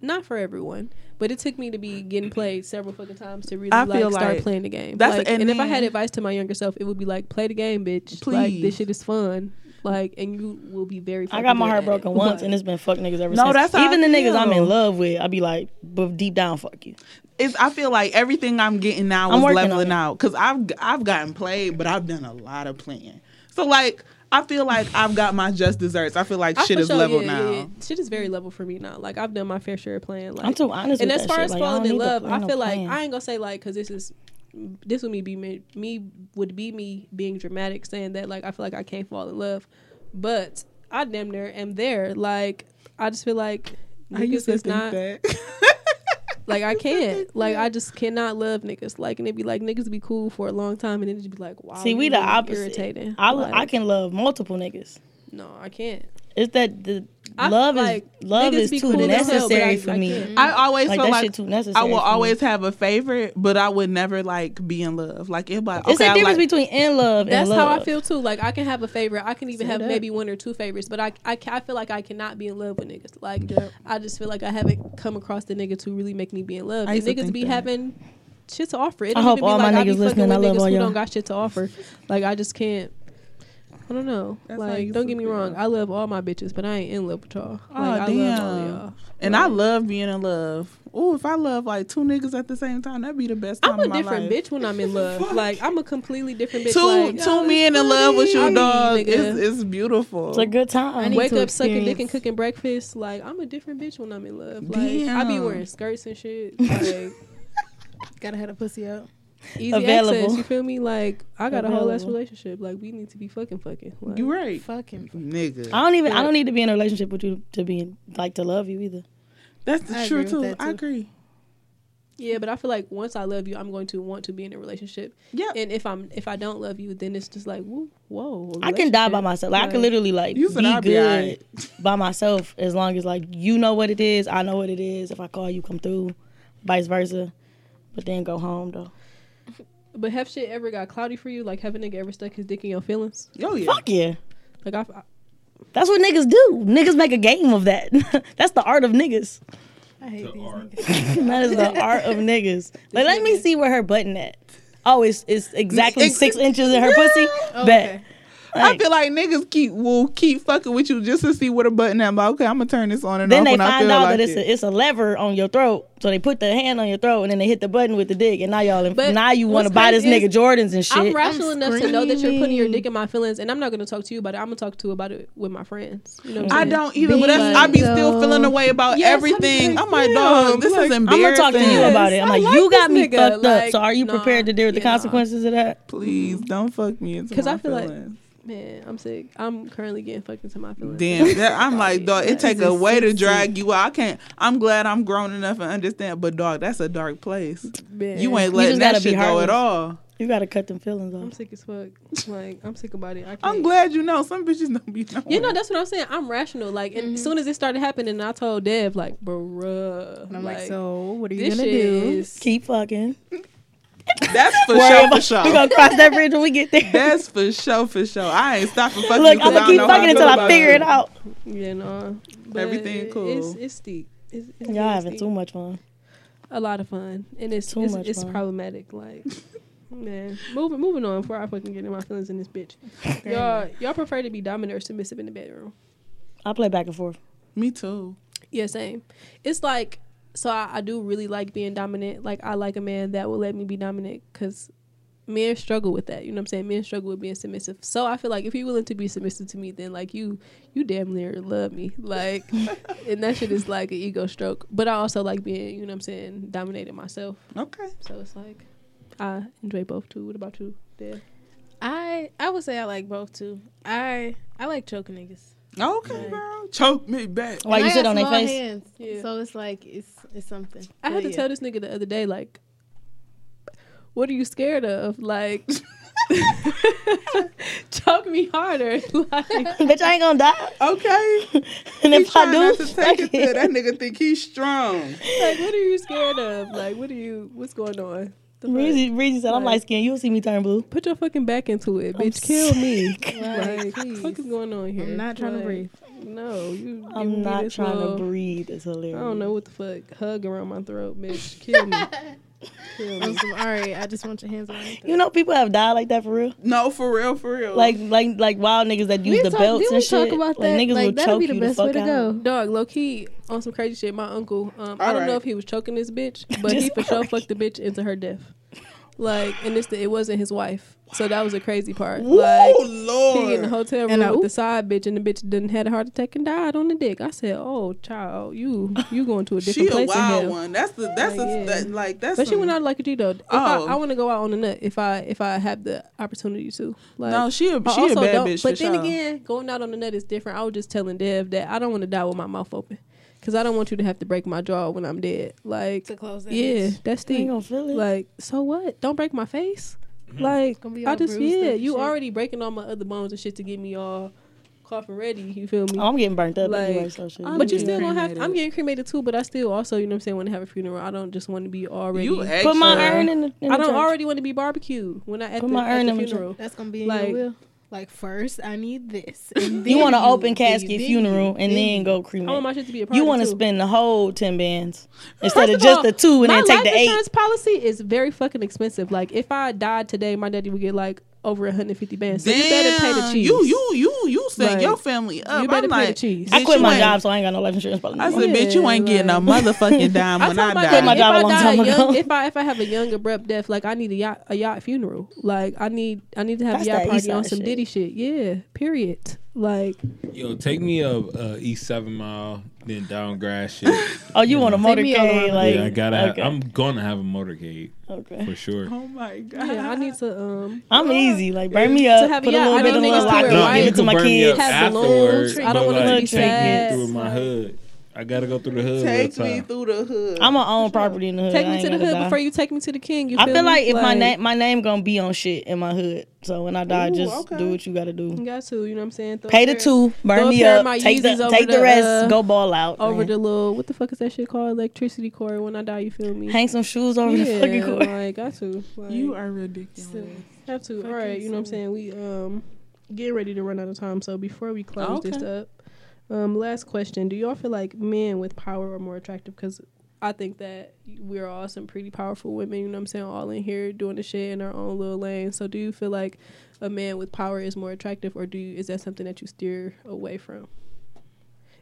S1: not for everyone. But it took me to be getting played several fucking times to really
S2: I
S1: like,
S2: feel
S1: start
S2: like-
S1: playing the game.
S2: that's-
S1: like,
S2: and
S1: and, if I
S2: then-
S1: had advice to my younger self, it would be like, play the game, bitch. Like
S2: Please.
S1: this shit is fun. Like and you will be very.
S4: I
S1: fucking
S4: got my
S1: good
S4: heart
S1: at it.
S4: broken once,
S1: But-
S4: and it's been fuck niggas ever
S2: No,
S4: since.
S2: that's how I
S4: even the niggas I'm
S2: feel.
S4: in love with. I be like, but deep down, fuck you.
S2: It's. I feel like everything I'm getting now
S4: I'm
S2: is
S4: working on
S2: leveling
S4: it.
S2: out because I've I've gotten played, but I've done a lot of playing. So like I feel like I've got my just desserts. I feel like
S1: I
S2: shit
S1: for
S2: is
S1: sure-
S2: level
S1: yeah,
S2: now.
S1: yeah, yeah. Shit is very level for me now. Like I've done my fair share of playing. Like,
S4: I'm too honest.
S1: and
S4: with
S1: as
S4: that
S1: far
S4: shit.
S1: as
S4: Like, I
S1: falling
S4: don't
S1: in
S4: need to
S1: love,
S4: play
S1: I
S4: no
S1: feel like
S4: plan.
S1: I ain't gonna say like because this is this would me be me, me would be me being dramatic saying that like I feel like I can't fall in love, but I damn near am there. Like I just feel like
S2: I used
S1: niggas
S2: to
S1: is
S2: think
S1: not
S2: that.
S1: like I can't. Like I just cannot love niggas. Like and it be like niggas be cool for a long time and then it just be like wow.
S4: See,
S1: you
S4: we the
S1: really
S4: opposite.
S1: Irritating.
S4: I,
S1: Like,
S4: I can love multiple niggas.
S1: no, I can't.
S4: It's that the
S1: I-
S4: love
S1: like,
S4: is love
S1: niggas
S4: is
S1: be
S4: too
S1: cool as hell, but
S4: necessary
S1: I-
S4: for
S1: I
S4: me.
S1: can't.
S2: I always
S4: Like
S2: feel
S4: that
S2: like
S4: shit too necessary.
S2: I will
S4: for me.
S2: always have a favorite, but I would never like be in love. Like it like okay,
S4: It's a
S2: I
S4: difference
S2: like,
S4: between in love
S1: That's
S4: and love.
S1: how I feel too. Like I can have a favorite. I can even
S4: Set
S1: have
S4: up.
S1: maybe one or two favorites, but I, I ca- I feel like I cannot be in love with niggas. Like I just feel like I haven't come across the niggas who really make me be in love.
S2: I
S1: And
S2: used to
S1: niggas
S2: think
S1: be
S2: that.
S1: having shit to offer. It don't
S4: I hope
S1: even be
S4: all my
S1: like I be
S4: niggas
S1: fucking
S4: listening.
S1: with
S4: I love
S1: niggas
S4: all
S1: who
S4: y'all.
S1: don't got shit to offer. Like I just can't. I don't know.
S2: That's how I
S1: like
S2: used
S1: don't
S2: to
S1: get me
S2: feel.
S1: wrong. I love all my bitches, but I ain't in love with y'all. Like
S2: Oh,
S1: I love all of
S2: damn.
S1: y'all.
S2: and I love being in love. Oh, if I love like two niggas at the same time, that'd be the best time
S1: I'm a
S2: of my
S1: different
S2: life.
S1: bitch when I'm in love. like I'm a completely different bitch.
S2: Two
S1: like, oh,
S2: two men in love with
S1: I
S2: you,
S1: be,
S2: dog.
S1: nigga.
S2: It's it's beautiful.
S4: It's a good time.
S5: need
S1: wake
S5: to
S1: up sucking dick and
S5: experience-
S1: cooking breakfast. Like I'm a different bitch when I'm in love. Like I be
S2: Damn.
S1: wearing skirts and shit. Like
S5: Gotta have a pussy out.
S1: easy
S4: Available.
S1: access. You feel me? Like I got a whole ass
S4: Available.
S1: relationship. Like we need to be fucking fucking. Like,
S2: you right,
S5: Fucking.
S2: nigga.
S4: I don't even. I don't need to be in a relationship with you to be in, like to love you either.
S2: That's the
S5: I
S2: true
S5: agree
S2: too.
S5: with that,
S2: I
S5: too.
S2: agree.
S1: Yeah, but I feel like once I love you, I'm going to want to be in a relationship.
S2: Yeah,
S1: And if I'm if I don't love you, then it's just like whoa, whoa. a
S4: I can die by
S1: relationship.
S4: myself. Like, I can
S1: Like,
S4: literally like
S2: you
S4: be
S2: said I'd
S4: good
S2: be alright.
S4: by myself as long as like you know what it is, I know what it is. If I call you, come through, vice versa. But then go home though.
S1: But have shit ever got cloudy for you? Like have a nigga ever stuck his dick in your feelings?
S2: Oh yeah.
S4: Fuck yeah.
S1: Like I, I
S4: That's what niggas do. Niggas make a game of that. That's the art of niggas.
S5: I hate these
S3: art.
S5: niggas.
S4: That is the art of niggas. Like, let me see where her button at. Oh, it's, it's exactly
S2: Ex-
S4: six inches in her pussy. Bet.
S2: I feel like niggas keep will keep fucking with you just to see where the button at. But okay, I'm gonna turn this on and
S4: then
S2: off
S4: they
S2: when I
S4: find
S2: feel
S4: out
S2: like
S4: that it's
S2: it.
S4: a, it's a lever on your throat. So they put their hand on your throat and then they hit the button with the dick. And now y'all, in,
S1: But
S4: now you want to
S1: what's
S4: buy this
S1: crazy
S4: nigga
S1: is
S4: Jordans and shit.
S1: I'm rational enough to know that you're putting your
S5: screaming.
S1: dick in my feelings, and I'm not going to talk to you about it. I'm going to talk to you about it with my friends. You know what I'm
S2: I
S1: saying?
S2: don't even, but that's,
S5: Being
S2: I be still
S5: though-
S2: feeling the way about
S1: Yes, I be
S2: everything.
S1: like,
S2: I'm like,
S1: yeah,
S2: dog, this
S1: like,
S2: is
S4: I'm
S2: embarrassing.
S4: gonna talk to you about it. I'm
S1: I
S4: like,
S1: like
S4: you got
S1: this
S4: me
S1: nigga.
S4: fucked up.
S1: Like,
S4: So are you
S1: nah,
S4: prepared to deal with the
S1: yeah, nah.
S4: consequences of that?
S2: Please don't fuck me into
S1: 'Cause
S2: my
S1: I feel like-
S2: feelings.
S1: Man, I'm sick. I'm currently getting fucked into my feelings.
S2: Damn, that, I'm like, dog, it take a
S5: This is
S2: way to
S5: sexy.
S2: drag you out. I can't. I'm glad I'm grown enough and understand, but dog, that's a dark place.
S1: Man,
S2: You ain't
S4: You
S2: letting
S4: just
S2: that
S4: gotta be
S2: shit go at
S4: heartless.
S2: all.
S4: You gotta cut them feelings
S1: I'm
S4: off.
S1: sick as fuck. Like I'm sick about it. I can't.
S2: I'm glad you know. Some bitches don't be knowing.
S1: You know that's what I'm saying. I'm rational. Like, and as soon as it started happening, I told Dev, like, bruh,
S5: And I'm like, so what are you
S1: this
S5: gonna
S1: shit
S5: do?
S1: is
S4: Keep fucking.
S2: that's for
S4: Worry
S2: sure, for
S4: about- We
S2: sure.
S4: gonna cross that bridge when we get there.
S2: That's for sure, for sure. I ain't stopping fucking.
S4: Look,
S2: you
S4: I'm
S2: 'cause I
S4: gonna
S2: don't
S4: keep
S2: know how
S4: fucking
S2: feel
S4: until I
S2: about
S4: figure
S2: you.
S4: it out.
S1: you know. But but
S2: Everything
S1: it-
S2: cool.
S1: It's it's steep. It's, it's
S4: Y'all
S1: very
S4: having
S1: steep.
S4: too much fun.
S1: a lot of fun, and it's
S4: Too
S1: it's,
S4: much
S1: it's
S4: fun.
S1: problematic. Like, man, moving moving on before I fucking get in my feelings in this bitch. Y'all y'all prefer to be dominant or submissive in the bedroom?
S4: I play back and forth.
S2: Me too.
S1: Yeah, same. It's like so I, I do really like being dominant. Like I like a man that will let me be dominant because men struggle with that. You know what I'm saying? Men struggle with being submissive. So I feel like if you're willing to be submissive to me, then like you you damn near love me. Like and that shit is like an ego stroke. But I also like being, you know what I'm saying, dominated myself.
S2: Okay.
S1: So it's like I enjoy both too. What about you, Dad?
S5: I I would say I like both too. I I like choking niggas.
S2: Okay, girl. Choke me back.
S4: Why
S5: And
S4: you
S5: I
S4: sit
S5: got
S4: on their
S5: small
S4: face?
S5: hands,
S1: Yeah.
S5: So it's like it's it's something.
S1: I had
S5: But
S1: to
S5: yeah.
S1: tell this nigga the other day, like, what are you scared of? Like, choke me harder. Like,
S4: Bitch, I ain't gonna die.
S2: Okay.
S4: And
S2: He
S4: if I
S2: trying not
S4: do,
S2: to take it
S4: fuck
S2: to
S4: it.
S2: that nigga think he's strong.
S1: like, what are you scared of? Like, what are you? What's going on? The fuck?
S4: Breezy, Breezy said, I'm
S1: Like-
S4: light skinned. You'll see me turn blue.
S1: Put your fucking back into it,
S4: I'm
S1: bitch. Kill me.
S4: sick.
S1: Like, what the
S5: please.
S1: fuck is going on here?
S5: I'm not trying
S1: Like,
S5: to breathe.
S1: No, you.
S4: I'm not trying to
S1: breathe.
S4: breathe. It's
S1: I
S4: hilarious.
S1: don't know what the fuck. Hug around my throat, bitch. Kill me. Kill
S5: I'm
S1: me.
S5: some, all right, I just want your hands on. me.
S4: You know, people have died like that for real.
S2: No, for real, for real.
S4: Like, like, like wild niggas that use
S5: We
S4: the
S5: talk-
S4: belts
S5: didn't
S4: and
S5: we talk
S4: shit. like,
S5: about that?
S4: niggas
S5: Like,
S4: will
S5: that'd
S4: choke
S5: be the
S4: you
S5: best
S4: the
S5: way
S4: fuck
S5: to
S4: out.
S5: go.
S1: Dog, low key on some crazy shit. My uncle, um, I don't know
S2: Alright.
S1: if he was choking this bitch, but he
S4: Just
S1: for sure
S4: alright.
S1: fucked the bitch into her death. Like, and it's the, it wasn't his wife, so that was the crazy part.
S2: Woo,
S1: Like, he in the
S2: Lord.
S1: hotel room
S5: And I-
S1: with the side bitch, and the bitch didn't had a heart attack and died on the dick. I said, "Oh, child, you you going to a
S2: She
S1: different
S2: a
S1: place in
S2: wild
S1: hell."
S2: one. That's the that's
S1: Like,
S2: a,
S1: yeah.
S2: that, like that's.
S1: But she
S2: some-
S1: went out like a G though. If
S2: Oh.
S1: I, I want to go out on a nut if I if I have the opportunity to. Like,
S2: No, she a
S1: I
S2: she a
S1: also
S2: bad
S1: don't-
S2: bitch.
S1: But
S2: for
S1: then
S2: sure.
S1: again, going out on the net is different. I was just telling Dev that I don't want to die with my mouth open because I don't want you to have to break my jaw when I'm dead. Like,
S5: to close that.
S1: yeah,
S5: bitch.
S1: that's
S4: You ain't
S1: deep.
S4: gonna feel it.
S1: Like, so what? Don't break my face.
S2: Mm-hmm.
S1: Like,
S5: Gonna be
S1: I
S5: all
S1: just
S5: bruised
S1: yeah,
S5: up and
S1: you
S5: shit.
S1: already breaking all my other bones and shit to get me all cough and ready. You feel me?
S4: Oh, I'm getting burnt up
S1: Like,
S4: anyway, so shit.
S2: I'm
S1: but you
S2: getting
S1: still gonna have.
S2: cremated.
S1: I'm getting cremated too, but I still also, you know, what I'm saying, want to have a funeral. I don't just want to be already.
S2: You extra.
S4: put my urn in the. In
S1: I
S4: the
S1: don't
S4: church.
S1: already want to be barbecued when I at
S4: Put
S1: the,
S4: my
S1: at
S4: urn
S1: the
S4: in my church.
S1: funeral.
S5: That's gonna be in
S1: Like-
S5: your will. Like first, I need this.
S4: You want an open casket funeral and then
S1: I
S4: go
S1: want
S4: cremate.
S1: my shit to be a party
S4: You want to
S1: too.
S4: spend the whole ten bands instead of
S1: of
S4: just
S1: all,
S4: the two and
S1: my
S4: then take
S1: life
S4: the eight.
S1: insurance policy is very fucking expensive. Like if I died today, my daddy would get like over 150 bands. So
S2: Damn,
S1: you better pay the cheese.
S2: You you uh, you you set
S1: Like,
S2: your family up.
S1: better pay
S2: I'm
S1: the
S2: like,
S1: cheese.
S4: I
S2: bitch,
S4: quit
S2: you
S4: my
S2: ain't-
S4: job, so I ain't got no life insurance policy.
S2: I
S4: no more.
S2: said, bitch, you ain't getting no motherfucking dime
S1: I'm
S2: when
S1: talking
S2: I die.
S1: about
S4: my
S1: if
S4: job
S1: I
S4: a long
S1: die
S4: time
S1: young,
S4: ago.
S1: if I if I have a young abrupt death, like I need a yacht a yacht funeral. Like I need I need to have
S4: That's
S1: a yacht
S4: that
S1: party on
S4: Eastside
S1: some
S4: shit.
S1: Diddy shit. Yeah, period. Like
S3: Yo, take me up uh, East Seven Mile, then down Grass shit.
S4: Oh, you want a
S5: Take me all
S4: motorcade?
S5: around.
S4: Like,
S3: yeah, I gotta. Have,
S4: okay.
S3: I'm gonna have a motorcade
S4: okay.
S3: for sure.
S2: Oh my god.
S1: yeah, I need to um
S4: I'm easy. Like, burn me up.
S1: have a
S4: put a
S1: yacht,
S4: little
S1: I
S4: bit
S1: don't
S4: in
S1: think
S4: the
S1: it's too
S4: locker.
S1: weird.
S4: Give
S3: you
S4: it to
S3: can
S4: my
S3: burn me up
S4: kids.
S1: Have balloons.
S3: afterwards.
S1: I don't
S3: but,
S1: wanna
S3: like,
S4: look
S3: take
S4: sad.
S3: me through my hood. I gotta go through the hood.
S2: Take
S3: one
S2: me
S3: time.
S2: through the hood.
S4: I'm gonna own property in the hood.
S1: take
S4: I
S1: me
S4: ain't
S1: to the
S4: gotta
S1: hood
S4: die.
S1: before you take me to the king. You
S4: I feel
S1: me?
S4: like if my name my name gonna be on shit in my hood. So when I die,
S2: Ooh,
S4: just
S2: okay.
S4: do what you gotta do.
S1: you got to, you know what I'm saying? Throw
S4: Pay
S1: a
S4: the
S1: pair-
S4: two, burn
S1: throw a
S4: me
S1: pair of
S4: up,
S1: my
S4: take
S1: Yeezys
S4: the
S1: over
S4: take the
S1: the,
S4: rest,
S1: uh,
S4: go ball out,
S1: over
S4: man.
S1: the little what the fuck is that shit called? Electricity cord. When I die, you feel me?
S4: hang some shoes over the fucking
S1: yeah,
S4: court.
S1: like got to. Like,
S2: you are ridiculous.
S1: still have to. All right, you know what I'm saying? We um get ready to run out of time. So before we close this up, um, last question: Do y'all feel like men with power are more attractive? Because I think that we're all some pretty powerful women. You know what I'm saying? All in here doing the shit in our own little lane. So do you feel like a man with power is more attractive, or do you, is that something that you steer away from?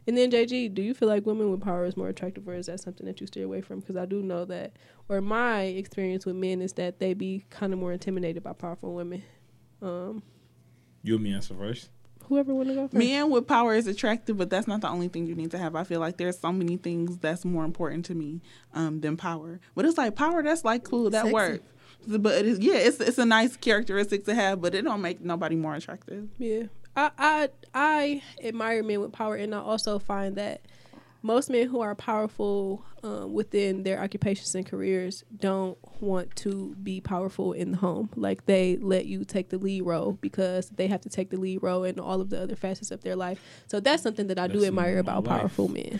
S1: And then JG, do you feel like women with power is more attractive, or is that something that you steer away from? Because I do know that, or my experience with men is that they be kind of more intimidated by powerful women. Um,
S3: You and me answer first.
S1: whoever want to go first.
S2: Men with power is attractive, but that's not the only thing you need to have. I feel like there's so many things that's more important to me um, than power. But it's like power, that's like cool, that
S5: Sexy.
S2: works. But it is, yeah, it's it's a nice characteristic to have, but it don't make nobody more attractive.
S1: Yeah, I, I I admire men with power, and I also find that most men who are powerful um, within their occupations and careers don't want to be powerful in the home. Like they let you take the lead role because they have to take the lead role in all of the other facets of their life. So that's something that I do
S3: That's
S1: admire
S3: my
S1: about
S3: life.
S1: powerful men.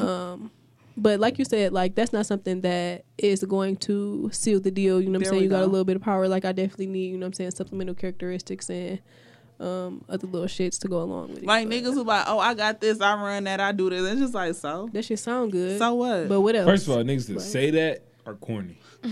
S1: um, but like you said, like that's not something that is going to seal the deal. You know what I'm
S2: There
S1: saying?
S2: we
S1: You got a
S2: go.
S1: little bit of power. Like I definitely need, you know what I'm saying, supplemental characteristics and um, other little shits to go along with it.
S2: Like
S1: but
S2: niggas who like, oh, I got this, I run that, I do this. It's just like so.
S1: that shit sound good.
S2: So what?
S1: but what else?
S3: First of all, niggas that say that are corny.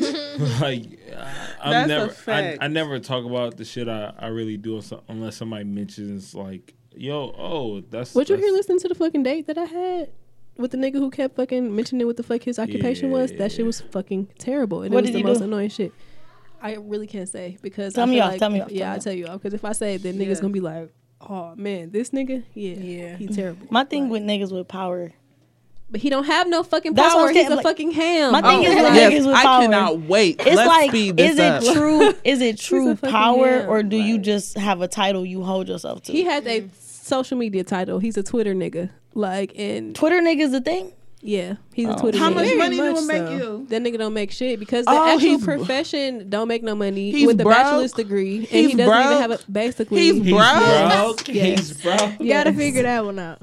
S3: like I- I'm
S2: That's a
S3: never,
S2: fact.
S3: I, I never talk about the shit I, I really do so- unless somebody mentions like, yo, oh, that's.
S1: What you
S3: that's-
S1: here listening to the fucking date that I had with the nigga who kept fucking mentioning what the fuck his occupation was? That shit was fucking terrible, and
S4: What
S1: it was
S4: did
S1: the
S4: he
S1: most
S4: do?
S1: annoying shit. I really can't say because
S4: Tell
S1: I
S4: me
S1: feel
S4: off,
S1: Like,
S4: tell me off,
S1: Yeah,
S4: tell me
S1: I
S4: off.
S1: tell you off because if I say it, then
S2: Yeah.
S1: niggas gonna be like, oh man, this nigga, yeah,
S4: Yeah.
S1: he terrible.
S4: My thing with niggas with power.
S1: But he don't have no fucking
S4: That's what
S1: power.
S4: I'm
S1: He's
S4: saying,
S1: a
S4: like-
S1: fucking ham.
S4: My thing
S2: Oh,
S4: is with
S2: yes,
S4: niggas with
S2: I
S4: power.
S2: cannot wait.
S4: It's
S2: Let's
S4: like,
S2: speed this
S4: is it
S2: up.
S4: true? Is it true
S1: fucking
S4: power,
S1: ham,
S4: or do you
S1: like-
S4: just have a title you hold yourself to?
S1: he had a social media title. He's a Twitter nigga. Like and
S4: Twitter niggas a thing.
S1: yeah, he's a
S4: Oh.
S1: Twitter.
S2: How
S1: nigga.
S2: much
S1: Very
S2: money do it
S1: much
S2: make you?
S1: That nigga don't make shit because the
S2: Oh,
S1: actual
S2: he's-
S1: profession don't make no money
S2: He's
S1: with a
S2: broke.
S1: bachelor's degree, and
S2: He's
S1: he doesn't even
S2: broke.
S1: have a basically.
S2: He's
S3: He's
S2: broke.
S3: broke.
S1: Yes.
S3: He's broke.
S5: You gotta figure that one out.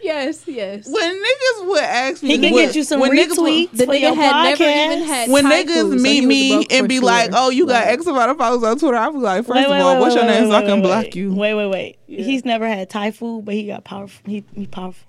S1: yes, yes.
S2: When niggas would ask me,
S4: He can
S2: what-
S4: get you some
S2: when niggas would-
S4: retweets
S1: the
S4: for your
S1: nigga had never even
S4: podcast.
S1: had
S2: when
S1: typhoons, so
S2: niggas
S1: he
S2: meet
S1: was
S2: me
S1: broke for
S2: and be
S1: sure.
S2: like, "Oh, you got
S1: Like,
S2: X amount of followers on Twitter," I was like, first
S4: Wait,
S2: of
S4: wait,
S2: all,
S4: wait,
S2: what's
S4: wait,
S2: your
S4: wait,
S2: name so I
S4: wait,
S2: can
S4: wait,
S2: block
S4: wait.
S2: you?"
S4: Wait, wait, wait. He's never had Thai food, but he got powerful. He, he powerful.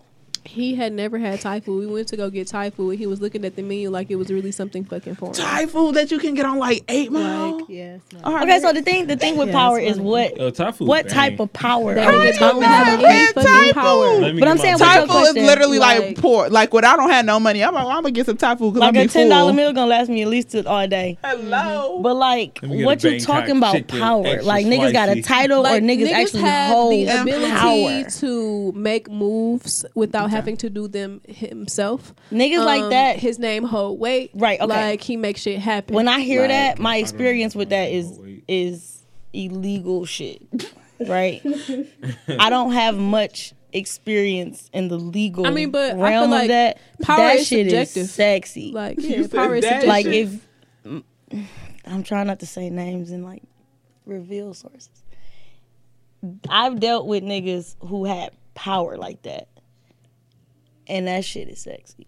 S1: He had never had Thai food. We went to go get Thai food, and he was looking at the menu like it was really something fucking foreign.
S2: Thai food that you can get on like Eight Mile.
S1: Like,
S5: Yeah. it's not-
S2: All right.
S4: Okay, so the thing the thing with
S5: Yeah,
S4: power
S5: it's
S4: is
S5: funny.
S4: what
S3: Yo, Thai food
S4: what
S3: bang.
S4: type of power?
S1: That
S4: are
S1: nigga
S4: you
S1: don't
S4: talking
S1: have
S4: about?
S1: any
S2: had
S1: fucking
S2: Thai
S1: power.
S3: Let
S2: food?
S4: But
S3: me get
S4: I'm
S3: my
S4: saying
S3: Thai
S4: what's
S2: Thai
S4: your
S2: food is
S4: question?
S2: literally like,
S1: Like-
S2: poor. Like when I don't have no money, I'm like, well, I'm gonna get some Thai food because
S4: Like
S2: I'm
S4: a
S2: be
S4: ten
S2: full.
S4: dollar meal gonna last me at least till all day.
S2: Hello.
S4: But like,
S3: Let me get a
S4: what you
S3: Bangkok
S4: talking about?
S3: chicken,
S4: Power?
S3: extra
S4: Like niggas got a
S3: spicy.
S4: title or niggas, actually hold
S1: the ability
S4: power?
S1: to make moves without having to do them himself.
S4: Niggas like
S1: Um,
S4: that.
S1: His name hold weight.
S4: Right, okay.
S1: Like he makes shit happen.
S4: when I hear that, my
S3: don't
S4: experience with that
S3: know,
S4: is
S3: wait.
S4: is illegal shit, right? I don't have much experience in the legal.
S1: I mean, but I feel
S4: realm of
S1: like
S4: that
S1: power
S4: that
S1: is
S4: shit
S1: subjective.
S4: is sexy. Like,
S1: like yeah,
S2: said
S1: power is
S2: that
S1: subjective.
S2: shit.
S4: if I'm trying not to say names and like reveal sources, I've dealt with niggas who had power like that, and that shit is sexy.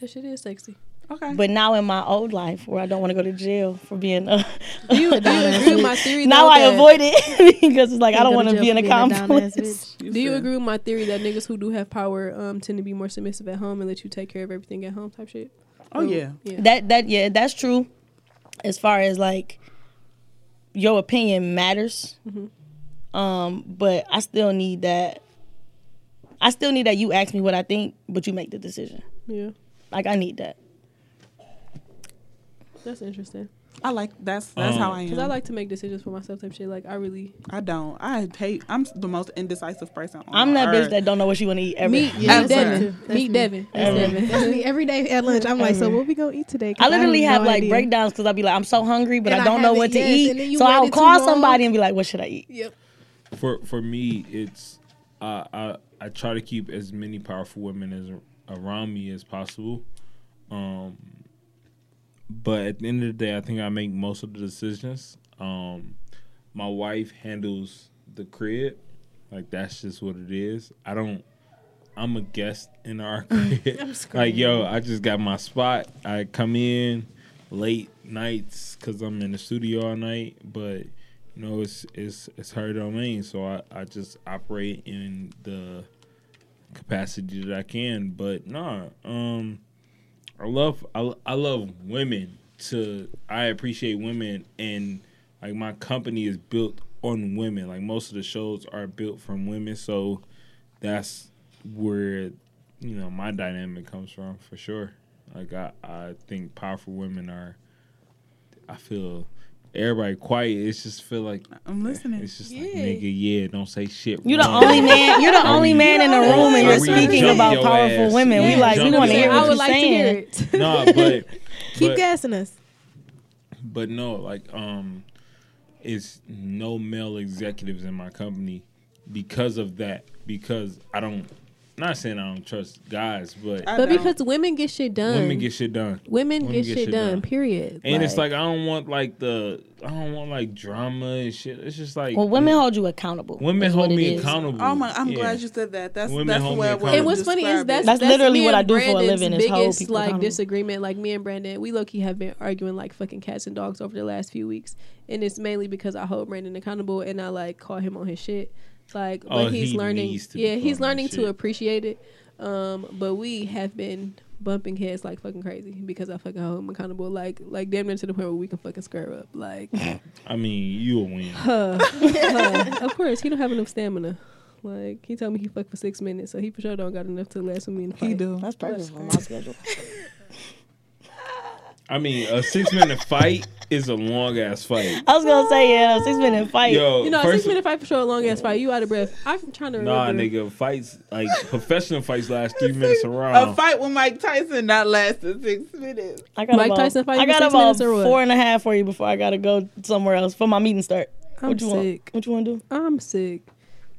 S1: that shit is sexy.
S2: Okay.
S4: But now in my old life, where I don't want to go to jail for being a,
S1: Do you agree with my theory?
S4: now
S1: though,
S4: I
S1: that-
S4: avoid it because it's like I
S5: You
S4: don't
S5: go
S4: want to
S5: jail
S4: be in
S5: for
S4: a
S5: being down-ass
S4: complex.
S5: bitch.
S1: Do you agree with my theory that niggas who do have power um tend to be more submissive at home and let you take care of everything at home type shit?
S2: Oh yeah.
S4: That that yeah, that's true. As far as like your opinion matters, um, but I still need that. I still need that you ask me what I think, but you make the decision.
S1: Yeah,
S4: Like I need that.
S1: that's interesting.
S2: I like that's that's
S3: Um,
S4: Oh.
S2: how I
S1: Cause
S2: am.
S1: I like to make decisions for myself type shit. Like I really
S2: I don't. I hate. I'm the most indecisive person. On
S4: I'm that bitch
S2: earth.
S4: that don't know what she want to eat ever.
S1: meet
S2: Yeah,
S1: meet
S2: that's
S1: Devin.
S5: right.
S1: Meet Devin.
S4: Ever.
S1: That's Devin.
S5: That's me every day at lunch. I'm like, so what we gonna eat today? 'Cause
S4: I literally
S5: no
S4: have like
S5: idea.
S4: breakdowns because I'll be like, I'm so hungry, but
S5: And
S4: I
S5: I
S4: don't know
S5: haven't-
S4: what to
S5: yes, and then
S4: eat.
S5: you
S4: So I'll
S5: waited too
S4: call
S5: long.
S4: somebody and be like, what should I eat?
S1: Yep.
S3: for for me, it's I I I try to keep as many powerful women as around me as possible. Um, but at the end of the day, I think I make most of the decisions. Um, my wife handles the crib, like that's just what it is. I don't. I'm a guest in our crib. like yo, I just got my spot. I come in late nights because I'm in the studio all night, but you know it's it's it's her domain so i i just operate in the capacity that i can but nah um i love i, I love women to i appreciate women and like my company is built on women like most of the shows are built from women so that's where you know my dynamic comes from for sure like i i think powerful women are i feel everybody quiet it's just feel like
S2: I'm listening.
S3: it's just like,
S1: Yeah.
S3: nigga, yeah, don't say shit.
S4: You the
S3: wrong.
S4: only man. You're the only man in the room, and you're
S1: Are we
S4: speaking
S1: jumping
S4: about
S3: your
S4: powerful
S3: ass?
S4: women. We
S3: Yeah.
S4: like, we
S3: Jumping
S4: want to
S3: your
S4: hear
S1: I
S4: what
S3: ass.
S4: you're
S1: would like to hear
S4: saying.
S1: it.
S3: Nah, but
S5: Keep
S3: but,
S5: gassing us.
S3: but no, like um, it's no male executives in my company because of that. Because I don't Not saying I don't trust guys, but
S2: I
S1: But
S2: don't.
S1: because women get shit done.
S3: women get shit done.
S1: Women
S3: women
S1: get shit, done, Period.
S3: And it's like I don't want like the I don't want like drama and shit. It's just like
S4: Well, women hold you accountable.
S3: women
S4: is what
S3: hold
S4: it
S3: me
S4: is.
S3: accountable.
S2: Oh my! I'm
S3: Yeah.
S2: glad you said that. That's
S3: Women
S2: that's
S3: hold
S2: the
S3: me
S2: way I would
S3: accountable.
S1: And what's funny is
S2: describe
S1: that's,
S2: it.
S4: That's literally
S1: me
S4: what
S1: and
S4: I do for a
S1: Brandon's
S4: living is hold
S1: biggest
S4: people
S1: like
S4: accountable.
S1: disagreement. Like me and Brandon, we low key have been arguing like fucking cats and dogs over the last few weeks, and it's mainly because I hold Brandon accountable and I like call him on his shit. Like,
S3: Oh,
S1: but he's
S3: he
S1: learning.
S3: needs to be
S1: Yeah,
S3: called
S1: he's
S3: on
S1: learning
S3: his
S1: to
S3: shit.
S1: appreciate it. Um, but we have been bumping heads like fucking crazy because I fucking hold him accountable. Like, like damn near to the point where we can fucking scare up. Like,
S3: I mean, you a win.
S1: Huh. Huh. of course, he don't have enough stamina. Like he told me he fucked for six minutes, so he for sure don't got enough to last with me in the fight.
S2: He do.
S4: That's perfect for my schedule.
S3: I mean, a six minute fight is a long ass fight.
S4: I was gonna say yeah, six minute fight.
S3: Yo,
S1: You know, a
S3: Oh, first,
S1: six minute fight for sure, a long ass fight. You out of breath. I'm trying to
S3: Nah,
S1: remember.
S3: nigga, fights like professional fights last three minutes a
S2: A
S3: round.
S2: fight with Mike Tyson not lasted six minutes.
S4: I got
S1: Mike
S4: about,
S1: Tyson fight you
S4: I
S1: for
S4: got
S1: six
S4: about
S1: minutes or what?
S4: four and a half for you before I gotta go somewhere else for my meeting start.
S1: I'm
S4: what you
S1: sick.
S4: want? What you want to do?
S1: I'm sick,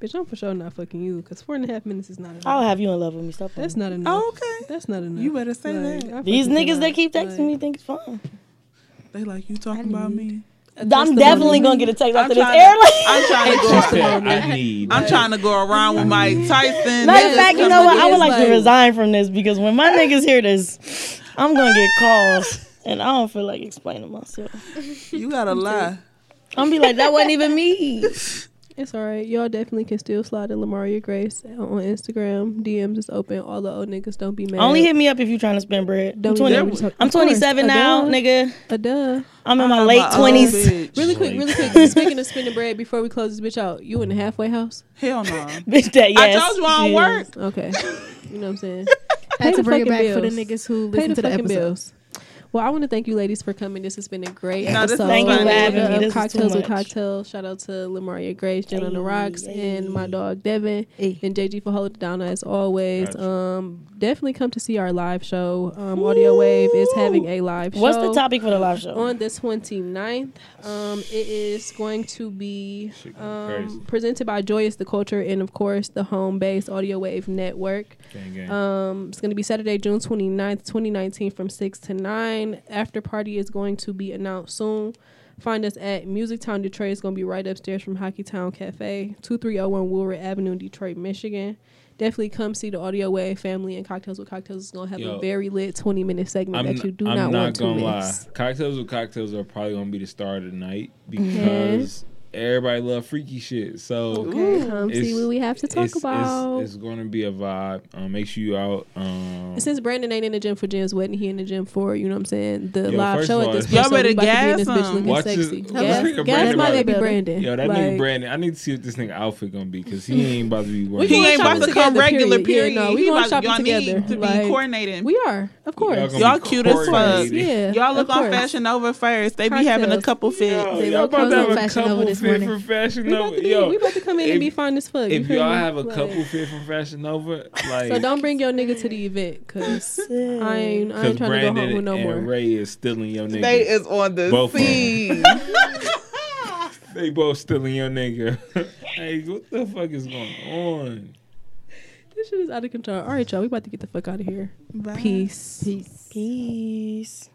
S1: bitch. I'm for sure not fucking you because four and a half minutes is not enough.
S4: I'll have you in love with me. Stop.
S1: That's
S4: playing.
S1: not enough.
S2: Oh, okay.
S1: That's not enough.
S2: You better say
S1: Like,
S2: that.
S1: I
S4: These
S1: fucking
S4: niggas
S1: cannot.
S4: that keep texting me
S1: Like,
S4: think it's fun.
S2: They like you talking about me.
S4: I'm definitely gonna get a text after this
S2: trying to-
S4: airline.
S2: I'm trying to
S3: She
S2: go.
S3: said, I need.
S2: I'm trying to go around with Mike Tyson.
S4: Matter of
S2: Niggas
S4: fact, you
S2: come-
S4: know what? I would
S1: Somebody
S4: like
S1: is
S4: to
S1: like-
S4: resign from this because when my niggas hear this, I'm gonna get calls and I don't feel like explaining myself.
S2: You gotta lie.
S4: I'm gonna be like, that wasn't even me.
S1: It's all right. Y'all definitely can still slide in Lamaria Grace on Instagram. DMs is open. All the old niggas don't be mad.
S4: Only hit me up if you trying to spend bread. I'm,
S1: Don't
S4: 20
S1: even talk-
S4: I'm
S1: Of course,
S4: 27
S1: a
S4: now,
S1: dog.
S4: nigga.
S1: a duh.
S4: I'm in my
S2: I'm
S4: late
S2: own
S4: 20s.
S2: bitch.
S1: Really quick, really quick. Speaking of spinning bread, before we close this bitch out, you in the halfway house?
S2: Hell no.
S4: Bitch, that yes.
S2: I told you I don't
S4: yes.
S2: work.
S1: Okay. You know what I'm saying?
S5: I
S1: Pay
S5: had to
S1: the
S5: bring it
S1: fucking
S5: back for the
S1: bills.
S5: niggas who
S1: Pay
S5: listen
S1: the
S5: to the
S1: fucking
S5: episode.
S1: bills. Well, I want to thank you ladies for coming. This has been a great
S2: No, this is
S1: episode.
S2: Thank you for having
S1: Of
S4: me. This is too
S1: Cocktails with
S4: much.
S1: Cocktails. Shout out to Lamaria Grace, Jen on the
S4: Hey,
S1: Rocks,
S4: hey.
S1: and my dog Devin,
S4: Hey.
S1: and JG for holding it down as always.
S3: Gotcha.
S1: Um, definitely come to see our live show. Um, Audio Wave is having a live show.
S4: What's the topic for the live show?
S1: on the 29th. Um, it is going to be
S3: Shit going crazy.
S1: um, presented by Joyous the Culture and, of course, the home based Audio Wave Network.
S3: Gang, gang.
S1: Um, it's going to be Saturday, June 29th, 2019, from 6 to 9. After party is going to be announced soon. Find us at Music Town Detroit. It's going to be right upstairs from Hockey Town Cafe, 2301 Woolworth Avenue, in Detroit, Michigan. Definitely come see the Audio Wave family and Cocktails with Cocktails. It's going to have
S3: Yo.
S1: a very lit 20 minute segment
S3: I'm,
S1: that you do
S3: I'm
S1: not,
S3: not,
S1: want to
S3: gonna
S1: miss.
S3: lie. Cocktails with cocktails are probably gonna be the star of the night
S1: Mm-hmm.
S3: because everybody love freaky shit. So
S1: Okay, come see
S3: It's-
S1: what we have to talk
S3: it's,
S1: about.
S3: It's, it's gonna be a vibe. Um, make sure you out. Um,
S1: And Since Brandon ain't in the gym for Jen's wedding, he in the gym for you know what I'm saying. The
S3: Yo,
S1: live
S3: first
S1: show
S3: of
S1: at this
S3: all,
S1: point,
S2: Y'all
S1: so we
S2: better
S1: about to be in
S2: gas
S1: this bitch
S2: him.
S1: looking
S3: Watch his-
S1: sexy.
S3: watch
S1: Gas,
S3: his nigga
S1: gas
S3: Brandon
S1: my
S3: like-
S1: baby Brandon.
S3: yo, that nigga
S1: Like,
S3: Brandon. I need to see what this nigga outfit gonna be because he ain't about to be wearing.
S1: going
S2: He ain't about
S1: shopping
S2: to come
S1: together,
S2: regular.
S1: period. Yeah,
S2: Period.
S1: no, we
S2: He
S1: going
S2: about-
S1: shopping
S2: y'all
S1: together.
S2: Need to be
S1: Like,
S2: coordinated.
S1: we are, of course.
S3: gonna
S2: Y'all
S3: be
S2: cute as fuck.
S1: Yeah,
S3: coordinated.
S2: Y'all look
S1: of
S2: on
S1: course.
S2: Fashion Nova first. They be having a
S1: Cocktails.
S2: couple fit.
S3: Yo,
S1: They
S3: y'all
S1: look
S3: about to
S1: close
S3: have
S1: on
S3: a
S1: Fashion Nova
S3: couple
S1: this
S3: fit
S1: morning.
S3: from Fashion
S1: We about,
S3: Nova.
S1: to be,
S3: Yo,
S1: we about to come in
S3: if-
S1: and be fine as fuck. you
S3: if
S1: feel
S3: y'all
S1: me?
S3: have a
S1: Like,
S3: couple fit from Fashion Nova, like
S1: so don't bring your nigga to the event, cause I ain't, I
S3: because
S1: ain't trying to go home with
S3: Brandon
S1: no
S3: and
S1: more.
S3: Ray is stealing your nigga.
S2: They is on the
S3: Both of 'em.
S2: scene.
S3: They both stealing your nigga. hey, what the fuck is going on?
S1: This shit is out of control. All right, y'all, we about to get the fuck out of here.
S2: Bye.
S1: Peace.
S5: Peace.
S4: Peace.